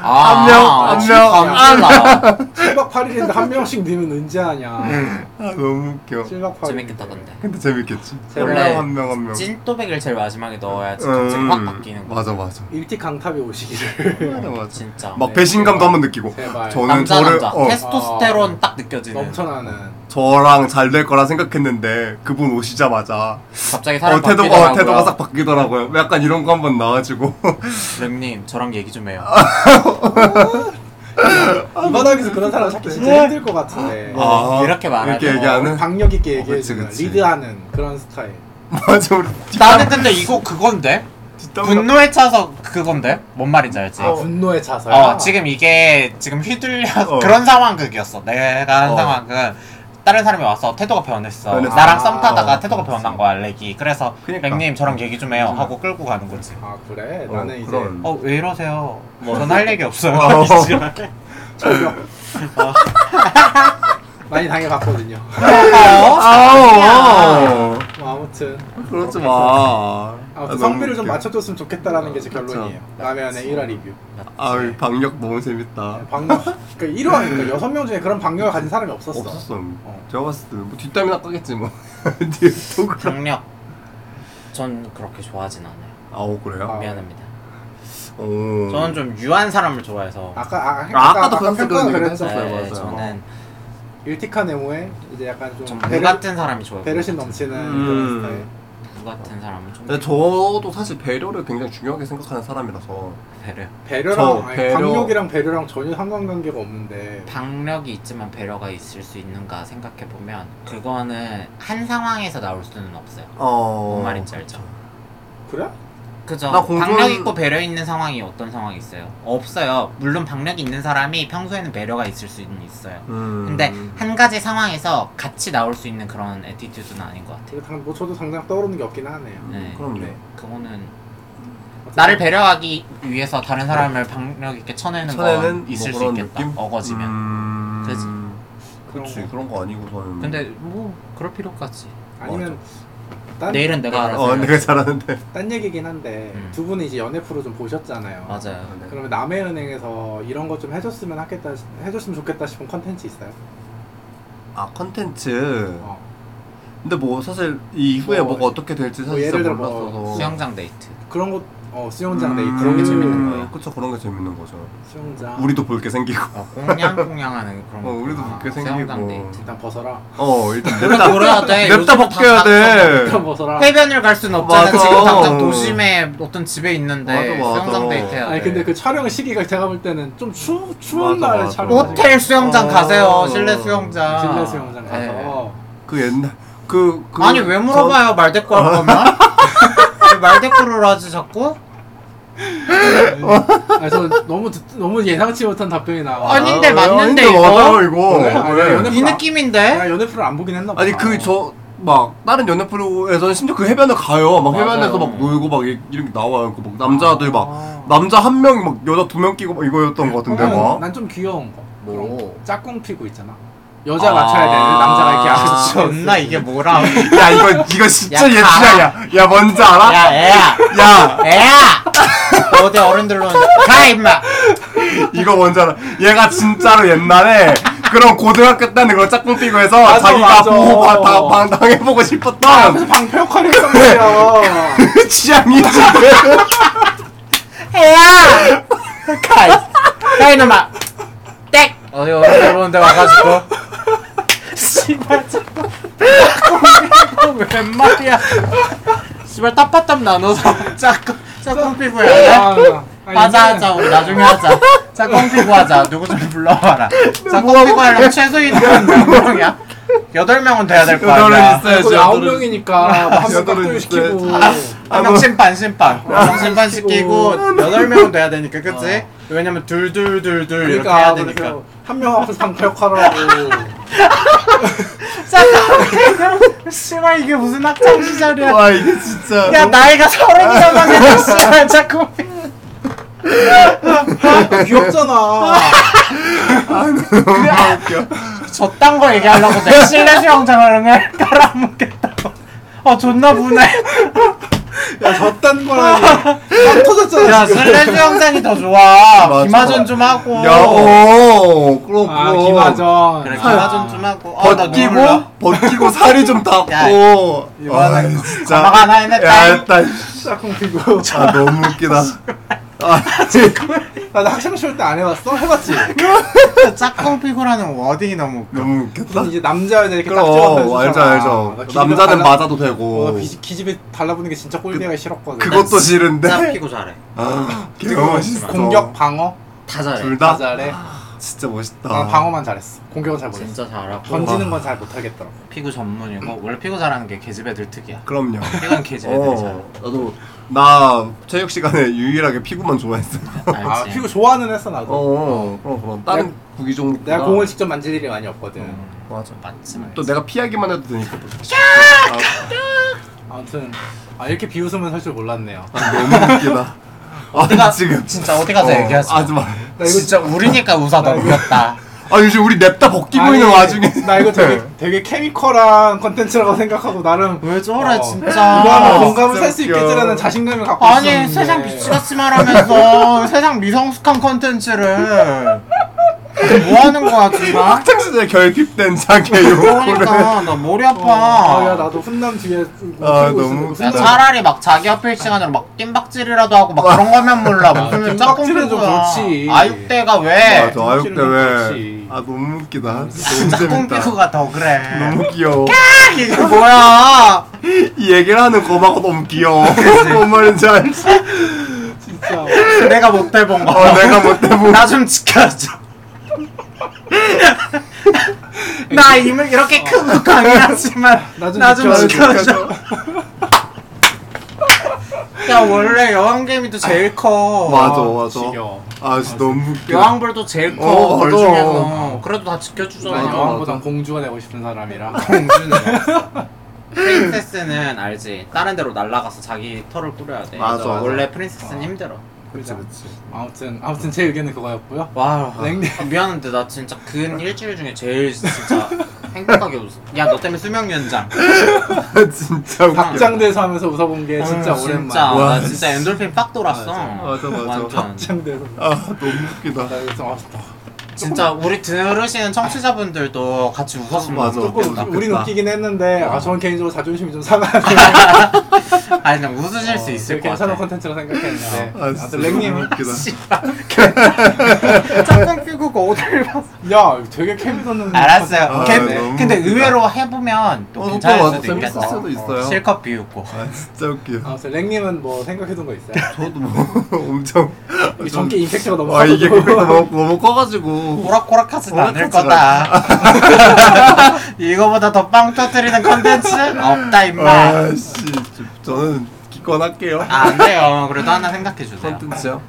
Speaker 3: 아,
Speaker 1: 한 명, 한 명.
Speaker 3: 깜짝아.
Speaker 2: 7박 8일인데 한 명씩 넣으면 언제 하냐
Speaker 1: 아 너무 웃겨.
Speaker 2: 7박 8일
Speaker 3: 음. 재밌겠다 근데.
Speaker 1: 근데 재밌겠지.
Speaker 2: 원래
Speaker 1: 한명한 명 한 명. 음.
Speaker 3: 찐또배기를 제일 마지막에 넣어야지 갑자기 확 바뀌는 거. 네.
Speaker 1: 맞아 맞아.
Speaker 2: 일티강탑이 오시기를
Speaker 1: 맞아 맞아.
Speaker 3: 진짜.
Speaker 1: 막 배신감도 한번 느끼고.
Speaker 2: 제발
Speaker 1: 저는
Speaker 3: 네. 남자
Speaker 1: 저를
Speaker 3: 남자
Speaker 1: 어,
Speaker 3: 테스토스테론 딱
Speaker 1: 네.
Speaker 3: 느껴지는.
Speaker 2: 넘쳐나는
Speaker 1: 저랑 잘 될 거라 생각했는데 그분 오시자마자
Speaker 3: 갑자기 사람
Speaker 1: 어, 태도,
Speaker 3: 바뀌더라고요.
Speaker 1: 어, 태도가 싹 바뀌더라고요. 약간 이런 거 한번 나와주고.
Speaker 3: 님 저랑 얘기 좀 해요.
Speaker 1: 아,
Speaker 2: 이
Speaker 1: 뭐.
Speaker 2: 바닥에서 그런 사람 찾기
Speaker 1: 네.
Speaker 2: 진짜 힘들 것 같은데
Speaker 3: 아, 이렇게 말하죠.
Speaker 1: 이렇게 얘기하는?
Speaker 2: 박력 있게
Speaker 1: 어,
Speaker 2: 얘기해
Speaker 1: 그치,
Speaker 2: 주는
Speaker 1: 그치.
Speaker 2: 리드하는 그런 스타일
Speaker 1: 맞아, 우리
Speaker 3: 나는 근데 이거 그건데
Speaker 1: 뒷담
Speaker 3: 분노에 차서 그건데 뭔 말인지 알지?
Speaker 2: 아 분노의 자서야
Speaker 3: 어, 지금 이게 지금 휘둘려
Speaker 1: 어.
Speaker 3: 그런 상황극이었어. 내가 한
Speaker 1: 어.
Speaker 3: 상황은 다른 사람이 와서 태도가 변했어.
Speaker 1: 변했어.
Speaker 3: 나랑
Speaker 2: 아,
Speaker 3: 썸 타다가
Speaker 1: 어.
Speaker 3: 태도가 변한 거야, 렉이. 그래서
Speaker 1: 그니까.
Speaker 3: 렉님 저랑 얘기 좀 해요 하고 끌고 가는 거지.
Speaker 2: 아 그래?
Speaker 1: 어,
Speaker 2: 나는 이제
Speaker 1: 그런.
Speaker 3: 어, 왜 이러세요? 전 할 얘기 없어요.
Speaker 1: 뭐. 어.
Speaker 3: 이지랄.
Speaker 2: 저격
Speaker 1: 아.
Speaker 2: 많이 당해봤거든요
Speaker 1: 아우.
Speaker 2: 뭐 아무튼
Speaker 1: 그러지 마.
Speaker 2: 아무튼 그
Speaker 1: 아,
Speaker 2: 성비를
Speaker 1: 너무
Speaker 2: 좀
Speaker 1: 웃겨.
Speaker 2: 맞춰줬으면 좋겠다라는 게 제
Speaker 1: 그쵸.
Speaker 2: 결론이에요 라면의 1화 리뷰
Speaker 1: 아유, 박력 너무 재밌다.
Speaker 2: 방역 그러니까 1화 그러니까 6명 중에 그런 방역을 가진 사람이 없었어
Speaker 1: 음. 없었어.
Speaker 2: 어.
Speaker 1: 제가 봤을 때 뭐 뒷담이나 까겠지 뭐. 뒤에 또 그래.
Speaker 3: 강력. 전 그렇게 좋아하진 않아요.
Speaker 1: 아우 어, 그래요? 어.
Speaker 2: 아.
Speaker 3: 미안합니다.
Speaker 1: 오.
Speaker 3: 저는 좀 유한 사람을 좋아해서. 네,
Speaker 2: 아까 아,
Speaker 1: 음. 아, 아까도 그런
Speaker 2: 평가가
Speaker 1: 얘기를
Speaker 2: 그랬죠 네.
Speaker 1: 했었어요. 맞아요.
Speaker 3: 저는
Speaker 2: 일티카 네모에 이제 약간 좀
Speaker 3: 좀
Speaker 1: 어.
Speaker 2: 배려-
Speaker 3: 무같은 사람이 좋아요.
Speaker 2: 배려심 넘치는
Speaker 1: 음.
Speaker 2: 그런 스타일
Speaker 3: 무같은 사람은 좀
Speaker 1: 근데 저도 사실 배려를 굉장히 중요하게 생각하는 사람이라서
Speaker 3: 배려.
Speaker 1: 저
Speaker 2: 배려랑 아니,
Speaker 1: 배려-
Speaker 2: 강력이랑 배려랑 전혀 상관관계가 없는데
Speaker 3: 박력이 있지만 배려가 있을 수 있는가 생각해 보면 그거는 한 상황에서 나올 수는 없어요.
Speaker 1: 어.
Speaker 3: 뭔 말인지 알죠?
Speaker 2: 그래?
Speaker 3: 그죠?
Speaker 1: 나 공부는-
Speaker 3: 박력 있고 배려 있는 상황이 어떤 상황이 있어요? 없어요. 물론 박력 있는 사람이 평소에는 배려가 있을 수는 있어요.
Speaker 1: 음.
Speaker 3: 근데 한 가지 상황에서 같이 나올 수 있는 그런 에티튜드는 아닌 것 같아요.
Speaker 2: 되게 당, 뭐 저도 당장 떠오르는 게 없긴 하네요
Speaker 3: 네.
Speaker 1: 그럼요.
Speaker 2: 네.
Speaker 3: 그거는 나를 배려하기 위해서 다른 사람을 박력 있게 쳐내는 건
Speaker 1: 천에는
Speaker 3: 있을
Speaker 1: 뭐
Speaker 3: 수
Speaker 1: 그런
Speaker 3: 있겠다.
Speaker 1: 느낌?
Speaker 3: 어거지면.
Speaker 1: 음...
Speaker 3: 그지?
Speaker 1: 그렇지 그런 거 아니고서는
Speaker 3: 근데 뭐 그럴 필요까지.
Speaker 2: 아니면 네. 딴,
Speaker 3: 내일은 내가 알아서.
Speaker 1: 어
Speaker 3: 해야지.
Speaker 1: 내가 잘하는데
Speaker 2: 딴 얘기긴 한데
Speaker 3: 음.
Speaker 2: 두 분이 이제 연애 프로 좀 보셨잖아요
Speaker 3: 맞아요.
Speaker 2: 그러면 남해은행에서 이런 것 좀 해줬으면 하겠다 해줬으면 좋겠다 싶은 컨텐츠 있어요?
Speaker 1: 아 컨텐츠
Speaker 2: 어. 근데
Speaker 1: 근데 뭐 사실 이 이후에
Speaker 2: 뭐,
Speaker 1: 뭐, 가 어떻게 될지
Speaker 2: 뭐
Speaker 1: 사실
Speaker 2: 예를
Speaker 1: 잘
Speaker 2: 들어
Speaker 1: 몰랐어서
Speaker 2: 뭐
Speaker 3: 수영장 데이트.
Speaker 2: 그런 것 어, 수영장 데이트
Speaker 3: 그런 게 재밌는 거예요.
Speaker 1: 그쵸 그런 게 재밌는 거죠
Speaker 2: 수영장
Speaker 1: 음. 우리도 볼 게 생기고
Speaker 3: 어, 공냥공냥하는 그런
Speaker 1: 어,
Speaker 3: 거.
Speaker 1: 우리도
Speaker 2: 아,
Speaker 1: 볼게
Speaker 3: 수영장
Speaker 1: 생기고
Speaker 3: 데이트.
Speaker 2: 일단 벗어라
Speaker 1: 어 일단
Speaker 3: 우리가 놀아야 돼.
Speaker 1: 냅다
Speaker 3: 요즘
Speaker 1: 벗겨야
Speaker 3: 다-
Speaker 1: 돼
Speaker 2: 일단 벗어라
Speaker 3: 해변을 갈 수는 없잖아.
Speaker 1: 맞아.
Speaker 3: 지금 당장 도심에 어떤 집에 있는데
Speaker 1: 맞아, 맞아.
Speaker 3: 수영장 데이트야.
Speaker 2: 아니 근데 그 촬영 시기가 제가 볼 때는 좀 추, 추운
Speaker 1: 맞아,
Speaker 2: 날
Speaker 1: 맞아.
Speaker 2: 촬영
Speaker 3: 호텔 수영장
Speaker 1: 어.
Speaker 3: 가세요. 실내 수영장.
Speaker 2: 실내 수영장 가서
Speaker 3: 네.
Speaker 1: 그 옛날 그, 그
Speaker 3: 아니 왜 물어봐요 말 대꾸 할 거면? 왜말 대꾸를 하지 자꾸?
Speaker 2: 아니, 저 너무 듣, 너무 예상치 못한 답변이 나와
Speaker 1: 전-
Speaker 3: 아니, 아닌데 맞는데,
Speaker 1: 아닌데
Speaker 3: 이거?
Speaker 1: 맞아요, 이거
Speaker 2: 그래? 아, 그래?
Speaker 1: 네.
Speaker 3: 이 느낌인데?
Speaker 2: 내가 연애 프로 안 보긴 했나 봐
Speaker 1: 아니 그 저 막 다른 연애 프로에서는 심지어 그 해변에 가요. 막
Speaker 2: 맞아요.
Speaker 1: 해변에서 막 놀고 막 이- 이런 게 나와요. 그막 남자들 막
Speaker 3: 아.
Speaker 1: 남자 한 명이 막 여자 두 명 끼고 막 이거였던 것 같은데 막.
Speaker 2: 난좀 귀여운 거 그런 거.
Speaker 3: 뭐?
Speaker 2: 짝꿍 피고 있잖아 여자 맞춰야 되는 남자가 이렇게
Speaker 3: 아,
Speaker 2: 앉아서
Speaker 3: 존나 이게 뭐라?
Speaker 1: 야 이거 이거 진짜
Speaker 3: 야,
Speaker 1: 예측이야야 뭔지 알아?
Speaker 3: 야 애야
Speaker 1: 야
Speaker 3: 애야 어디 어른들로 가 임마.
Speaker 1: 이거 뭔지 알아? 얘가 진짜로 옛날에 그런 고등학교 때는 그걸 짝꿍 뛰고 해서
Speaker 2: 맞아,
Speaker 1: 자기가
Speaker 2: 맞아.
Speaker 1: 보호방 당해보고 싶었던 그
Speaker 2: 방패 역할을 했던 거야 아,
Speaker 1: 취향이
Speaker 3: 해야! 가이, 가이 놈아! 땡! 어디 어려운데 와가지고. 씨발, 자꾸. 이거 웬 말이야. 씨발, 따빠땀 나눠서. 짝꿍, 짝꿍 피부 해야 돼? 맞아, 하자. 우리 나중에 하자. 짝꿍 피부 하자. 누구 좀 불러와라. 짝꿍 피부 하려면 최소 인원 몇 명이야? 여덟 명은 돼야 될 거
Speaker 1: 여덟은
Speaker 3: 아니야.
Speaker 1: 있어야지.
Speaker 2: 아홉 명이니까 뭐 한
Speaker 1: 여덟은
Speaker 2: 명도 시키고 그러니까
Speaker 1: 있어야지.
Speaker 3: 한명 심판 심판 한명 심판 시키고 여덟 명은 돼야 되니까 그치? 왜냐면 둘둘둘둘 이렇게
Speaker 2: 그러니까,
Speaker 3: 해야 되니까
Speaker 2: 한명 앞에서 상패 역할을 하고
Speaker 3: 잠깐 씨발 이게 무슨 학창 시절이야
Speaker 1: 와 아, 이게 진짜
Speaker 3: 야 나이가 서른이잖아 근데 씨발 자꾸
Speaker 2: 아, 귀엽잖아
Speaker 1: 너무 웃겨.
Speaker 3: 저딴 거 얘기하려고 내 실내 수영장을 깔아먹겠다고 아 존나 분해
Speaker 2: 야 저딴 거라니 빵 터졌잖아
Speaker 3: 야
Speaker 2: 지금.
Speaker 3: 실내 수영장이 더 좋아 기마전 좀 하고
Speaker 1: 야, 어. 오, 그렇고.
Speaker 2: 어. 아 기마전
Speaker 3: 그래 기마전 네, 좀 하고 아, 나
Speaker 1: 벗기고
Speaker 3: 눈물 나.
Speaker 1: 벗기고 살이 좀 닦고
Speaker 3: 이거는
Speaker 1: 진짜
Speaker 3: 엄마가 하나 해냈다.
Speaker 1: 야, 일단
Speaker 2: 짝꿍 피고
Speaker 1: 아 너무 웃기다 아 지금
Speaker 2: 나나 학창 시절 때 안 해봤어? 해봤지?
Speaker 3: 짝꿍 피고라는 워딩이 너무 웃겨.
Speaker 1: 너무 웃겼다
Speaker 2: 무슨 이제 남자 여자 이렇게 딱
Speaker 1: 그럼
Speaker 2: 찍어서 아, 어,
Speaker 1: 알죠 알죠 남자는 맞아도 되고
Speaker 2: 기집애 달라붙는 게 진짜 꼴대가 싫었거든
Speaker 1: 그것도
Speaker 3: 짝
Speaker 1: 싫은데
Speaker 3: 피고 잘해.
Speaker 1: 아 너무 멋있어
Speaker 2: 그
Speaker 1: 아.
Speaker 2: 공격 방어
Speaker 3: 다 잘해.
Speaker 2: 다
Speaker 1: 둘다
Speaker 2: 잘해
Speaker 1: 진짜 멋있다
Speaker 2: 난 아, 방어만 잘했어 공격은 잘 못했어
Speaker 3: 진짜 잘하고
Speaker 2: 던지는 건 잘 못하겠더라고
Speaker 3: 피구 전문이고 원래 피구 잘하는 게 개집애들 특이야.
Speaker 1: 그럼요
Speaker 3: 피구는 개집애들이 잘해.
Speaker 1: 어 나도 나 체육 시간에 유일하게 피구만 좋아했어
Speaker 2: 아
Speaker 3: 알지.
Speaker 2: 피구 좋아하는 했어 나도
Speaker 1: 어 그럼 그럼 다른 구기 종목
Speaker 2: 내가 공을 직접 만질 일이 많이 없거든
Speaker 3: 음,
Speaker 1: 맞아
Speaker 3: 맞지만
Speaker 1: 또 내가 피하기만 해도 되니까
Speaker 2: 아무튼 아 이렇게 비웃으면 설 줄 몰랐네요
Speaker 1: 아, 너무 웃기다
Speaker 3: 어디가
Speaker 1: 아 지금
Speaker 3: 진짜 어디 가서
Speaker 1: 어,
Speaker 3: 얘기하지. 마.
Speaker 1: 하지 마.
Speaker 2: 아, 나 이거
Speaker 3: 진짜 우리니까 웃어 너 웃겼다.
Speaker 1: 아 요즘 우리 냅다 벗기고
Speaker 2: 아니,
Speaker 1: 있는 와중에 네.
Speaker 2: 나 이거 되게 되게 케미컬한 컨텐츠라고 생각하고
Speaker 1: 음.
Speaker 2: 나름
Speaker 3: 왜 저래
Speaker 2: 어.
Speaker 3: 진짜.
Speaker 2: 이거 하나
Speaker 1: 아,
Speaker 2: 공감을
Speaker 1: 진짜
Speaker 2: 살 수
Speaker 1: 웃겨.
Speaker 2: 있겠지라는 자신감을 갖고 있었는데
Speaker 3: 아니 세상 비치같이 말하면서 세상 미성숙한 컨텐츠를 뭐 하는 거야 지금?
Speaker 1: 학창시절에 결핍된 자기의 욕구를
Speaker 3: 그러니까 나 머리
Speaker 2: 어,
Speaker 3: 아파.
Speaker 2: 아, 야 나도 훈남 뒤에
Speaker 1: 아,
Speaker 2: 웃기고
Speaker 1: 너무
Speaker 2: 있었는데
Speaker 3: 야,
Speaker 1: 진짜.
Speaker 3: 차라리 막 자기 어필 시간으로 막 뜀박질이라도 하고 막 그런 거면 몰라 무슨
Speaker 2: 뜀박질은
Speaker 3: 짝꿍
Speaker 2: 좀
Speaker 3: 피부야
Speaker 2: 그렇지.
Speaker 3: 아육대가 왜
Speaker 1: 맞아 아육
Speaker 2: 확실히
Speaker 1: 대회
Speaker 2: 그렇지.
Speaker 1: 아 너무 웃기다 너무
Speaker 3: 짝꿍
Speaker 1: 재밌다
Speaker 3: 피부가 더 그래
Speaker 1: 너무 귀여워
Speaker 3: 이게 뭐야
Speaker 1: 이 얘기를 하는 고마가 너무 귀여워 뭔 말인지 알지
Speaker 2: 진짜
Speaker 3: 내가 못 해본
Speaker 1: 어 내가 못해본
Speaker 3: 거나 좀 지켜줘 나 이미 이렇게 크고 강하지만
Speaker 2: 나좀
Speaker 3: 나 좀
Speaker 2: 지켜줘.
Speaker 3: 지켜줘 야 원래 여왕개미도 제일 커
Speaker 1: 맞아 맞아
Speaker 2: 지겨워.
Speaker 1: 아 진짜 너무 웃겨
Speaker 3: 여왕벌도 제일
Speaker 1: 어,
Speaker 3: 커벌
Speaker 1: 맞아.
Speaker 3: 중에서 그래도 다 지켜주잖아
Speaker 2: 난
Speaker 1: 맞아,
Speaker 2: 여왕보단 공주가 되고 싶은 사람이라
Speaker 3: 프린세스는 알지 다른 데로 날아가서 자기 털을 뿌려야 돼
Speaker 1: 맞아, 맞아.
Speaker 3: 원래 프린세스는
Speaker 2: 어.
Speaker 3: 힘들어
Speaker 1: 그치 그치
Speaker 2: 그렇죠. 아무튼 아무튼 제 의견은 그거였고요
Speaker 3: 와
Speaker 2: 냉대.
Speaker 3: 아, 미안한데 나 진짜 근 일주일 중에 제일 진짜 행복하게 웃어 야너 때문에 수명 연장
Speaker 1: 아, 진짜 웃겨
Speaker 2: 박장대에서 하면서 웃어본 게 진짜
Speaker 3: 아,
Speaker 2: 오랜만
Speaker 3: 음. 진짜
Speaker 1: 와,
Speaker 3: 나 진짜 엔돌핀 빡 돌았어
Speaker 1: 맞아, 맞아.
Speaker 3: 완전
Speaker 2: 박장대에서
Speaker 1: 아 너무 웃기다
Speaker 2: 나 이거 좀 아쉽다
Speaker 3: 음, 진짜 우리 들으시는 청취자분들도 같이 웃었으면
Speaker 1: 맞아.
Speaker 3: 좋겠다. 음.
Speaker 2: 조금
Speaker 1: 웃겼다.
Speaker 2: 우리 웃기긴 했는데 아 저는 개인적으로 자존심이 좀 상하네
Speaker 3: 아니 그냥 웃으실 수 있을 것
Speaker 2: 어, 괜찮은
Speaker 3: 같아
Speaker 2: 컨텐츠라 생각했는데
Speaker 1: 아 진짜 너무
Speaker 2: 아무튼 랭님
Speaker 1: 웃기다
Speaker 3: 짝꿍 피고 어딜 봤어
Speaker 2: 야 되게 캠이 돋는
Speaker 3: 알았어요
Speaker 1: 아,
Speaker 3: 걔-
Speaker 1: 너무
Speaker 3: 근데
Speaker 1: 웃기다.
Speaker 3: 의외로 해보면 또
Speaker 1: 어,
Speaker 3: 괜찮을
Speaker 1: 또
Speaker 3: 수도
Speaker 1: 재밌을
Speaker 3: 있겠다
Speaker 1: 수도 있어요.
Speaker 3: 실컷 비웃고
Speaker 1: 아 진짜 웃겨
Speaker 2: 아무튼 랭님은 뭐 생각해둔 거 있어요?
Speaker 1: 저도 뭐 엄청
Speaker 2: 이 전기 임팩트가 너무
Speaker 1: 아 이게
Speaker 2: 커가지고.
Speaker 1: 그렇게 너무, 너무 커가지고
Speaker 3: 호락호락하진 않을
Speaker 1: 호락호락하진
Speaker 3: 거다 이거보다 더 빵 터뜨리는 컨텐츠 없다 임마
Speaker 1: 아씨 저는 기권할게요
Speaker 3: 아, 안 돼요 그래도 하나 생각해 주세요
Speaker 1: 컨텐츠요?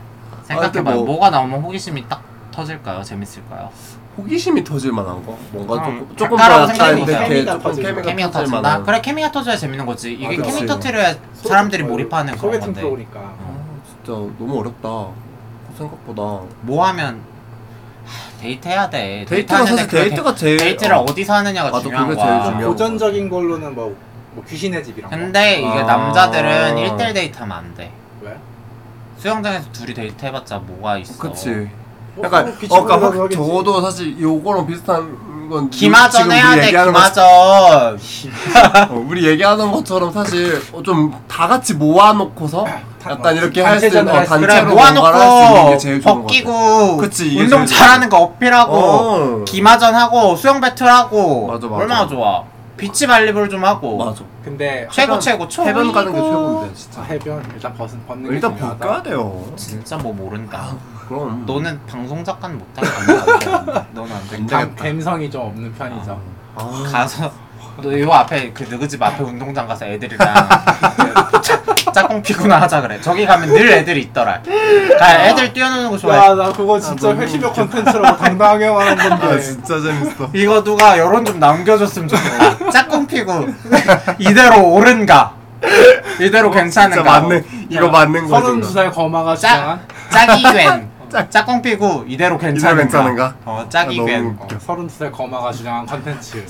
Speaker 3: 생각해봐요
Speaker 1: 뭐-
Speaker 3: 뭐가 나오면 호기심이 딱 터질까요 재밌을까요
Speaker 1: 호기심이 터질 만한 거? 뭔가
Speaker 3: 음,
Speaker 1: 조금 조금
Speaker 3: 작가라고
Speaker 1: 더
Speaker 3: 생각해보세요.
Speaker 1: 약간
Speaker 2: 케미가
Speaker 1: 조금
Speaker 2: 터질
Speaker 1: 케미가,
Speaker 3: 케미가
Speaker 1: 터질
Speaker 3: 터진다
Speaker 1: 만한
Speaker 3: 그래 케미가 터져야 재밌는 거지 이게
Speaker 2: 아,
Speaker 3: 케미
Speaker 1: 그렇지.
Speaker 3: 터트려야 사람들이 몰입하는 그런
Speaker 2: 소개팅
Speaker 3: 건데
Speaker 2: 프로니까
Speaker 1: 아, 진짜 너무 어렵다 생각보다
Speaker 3: 뭐 하면 하, 데이트해야 돼
Speaker 1: 데이트가
Speaker 3: 데이트하는데
Speaker 1: 사실
Speaker 3: 그렇게
Speaker 1: 데이트가 제일
Speaker 3: 데이트를
Speaker 1: 어.
Speaker 3: 어. 디서 하느냐가
Speaker 1: 맞아,
Speaker 3: 중요한
Speaker 1: 그게
Speaker 3: 거야.
Speaker 1: 제일 중요해.
Speaker 2: 고전적인 걸로는 뭐, 뭐 귀신의 집 이런 거
Speaker 3: 근데 이게
Speaker 1: 아.
Speaker 3: 남자들은 1대1 데이트하면 안 돼.
Speaker 2: 왜?
Speaker 3: 수영장에서 둘이 데이트해봤자 뭐가 있어.
Speaker 1: 그치
Speaker 2: 뭐
Speaker 1: 약간
Speaker 2: 서로
Speaker 1: 어, 그러니까
Speaker 2: 비추면서도
Speaker 1: 확-
Speaker 2: 하겠지.
Speaker 1: 저거도 사실 요거랑 비슷한 건
Speaker 3: 기마전
Speaker 1: 지금
Speaker 3: 해야
Speaker 1: 우리
Speaker 3: 돼,
Speaker 1: 얘기하는 것-
Speaker 3: 기마전.
Speaker 1: 어, 우리 얘기하는 것처럼 사실 어, 좀다 같이 모아놓고서
Speaker 2: 어,
Speaker 1: 약간 이렇게 할 수 있는
Speaker 2: 단체전을
Speaker 1: 어,
Speaker 2: 할 수-
Speaker 1: 단체로
Speaker 3: 그래,
Speaker 1: 뭔가를 할수 있는 게
Speaker 3: 모아놓고
Speaker 1: 제일 좋은 것 같아
Speaker 3: 벗기고
Speaker 1: 그치, 이게
Speaker 3: 운동
Speaker 1: 제일 좋아.
Speaker 3: 잘하는 거 어필하고
Speaker 1: 어.
Speaker 3: 기마전하고 수영 배틀하고
Speaker 1: 맞아, 맞아.
Speaker 3: 얼마나 좋아. 비치 발리볼 좀 하고
Speaker 1: 맞아
Speaker 2: 근데
Speaker 3: 최고 뭐 최고 초
Speaker 1: 해변 가는 게 최고인데 진짜
Speaker 2: 아, 해변 일단 벗은 벗는 게
Speaker 1: 일단
Speaker 2: 중요하다.
Speaker 1: 벗겨야 돼요
Speaker 3: 진짜 뭐 모른다.
Speaker 1: 아. 그럼
Speaker 3: 너는 방송 작가는 못하게 안 되겠다. 너는 안 되겠다.
Speaker 2: 감, 감성이 좀 없는 편이죠.
Speaker 1: 아,
Speaker 3: 가서 너 요 앞에 그 너그 집 앞에 운동장 가서 애들이랑 짝- 짝꿍 피구나 하자 그래. 저기 가면 늘 애들이 있더라. 가 애들 뛰어노는 거 좋아해.
Speaker 2: 야, 나 그거 진짜
Speaker 1: 너무
Speaker 2: 회심의 콘텐츠라고 당당하게 말한 건데.
Speaker 4: 아 진짜 재밌어.
Speaker 3: 이거 누가 여론 좀 남겨줬으면 좋겠어. 아, 짝꿍 피구 이대로 옳은가? 이대로 괜찮은가?
Speaker 1: 진짜 맞는 이거 맞는 거야.
Speaker 2: 서른 두
Speaker 1: 진짜.
Speaker 2: 살 거마가
Speaker 3: 짝
Speaker 2: 주장한
Speaker 3: 짝이견 짝꿍 피구 이대로 괜찮은가?
Speaker 1: 괜찮은가?
Speaker 3: 어
Speaker 1: 아,
Speaker 3: 짝이견
Speaker 1: 너무
Speaker 2: 어, 서른 두 살 거마가 주장한 컨텐츠.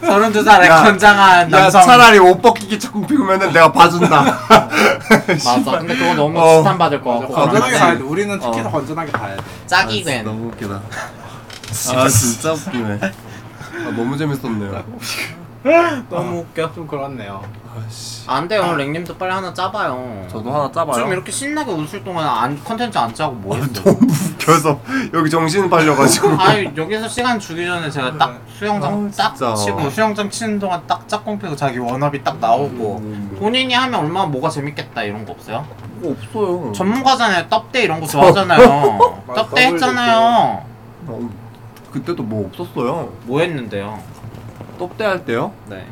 Speaker 3: 서른 두 살에
Speaker 1: 야,
Speaker 3: 건장한
Speaker 1: 야
Speaker 3: 남성
Speaker 1: 차라리 옷 벗기기 자꾸 피우면은 내가 봐준다.
Speaker 5: 맞아. 근데 그거 너무
Speaker 1: 어.
Speaker 5: 비판받을 것
Speaker 2: 맞아,
Speaker 5: 같고.
Speaker 2: 건전하게
Speaker 1: 그렇지.
Speaker 2: 가야 돼. 우리는 특히
Speaker 1: 어.
Speaker 2: 더 건전하게 가야 돼.
Speaker 1: 아,
Speaker 3: 짝이견
Speaker 1: 너무 웃기다. 아 진짜 웃기네. 아, 너무 재밌었네요.
Speaker 3: 너무 웃겨.
Speaker 2: 어, 좀 그렇네요.
Speaker 3: 안 돼요. 랭님도 빨리 하나 짜봐요.
Speaker 1: 아. 저도 하나 짜봐요. 아,
Speaker 3: 지금 이렇게 신나게 웃을 동안 안 컨텐츠 안 짜고 뭐 했어?
Speaker 1: 웃겨서 여기 정신 팔려가지고.
Speaker 3: 아니 여기서 시간 주기 전에 제가 딱 수영장
Speaker 1: 아,
Speaker 3: 딱
Speaker 1: 진짜.
Speaker 3: 치고 수영장 치는 동안 딱 짝꿍 피고 자기 워너비 딱 나오고
Speaker 1: 음.
Speaker 3: 본인이 하면 얼마나 뭐가 재밌겠다 이런 거 없어요?
Speaker 1: 뭐 없어요.
Speaker 3: 전문가잖아요. 떡대 이런 거 좋아하잖아요.
Speaker 2: 맞아,
Speaker 3: 떡대 했잖아요.
Speaker 1: 어, 그때도 뭐 없었어요.
Speaker 3: 뭐 했는데요?
Speaker 1: 떡대할 때요?
Speaker 3: 네.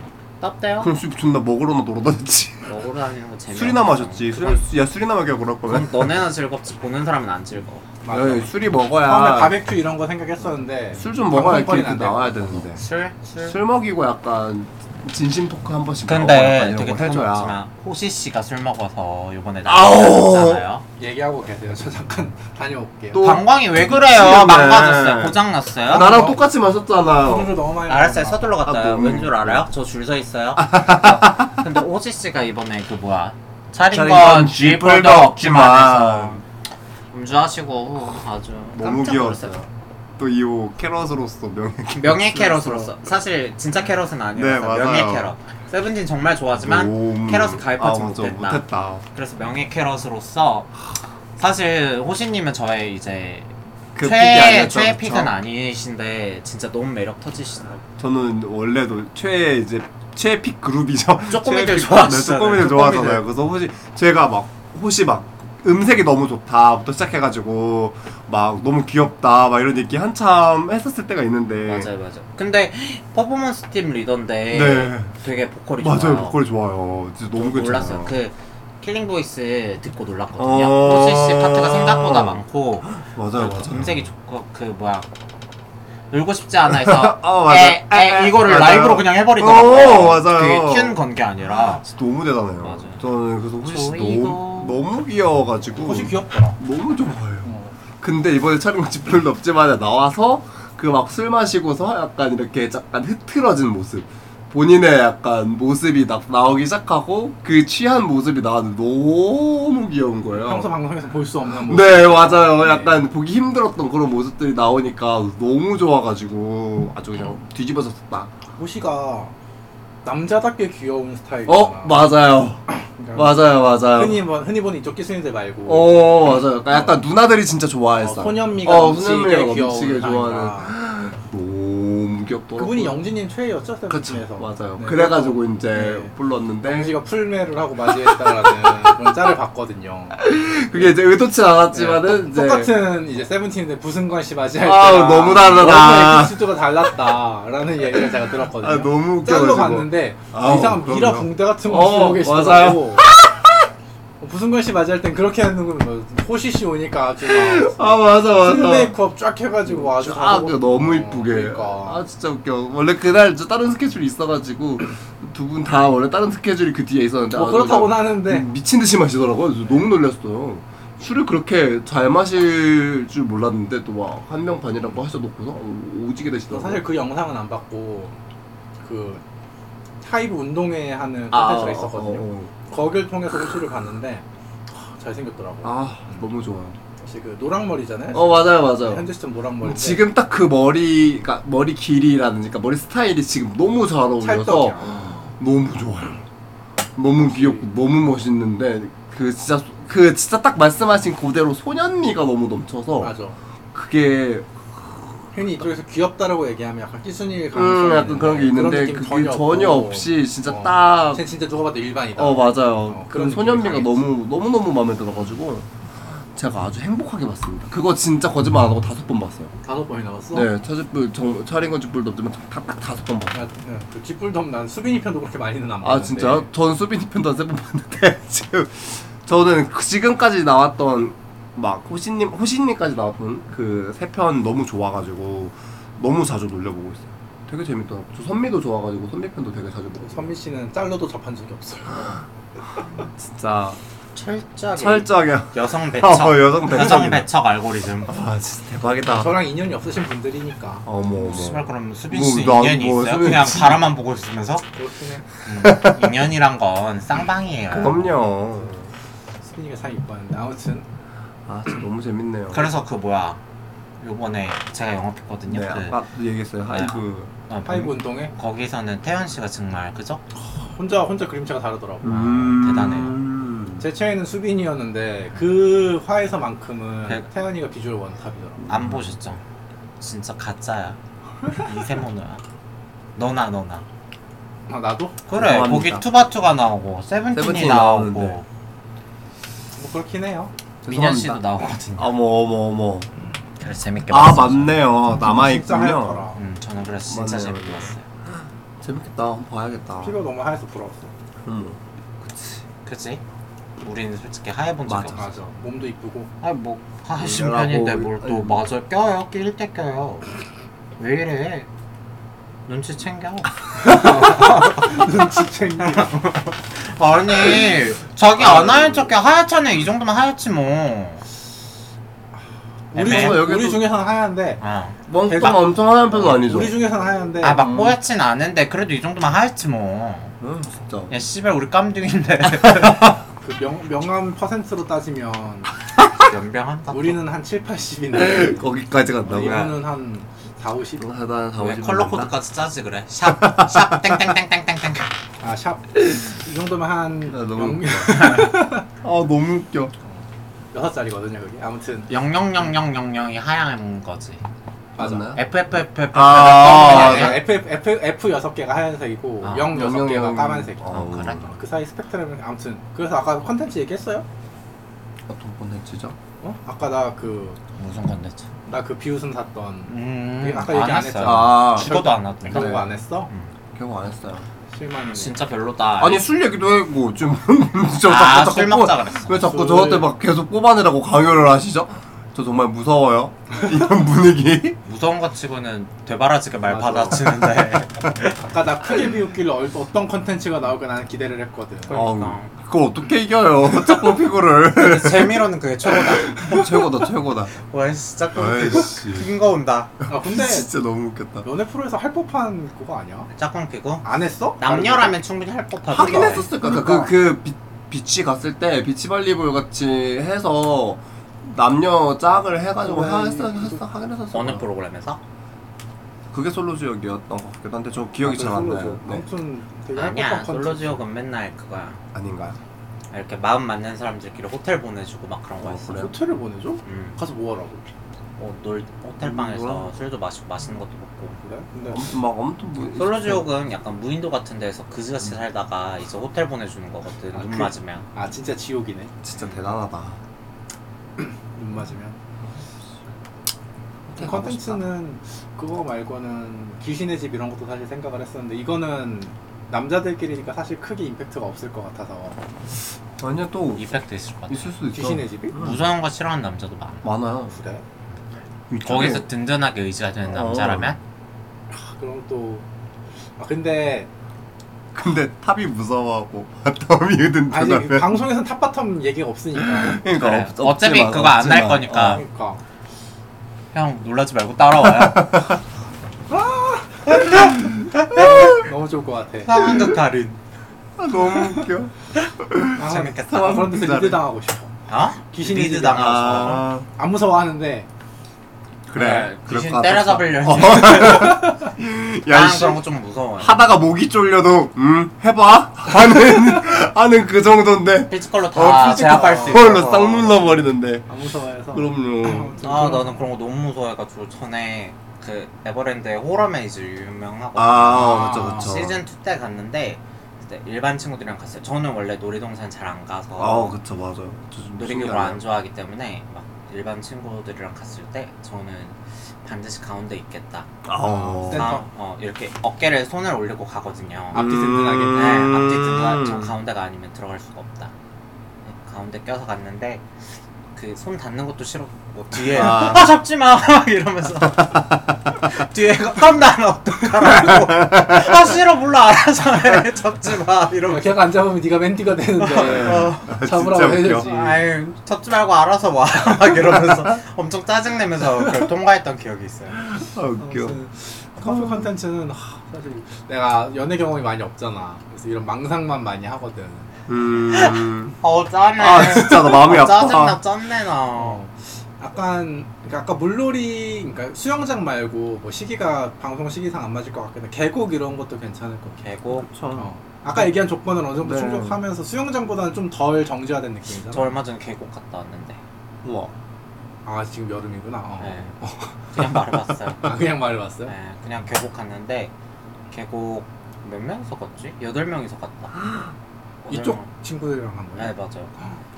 Speaker 3: 떡대요?
Speaker 1: 그럼 술 존나 먹으러나 놀아다녔지.
Speaker 3: 먹으러 다니는 거 재미.
Speaker 1: 술이나 마셨지. 술, 야 술이나 먹여 그럴 거면.
Speaker 3: 그럼 너네나 즐겁지 보는 사람은 안 즐거워.
Speaker 2: 맞아.
Speaker 1: 야, 술이 먹어야.
Speaker 2: 처음에 바베큐 이런 거 생각했었는데
Speaker 1: 술 좀 먹어야 이렇게
Speaker 2: 방송권이 안 돼.
Speaker 1: 나와야 되는데.
Speaker 3: 술? 술?
Speaker 1: 술 먹이고 약간 진심 토크 한 번씩. 나오고 어, 약간
Speaker 3: 근데
Speaker 1: 이런
Speaker 3: 되게
Speaker 1: 걸 해줘야.
Speaker 3: 탈모지만 호시 씨가 술 먹어서 요번에
Speaker 1: 아오!
Speaker 3: 나갔잖아요.
Speaker 2: 네, 얘기하고 계세요. 저 잠깐 다녀올게요.
Speaker 1: 또-
Speaker 3: 방광이 왜
Speaker 1: 미치겠네.
Speaker 3: 그래요? 망가졌어요. 고장
Speaker 1: 아,
Speaker 3: 났어요.
Speaker 1: 나랑 똑같이 마셨잖아.
Speaker 2: 소주를 너무 많이
Speaker 3: 알았어요.
Speaker 2: 먹었나 봐.
Speaker 3: 서둘러 갔다
Speaker 1: 아,
Speaker 3: 와요.
Speaker 1: 너무-
Speaker 3: 왠 줄 알아요? 저 줄 서 있어요. 어. 근데 오지 씨가 이번에 그 뭐야 차린
Speaker 1: 차린
Speaker 3: 건
Speaker 1: 건
Speaker 3: 쥐뿔도
Speaker 1: 쥐뿔도
Speaker 3: 없지만
Speaker 1: 없지만.
Speaker 3: 음주하시고 아주
Speaker 1: 너무
Speaker 3: 깜짝 놀랐어요.
Speaker 1: 귀여웠어요. 또 이호 캐럿으로서 명예.
Speaker 3: 명예 캐럿으로서 사실 진짜 캐럿은 아니었어요.
Speaker 1: 네, 맞아요.
Speaker 3: 명예 캐럿. 세븐틴 정말 좋아하지만
Speaker 1: 너무-
Speaker 3: 캐럿은 가입하지
Speaker 1: 아, 맞아,
Speaker 3: 못했다.
Speaker 1: 못했다.
Speaker 3: 그래서 명예 캐럿으로서 사실 호시님은 저의 이제
Speaker 1: 그 픽이
Speaker 3: 최애
Speaker 1: 아니었죠,
Speaker 3: 최애
Speaker 1: 그쵸?
Speaker 3: 픽은 아니신데 진짜 너무 매력 터지시더라고요.
Speaker 1: 저는 원래도 최애 이제 최애 픽 그룹이죠.
Speaker 3: 쪼꼬미들
Speaker 1: 최애 픽
Speaker 3: 좋아하시잖아요.
Speaker 1: 그룹, 네, 쪼꼬미들
Speaker 3: 쪼꼬미들.
Speaker 1: 좋아하잖아요. 그래서 혹시 제가 막 혹시 막 음색이 너무 좋다부터 시작해가지고 막 너무 귀엽다 막 이런 얘기 한참 했었을 때가 있는데
Speaker 3: 맞아요, 맞아요. 근데 퍼포먼스 팀 리더인데
Speaker 1: 네.
Speaker 3: 되게 보컬이
Speaker 1: 맞아요
Speaker 3: 좋아요.
Speaker 1: 보컬이 좋아요. 진짜 너무 괜찮아요.
Speaker 3: 몰랐어요. 그 킬링 보이스 듣고 놀랐거든요.
Speaker 1: 어.
Speaker 3: 호시 씨 파트가 생각보다 많고
Speaker 1: 맞아요 맞아요.
Speaker 3: 그 음색이 좋고 그 뭐야 놀고 싶지 않아 해서
Speaker 1: 어, 맞아.
Speaker 3: 에, 에, 이거를
Speaker 1: 맞아요.
Speaker 3: 라이브로 그냥 해버리더라고요.
Speaker 1: 오, 맞아요.
Speaker 3: 그게 튠 건 게 아니라
Speaker 1: 진짜 너무 대단해요.
Speaker 3: 맞아요.
Speaker 1: 저는 그래서 호시 씨
Speaker 3: 저 이거-
Speaker 1: 너무 너무 귀여워가지고
Speaker 2: 혹시
Speaker 1: 어.
Speaker 2: 귀엽더라.
Speaker 1: 너무 좋아요. 근데 이번에 촬영 집별도 없지만 나와서 그 막 술 마시고서 약간 이렇게 약간 흐트러진 모습 본인의 약간 모습이 나, 나오기 시작하고 그 취한 모습이 나왔는데 너무 귀여운 거예요.
Speaker 2: 평소 방송에서 볼 수 없는 모습.
Speaker 1: 네 맞아요. 약간 보기 힘들었던 그런 모습들이 나오니까 너무 좋아가지고 아주 그냥 뒤집어졌다.
Speaker 2: 호시가 남자답게 귀여운 스타일이잖아.
Speaker 1: 어 맞아요.
Speaker 2: 그러니까
Speaker 1: 맞아요 맞아요.
Speaker 2: 흔히 뭐- 흔히 보는 이쪽 기순이들 말고.
Speaker 1: 어 맞아요. 약간, 약간 누나들이 진짜 좋아했어.
Speaker 2: 어, 소년미가
Speaker 1: 어, 소년미가
Speaker 2: 넘치게 귀여운
Speaker 1: 넘치게
Speaker 2: 사람이다.
Speaker 1: 너무 귀엽더라고.
Speaker 2: 그분이 영진님 최애였죠?
Speaker 1: 어, 뭐. 그쵸
Speaker 2: 세븐틴에서.
Speaker 1: 맞아요.
Speaker 2: 네,
Speaker 1: 그래가지고 이제
Speaker 2: 네.
Speaker 1: 불렀는데
Speaker 2: 영지가 풀매를 하고 맞이했다라는 그런 짤을 봤거든요.
Speaker 1: 그게 이제 의도치 않았지만은
Speaker 2: 네,
Speaker 1: 이제
Speaker 2: 똑- 똑같은 이제 세븐틴인데 부승관 씨 맞이할 때
Speaker 1: 아우, 너무 다르다.
Speaker 2: 에피소드가 달랐다라는 얘기를 제가 들었거든요.
Speaker 1: 아 너무
Speaker 2: 짤로
Speaker 1: 웃겨가지고
Speaker 2: 봤는데
Speaker 1: 아우,
Speaker 2: 이상한 미라
Speaker 1: 그럼요.
Speaker 2: 붕대 같은
Speaker 1: 어,
Speaker 2: 거 쓰고 계시더라고. 어, 부승관 씨 맞이할 땐 그렇게 하는 거면 뭐 호시 씨 오니까 아주 막
Speaker 1: 아 맞아
Speaker 2: 풀
Speaker 1: 맞아.
Speaker 2: 메이크업 쫙 해가지고 아주
Speaker 1: 아
Speaker 2: 잘하고
Speaker 1: 그거 너무
Speaker 2: 있고.
Speaker 1: 이쁘게.
Speaker 2: 그러니까.
Speaker 1: 아 진짜 웃겨. 원래 그날 저 다른 스케줄이 있어가지고 두 분 다 원래 다른 스케줄이 그 뒤에 있었는데
Speaker 2: 뭐
Speaker 1: 아,
Speaker 2: 그렇다고는
Speaker 1: 그냥
Speaker 2: 하는데
Speaker 1: 미친 듯이 마시더라고요. 그래서 너무 놀랐어요. 술을 그렇게 잘 마실 줄 몰랐는데 또 막 한 명 반이라고 하셔놓고서 어, 오- 오지게
Speaker 2: 저
Speaker 1: 되시더라고요.
Speaker 2: 사실 그 영상은 안 봤고 그 하이브 운동회 하는
Speaker 1: 아,
Speaker 2: 콘텐츠가
Speaker 1: 어,
Speaker 2: 있었거든요.
Speaker 1: 어, 어.
Speaker 2: 거길 통해서 호시를 봤는데 하, 잘생겼더라고.
Speaker 1: 아 너무 좋아요.
Speaker 2: 혹시 그 노랑머리잖아요.
Speaker 1: 어 맞아요 맞아요.
Speaker 2: 현재 시점 노랑머리.
Speaker 1: 지금 딱 그 머리가 머리 길이라든지 그러니까 머리 스타일이 지금 너무 잘 어울려서
Speaker 2: 찰떡이야.
Speaker 1: 너무 좋아요. 너무 귀엽고 너무 멋있는데 그 진짜 소- 그 진짜 딱 말씀하신 그대로 소년미가 너무 넘쳐서
Speaker 2: 맞아.
Speaker 1: 그게
Speaker 2: 흔히 이쪽에서 귀엽다라고 얘기하면 약간 끼순이의
Speaker 1: 음
Speaker 2: 감성.
Speaker 1: 약간 그런 게 있는데 그게 전혀, 없이 진짜
Speaker 2: 어.
Speaker 1: 딱
Speaker 2: 쟤 진짜 누가 봐도 일반이다.
Speaker 1: 어 맞아요.
Speaker 2: 어,
Speaker 1: 그런
Speaker 2: 그런
Speaker 1: 소년미가
Speaker 2: 느낌이
Speaker 1: 너무 너무 너무 마음에 들어가지고 제가 아주 행복하게 봤습니다. 그거 진짜 거짓말 안 하고 다섯 번 봤어요.
Speaker 2: 다섯 번이 나왔어?
Speaker 1: 네, 차짓불 정 차린 건 쥐뿔도 없지만 딱딱 다섯 번 봤어요.
Speaker 2: 나, 네, 그 찌뿔덤 난 수빈이 편도 그렇게 많이는 안
Speaker 3: 네.
Speaker 2: 봤는데
Speaker 1: 아 진짜? 저는 수빈이 편도 세번 봤는데 지금 저는 그 지금까지 나왔던 막 호신님 호신님까지 나왔던 그 세 편 너무 좋아가지고 너무 자주 놀려보고 있어요. 되게 재밌더라고. 저 선미도 좋아가지고 선미 편도 되게 자주 보고. 있어요.
Speaker 2: 선미 씨는 짤로도 접한 적이 없어요
Speaker 1: 진짜
Speaker 3: 철저하게
Speaker 1: 철저하게
Speaker 3: 여성 배척
Speaker 1: 어, 여성
Speaker 3: 여성
Speaker 1: 대성
Speaker 3: 배척 알고리즘
Speaker 1: 아 진짜 대박이다.
Speaker 2: 저랑 인연이 없으신 분들이니까
Speaker 1: 어머 어머.
Speaker 3: 씨발 그럼 수빈
Speaker 1: 뭐,
Speaker 3: 씨
Speaker 1: 난
Speaker 3: 인연이
Speaker 1: 뭐
Speaker 3: 있어요?
Speaker 1: 수빈
Speaker 3: 그냥
Speaker 1: 씨.
Speaker 3: 바라만 보고 있으면서
Speaker 2: 그렇긴 해
Speaker 3: 음, 인연이란 건 쌍방이에요.
Speaker 1: 그럼요.
Speaker 2: 수빈이가 참 이뻤는데 아무튼
Speaker 1: 아 진짜 너무 재밌네요.
Speaker 3: 그래서 그 뭐야 요번에 제가 영업했거든요.
Speaker 1: 네
Speaker 3: 그
Speaker 1: 아까 얘기했어요 하이브.
Speaker 3: 어,
Speaker 2: 파이브 운동에
Speaker 3: 거기서는 태연 씨가 정말 그죠?
Speaker 2: 혼자 혼자 그림체가 다르더라고
Speaker 3: 아,
Speaker 1: 음.
Speaker 3: 대단해요.
Speaker 2: 제 최애는 수빈이었는데 그 화에서만큼은
Speaker 3: 네.
Speaker 2: 태연이가 비주얼 원탑이더라고
Speaker 3: 안 보셨죠? 진짜 가짜야. 이세모노야. 너나 너나.
Speaker 2: 아 나도?
Speaker 3: 그래
Speaker 1: 너무합니다.
Speaker 3: 거기 투바투가 나오고 세븐틴이
Speaker 1: 세븐틴이
Speaker 3: 나오고
Speaker 1: 나오는데.
Speaker 2: 뭐 그렇긴 해요
Speaker 3: 민현 씨도
Speaker 1: 죄송합니다.
Speaker 3: 나오거든요.
Speaker 1: 어머 어머 어머.
Speaker 3: 그래서 재밌게
Speaker 1: 아
Speaker 3: 봤어요.
Speaker 1: 맞네요. 남아
Speaker 2: 진짜
Speaker 1: 있군요.
Speaker 2: 하얗더라
Speaker 3: 음 저는 그래서 진짜
Speaker 1: 맞네요,
Speaker 3: 재밌게
Speaker 1: 맞네요.
Speaker 3: 봤어요.
Speaker 1: 재밌겠다. 한번 봐야겠다.
Speaker 2: 피부가 너무 하얘서 부러웠어
Speaker 1: 음.
Speaker 3: 그치? 우리는 솔직히 하얘 본 적이
Speaker 1: 맞아.
Speaker 3: 없어.
Speaker 2: 맞아 몸도 이쁘고
Speaker 3: 아니 뭐 하신
Speaker 1: 얘라고,
Speaker 3: 편인데 뭘 또
Speaker 1: 아니.
Speaker 3: 맞아 껴요 낄 때 껴요 왜 이래 눈치 챙겨
Speaker 2: 눈치 챙겨
Speaker 3: 아니 자기 안 하얀 척해 하얗잖아 이 정도면 하얗지 뭐
Speaker 2: 우리,
Speaker 3: 애매해.
Speaker 2: 중,
Speaker 1: 여기도-
Speaker 2: 우리 중에서는 하얀데
Speaker 3: 아,
Speaker 1: 멍뚱
Speaker 2: 대박.
Speaker 1: 엄청 하는 편은 아니죠.
Speaker 2: 우리 중에서는 하얀데
Speaker 3: 아, 막
Speaker 1: 음.
Speaker 3: 뽀얗진 않은데 그래도 이 정도면 하얗지 뭐야
Speaker 1: 응 음, 진짜.
Speaker 3: 씨발 우리 깜둥인데
Speaker 2: 그 명, 명함 퍼센트로 따지면
Speaker 1: 아,
Speaker 3: 연병한다
Speaker 2: 우리는 한 7, 80인데
Speaker 1: 거기까지 간다고요.
Speaker 2: 예. 이분은 한 4, 50?
Speaker 1: 하단
Speaker 3: 왜
Speaker 1: 사오십.
Speaker 3: 컬러 코드까지 짜지 그래 샵 샵 땡땡땡땡땡땡
Speaker 2: 아, 샵. 이 정도면 한
Speaker 1: 아, 너무
Speaker 2: 영-
Speaker 1: 아 너무 웃겨.
Speaker 2: 여섯 자리거든요, 그게. 아무튼
Speaker 3: 0000000이 하얀 거지
Speaker 1: 맞나요?
Speaker 3: FFFF
Speaker 1: 아,
Speaker 2: 아, F, F, F, F 6개가 하얀색이고
Speaker 3: 아,
Speaker 2: 0 6개가 까만색.
Speaker 1: 아,
Speaker 3: 어, 그래?
Speaker 2: 그 사이 스펙트럼은 아무튼 그래서 아까 컨텐츠 얘기했어요?
Speaker 1: 어떤 콘텐츠죠?
Speaker 2: 어? 아까 나 그 나 그
Speaker 3: 무슨 컨텐츠?
Speaker 2: 비웃음 샀던
Speaker 3: 음,
Speaker 2: 아까 얘기
Speaker 3: 안
Speaker 2: 안
Speaker 3: 했어요.
Speaker 1: 아
Speaker 3: 죽어도 안 하던데.
Speaker 2: 그런
Speaker 1: 네.
Speaker 2: 거 안 했어?
Speaker 1: 결국 안 했어요.
Speaker 2: 실망이네.
Speaker 3: 진짜 별로다.
Speaker 1: 아니 술 얘기도 했고 지금 저
Speaker 3: 아,
Speaker 1: 자꾸
Speaker 3: 술
Speaker 1: 자꾸
Speaker 3: 먹자 그랬어.
Speaker 1: 왜 자꾸
Speaker 2: 술.
Speaker 1: 저한테 막 계속 뽑아내라고 강요를 하시죠? 저 정말 무서워요. 이런 분위기.
Speaker 3: 무서운 것 치고는 되바라지게 말
Speaker 2: 맞아.
Speaker 3: 받아치는데.
Speaker 2: 아까 나 크게 비웃길래 얼- 어떤 컨텐츠가 나올까 나는 기대를 했거든.
Speaker 1: 아우, 그거 어떻게 이겨요? 짝꿍 피구를.
Speaker 3: 근데 재미로는 그게 최고다.
Speaker 1: 최고다, 최고다.
Speaker 3: 와, 진짜
Speaker 1: 아이씨.
Speaker 3: 핑거 온다.
Speaker 2: 아 근데
Speaker 1: 진짜 너무 웃겼다.
Speaker 2: 연애 프로에서 할 법한 그거 아니야?
Speaker 3: 짝꿍 피고?
Speaker 2: 안 했어?
Speaker 3: 남녀라면 충분히 할 법하다. 그러니까.
Speaker 1: 하긴 했었을 거야. 아, 그, 그, 비, 비치 갔을 때 비치발리볼 같이 해서 남녀 짝을 해가지고
Speaker 2: 그래.
Speaker 1: 하, 했어, 했어, 하긴 했었어.
Speaker 3: 네. 어느 프로그램에서?
Speaker 1: 그게 솔로 지역이었던 것 같기도 한데 저
Speaker 3: 아,
Speaker 1: 기억이 잘 안 나요. 네.
Speaker 2: 아, 아무튼 되게 할
Speaker 3: 아니야,
Speaker 2: 법한
Speaker 3: 솔로
Speaker 2: 컨텐츠.
Speaker 3: 지옥은 맨날 그거야.
Speaker 1: 아닌가요?
Speaker 3: 이렇게 마음 맞는 사람들끼리 호텔 보내주고 막 그런
Speaker 1: 어,
Speaker 3: 거였어.
Speaker 1: 그래요?
Speaker 2: 호텔을 보내줘?
Speaker 3: 음,
Speaker 2: 가서 뭐 하라고?
Speaker 3: 어, 놀 호텔 방에서 술도 마시고 맛있는 것도 먹고.
Speaker 2: 그래? 근데
Speaker 1: 아무튼 막, 아무튼 뭐.
Speaker 3: 솔로 지옥은 약간 무인도 같은 데서 그지같이 살다가 이제 호텔 보내주는 거거든
Speaker 2: 아,
Speaker 3: 눈
Speaker 2: 그-
Speaker 3: 맞으면
Speaker 2: 아 진짜 지옥이네.
Speaker 1: 진짜 대단하다.
Speaker 2: 눈 맞으면. 컨텐츠는 그거 말고는 귀신의 집 이런 것도 사실 생각을 했었는데 이거는 남자들끼리니까 사실 크게 임팩트가 없을 것 같아서
Speaker 1: 아니야, 또
Speaker 3: 이펙트 있을 것 같아
Speaker 1: 있을 수도 있죠.
Speaker 2: 귀신의 집이?
Speaker 3: 무서운 거 싫어하는 남자도 많아
Speaker 1: 많아요.
Speaker 2: 그래?
Speaker 3: 거기서 든든하게 의지가 되는
Speaker 1: 어.
Speaker 3: 남자라면
Speaker 2: 아, 그럼 또 아, 근데
Speaker 1: 근데 탑이 무서워하고 덤이
Speaker 3: 음,
Speaker 2: 아니
Speaker 1: 든든하면
Speaker 2: 방송에서는 탑바텀 얘기가 없으니까
Speaker 1: 그러니까
Speaker 3: 그래.
Speaker 1: 없-
Speaker 3: 어차피
Speaker 1: 없지만,
Speaker 3: 그거 안 날
Speaker 1: 없지만.
Speaker 3: 거니까.
Speaker 1: 어.
Speaker 2: 그러니까
Speaker 3: 형 놀라지 말고 따라와요
Speaker 2: 너무 좋을 것 같아.
Speaker 3: 상황극 달인
Speaker 1: 아, 너무 웃겨.
Speaker 2: 아,
Speaker 3: 재밌겠다.
Speaker 2: 그런 데서 리드 당하고 싶어.
Speaker 3: 어?
Speaker 2: 귀신이
Speaker 3: 리드
Speaker 2: 지금-
Speaker 3: 당하고
Speaker 1: 아
Speaker 2: 안 무서워하는데
Speaker 1: 그래. 그럴
Speaker 3: 네, 귀신
Speaker 1: 것 같았어.
Speaker 3: 때려잡으려는
Speaker 1: 어. 야,
Speaker 3: 난
Speaker 1: 씨.
Speaker 3: 그런 거 좀 무서워요
Speaker 1: 하다가 목이 쫄려도 음 해봐 하는 하는 그 정도인데
Speaker 3: 피지컬로 다
Speaker 1: 어,
Speaker 3: 제압할 수
Speaker 1: 그걸로
Speaker 3: 있어
Speaker 1: 싹 눌러버리는데.
Speaker 2: 안 무서워해서 어,
Speaker 1: 그럼요.
Speaker 3: 아 나는 그런 거 너무 무서워해가지고 전에 그 에버랜드의 호러 메이즈 유명하고
Speaker 1: 아,
Speaker 2: 아,
Speaker 1: 그렇죠, 그렇죠.
Speaker 3: 시즌 2 때 갔는데 그때 일반 친구들이랑 갔어요. 저는 원래 놀이동산 잘 안 가서
Speaker 1: 아 그쵸 맞아요. 저 좀
Speaker 3: 놀이기구를
Speaker 1: 신기하네요.
Speaker 3: 안 좋아하기 때문에 막 일반 친구들이랑 갔을 때 저는 반드시 가운데 있겠다.
Speaker 1: 아, 어.
Speaker 2: 센터.
Speaker 3: 아, 어, 이렇게 어깨를 손을 올리고 가거든요.
Speaker 1: 아,
Speaker 2: 앞뒤 든든하게.
Speaker 3: 네, 앞뒤 든든한 저
Speaker 1: 음.
Speaker 3: 가운데가 아니면 들어갈 수가 없다. 네, 가운데 껴서 갔는데 그 손 닿는 것도 싫어. 뭐 뒤에
Speaker 1: 아.
Speaker 3: 아, 잡지 마 이러면서 뒤에가 그럼 난 어떡하라고 아 싫어 몰라 알아서 해 잡지 마 이러면서
Speaker 2: 걔가 어, 안 잡으면 네가 맨디가
Speaker 3: 어,
Speaker 2: 되는데 어, 잡으라고
Speaker 1: 아, 진짜
Speaker 2: 해야지.
Speaker 1: 웃겨.
Speaker 3: 아유 잡지 말고 알아서 와 막 이러면서 엄청 짜증내면서 그걸 통과했던 기억이 있어요.
Speaker 1: 아 웃겨.
Speaker 2: 어,
Speaker 3: 아.
Speaker 2: 커플 컨텐츠는 하, 사실 내가 연애 경험이 많이 없잖아. 그래서 이런 망상만 많이 하거든.
Speaker 1: 음.
Speaker 3: 어 짠해.
Speaker 1: 아 진짜 나 마음이
Speaker 3: 아,
Speaker 1: 아파.
Speaker 3: 짜증나 짠내 나.
Speaker 2: 어. 약간 그러니까 아까 물놀이 그러니까 수영장 말고 뭐 시기가 방송 시기상 안 맞을 것 같긴 해. 계곡 이런 것도 괜찮을 것 같아.
Speaker 3: 계곡.
Speaker 1: 그쵸.
Speaker 2: 어. 아까 얘기한 조건을 어느 정도
Speaker 1: 네.
Speaker 2: 충족하면서 수영장보다는 좀 덜 정지화된 느낌이잖아.
Speaker 3: 저 얼마 전에 계곡 갔다 왔는데.
Speaker 1: 우와.
Speaker 2: 아 지금 여름이구나. 어.
Speaker 3: 네. 그냥 말해봤어요.
Speaker 2: 아 그냥 말해봤어요.
Speaker 3: 네, 그냥 계곡 갔는데 계곡 몇 명이서 갔지? 여덟 명이서 갔다. 여덟
Speaker 2: 이쪽
Speaker 3: 명.
Speaker 2: 친구들이랑 한 거예요.
Speaker 3: 네 맞아요.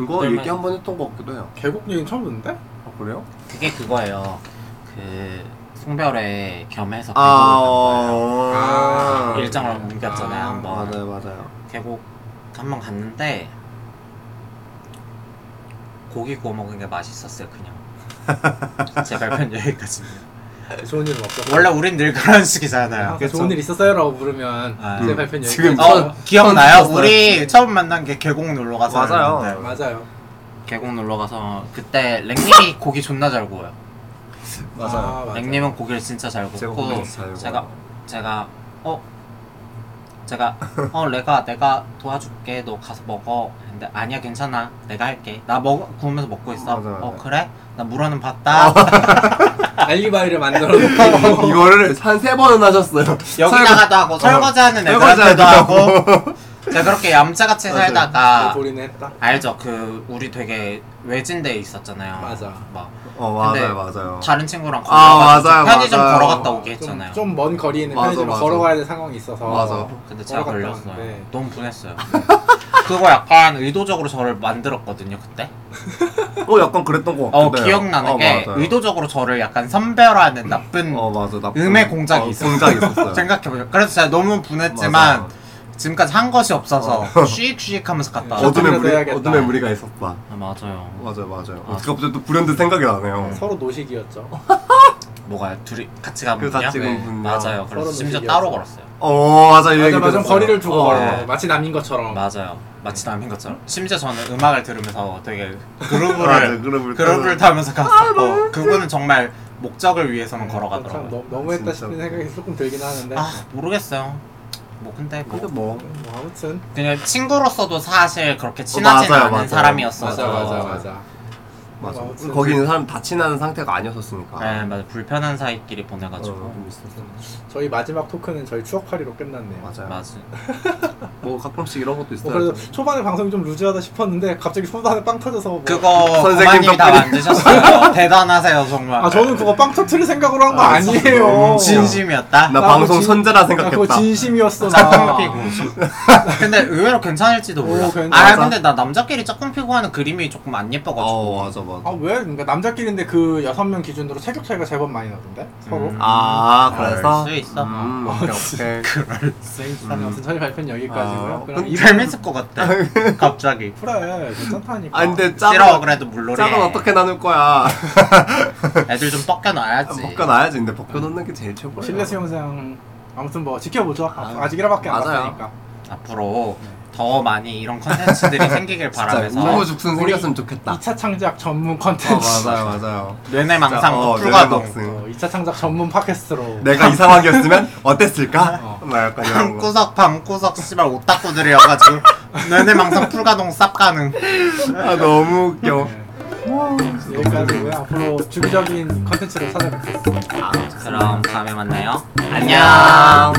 Speaker 1: 이거
Speaker 3: 얼마나-
Speaker 1: 얘기 한 번 했던 것 같기도 해요.
Speaker 2: 계곡 얘기 처음 듣는데?
Speaker 1: 아 그래요?
Speaker 3: 그게 그거예요. 그 송별회 겸해서 계곡을
Speaker 1: 아.
Speaker 3: 간 거예요.
Speaker 1: 어.
Speaker 2: 아.
Speaker 3: 일정을 옮겼잖아요
Speaker 2: 아,
Speaker 3: 한번.
Speaker 1: 맞아요 맞아요.
Speaker 3: 계곡 한 번 갔는데 고기 구워 먹은 게 맛있었어요 그냥. 제 발표는 여기까지입니다.
Speaker 2: 아. 좋은 일은 없었고.
Speaker 3: 원래 우린 늘 그런 식이잖아요.
Speaker 2: 아, 좋은 일 있었어요라고 부르면
Speaker 3: 아,
Speaker 2: 제
Speaker 3: 음.
Speaker 2: 발표는 여기까지.
Speaker 1: 지금
Speaker 2: 어,
Speaker 3: 어 기억나요? 우리 처음 만난 게 계곡 놀러 가서 네.
Speaker 1: 맞아요.
Speaker 2: 맞아요.
Speaker 3: 계곡 놀러 가서 그때 랭님이 고기 존나 잘 구워요.
Speaker 2: 아, 맞아요.
Speaker 3: 랭님은 고기를 진짜 잘
Speaker 1: 제가
Speaker 3: 굽고
Speaker 1: 고민 잘
Speaker 3: 아, 어, 제가 제가 어 제가 어 내가 내가 도와줄게 너 가서 먹어 근데 아니야 괜찮아 내가 할게 나 먹어 구우면서 먹고 있어
Speaker 1: 맞아, 맞아.
Speaker 3: 어 그래 나 물어는 봤다
Speaker 2: 알리바이를 만들어 놓고
Speaker 1: 이거를 한 세 번은 하셨어요.
Speaker 3: 여기다가도 하고 설거지하는 애들한테도 하고 제가 그렇게 얌체같이
Speaker 1: 맞아요.
Speaker 3: 살다가
Speaker 2: 도리는 했다.
Speaker 3: 알죠 그 우리 되게 외진 데에 있었잖아요
Speaker 2: 맞아.
Speaker 3: 막
Speaker 1: 어
Speaker 3: 근데
Speaker 1: 맞아요 맞아요.
Speaker 3: 다른 친구랑
Speaker 1: 아,
Speaker 3: 걸어가서
Speaker 1: 맞아요,
Speaker 3: 편의점
Speaker 1: 맞아요.
Speaker 3: 걸어갔다 오게 했잖아요.
Speaker 2: 좀 먼 거리에 있는
Speaker 1: 맞아,
Speaker 2: 편의점을
Speaker 1: 맞아.
Speaker 2: 걸어가야 될 상황이 있어서
Speaker 1: 맞아.
Speaker 3: 근데 제가
Speaker 2: 걸어갔다 네.
Speaker 3: 걸렸어요.
Speaker 2: 왔는데.
Speaker 3: 너무 분했어요. 네. 그거 약간 의도적으로 저를 만들었거든요 그때.
Speaker 1: 어 약간 그랬던 것
Speaker 3: 어
Speaker 1: 같은데.
Speaker 3: 기억나는 게 의도적으로 저를 약간 선별하는 나쁜
Speaker 1: 어 맞아 나
Speaker 3: 음의 공작이 있었어요.
Speaker 1: 공작이 있었어요.
Speaker 3: 생각해보죠. 그래서 제가 너무 분했지만
Speaker 1: 맞아요.
Speaker 3: 지금까지 한 것이 없어서 쉬익쉬익하면서 갔다
Speaker 2: 어,
Speaker 3: 왔어요.
Speaker 2: 어둠-
Speaker 1: 어둠의 무리
Speaker 2: 해야겠다.
Speaker 1: 어둠의 무리가 있었다.
Speaker 3: 아, 맞아요.
Speaker 1: 맞아요 맞아요.
Speaker 3: 아.
Speaker 1: 어떻게 갑자기 또 불현듯 생각이 나네요.
Speaker 2: 서로 노식이었죠.
Speaker 3: 뭐가 둘이 같이
Speaker 1: 그
Speaker 3: 가면
Speaker 1: 같이 가면 분명.
Speaker 2: 서로
Speaker 3: 맞아요. 그래서 심지어
Speaker 2: 느끼게
Speaker 3: 따로
Speaker 2: 하죠.
Speaker 3: 걸었어요.
Speaker 1: 어 맞아 이
Speaker 2: 맞아,
Speaker 1: 얘기
Speaker 2: 맞아.
Speaker 1: 들었어요.
Speaker 2: 거리를 두고
Speaker 1: 어,
Speaker 2: 걸어.
Speaker 3: 네.
Speaker 2: 마치 남인 것처럼.
Speaker 3: 맞아요. 마치 남인 것처럼. 심지어 저는 음악을 들으면서 되게 그루브를
Speaker 1: 맞아 네, 그룹을 아,
Speaker 3: 그룹을
Speaker 1: 따라-
Speaker 3: 타면서 갔었고 그분은 정말 목적을 위해서는
Speaker 2: 참
Speaker 3: 걸어가더라고요.
Speaker 2: 너, 너무했다
Speaker 1: 진짜.
Speaker 2: 싶은 생각이 조금 들긴 하는데.
Speaker 3: 아 모르겠어요. 뭐 근데 뭐
Speaker 1: 근데 뭐
Speaker 2: 뭐 아무튼
Speaker 3: 그냥 친구로서도 사실 그렇게 친하진
Speaker 1: 어, 맞아요,
Speaker 3: 않은
Speaker 1: 맞아요.
Speaker 3: 사람이었어서
Speaker 2: 맞아 맞아 맞아.
Speaker 1: 맞아.
Speaker 2: 뭐 아무튼
Speaker 1: 거기 있는 사람 다 친한 상태가 아니었었으니까.
Speaker 3: 네 맞아 불편한 사이끼리
Speaker 1: 어,
Speaker 3: 보내가지고
Speaker 1: 좀 있었어.
Speaker 2: 저희 마지막 토크는 저희 추억팔이로 끝났네요.
Speaker 1: 맞아요.
Speaker 3: 맞아
Speaker 1: 뭐 가끔씩 이런 것도
Speaker 2: 뭐
Speaker 1: 있어요.
Speaker 2: 그래서 초반에 방송이 좀 루즈하다 싶었는데 갑자기 초반에 빵 터져서 뭐
Speaker 3: 그거
Speaker 1: 선생님
Speaker 3: 고마님이 다
Speaker 1: 덕분에.
Speaker 3: 만드셨어요 대단하세요 정말
Speaker 2: 아 저는 그거 빵 터트릴 생각으로 한 거
Speaker 1: 아,
Speaker 2: 아, 니에요
Speaker 1: 너무
Speaker 3: 진심이었다
Speaker 1: 나
Speaker 2: 나
Speaker 1: 방송
Speaker 2: 그거 진-
Speaker 1: 선재라
Speaker 2: 그거
Speaker 1: 생각했다.
Speaker 2: 진심이었어 나.
Speaker 3: 짝꿍 피고 근데 의외로 괜찮을지도 몰라
Speaker 2: 오, 괜찮아.
Speaker 3: 아
Speaker 1: 맞아.
Speaker 3: 근데 나 남자끼리 짝꿍 피고 하는 그림이 조금 안 예뻐가지고
Speaker 1: 어 맞아 맞아.
Speaker 2: 아 왜 그러니까 남자끼리인데 그 여섯 명 기준으로 체격 차이가 제법 많이 나던데 서로.
Speaker 3: 음.
Speaker 1: 아
Speaker 3: 그럴
Speaker 1: 그래서
Speaker 3: 수 있어.
Speaker 1: 음,
Speaker 2: 어,
Speaker 1: 오케이 오케이. 음.
Speaker 2: 아니, 아무튼 저희 발표는 여기까지고요.
Speaker 1: 아,
Speaker 2: 그럼 이
Speaker 3: 재밌을 것 같아 갑자기
Speaker 2: 그래 괜찮다니까.
Speaker 1: 아 근데
Speaker 3: 싫어
Speaker 1: 짝은
Speaker 3: 그래도 물놀이
Speaker 1: 짝은 어떻게 나눌 거야?
Speaker 3: 애들 좀
Speaker 1: 아,
Speaker 3: 벗겨놔야지
Speaker 1: 벗겨놔야지. 근데 벗겨놓는 게 제일 최고야.
Speaker 2: 뭐 실내 수영장 아무튼 뭐 지켜보죠.
Speaker 1: 아유,
Speaker 2: 아, 직 1화밖에 안
Speaker 1: 맞아요.
Speaker 2: 봤으니까.
Speaker 3: 앞으로 더 많이 이런 컨텐츠들이 생기길
Speaker 1: 진짜
Speaker 3: 바라면서
Speaker 1: 우후죽순 생겼으면 좋겠다.
Speaker 2: 2차 창작 전문 컨텐츠.
Speaker 1: 어, 맞아요 맞아요.
Speaker 3: 뇌내망상
Speaker 1: 어,
Speaker 3: 불가동
Speaker 1: 뇌내망상.
Speaker 2: 어, 2차 창작 전문 팟캐스트로.
Speaker 1: 내가 이 상황이었으면 어땠을까?
Speaker 2: 어.
Speaker 1: 막 약간 이런 거.
Speaker 3: 방구석 방구석 씨발 오타쿠들이어가지고 뇌내망상 불가동 쌉 가능
Speaker 1: 아 너무 웃겨.
Speaker 2: 여기까지고요. 앞으로 주기적인 컨텐츠로 찾아뵙겠습니다.
Speaker 3: 그럼 다음에 만나요 안녕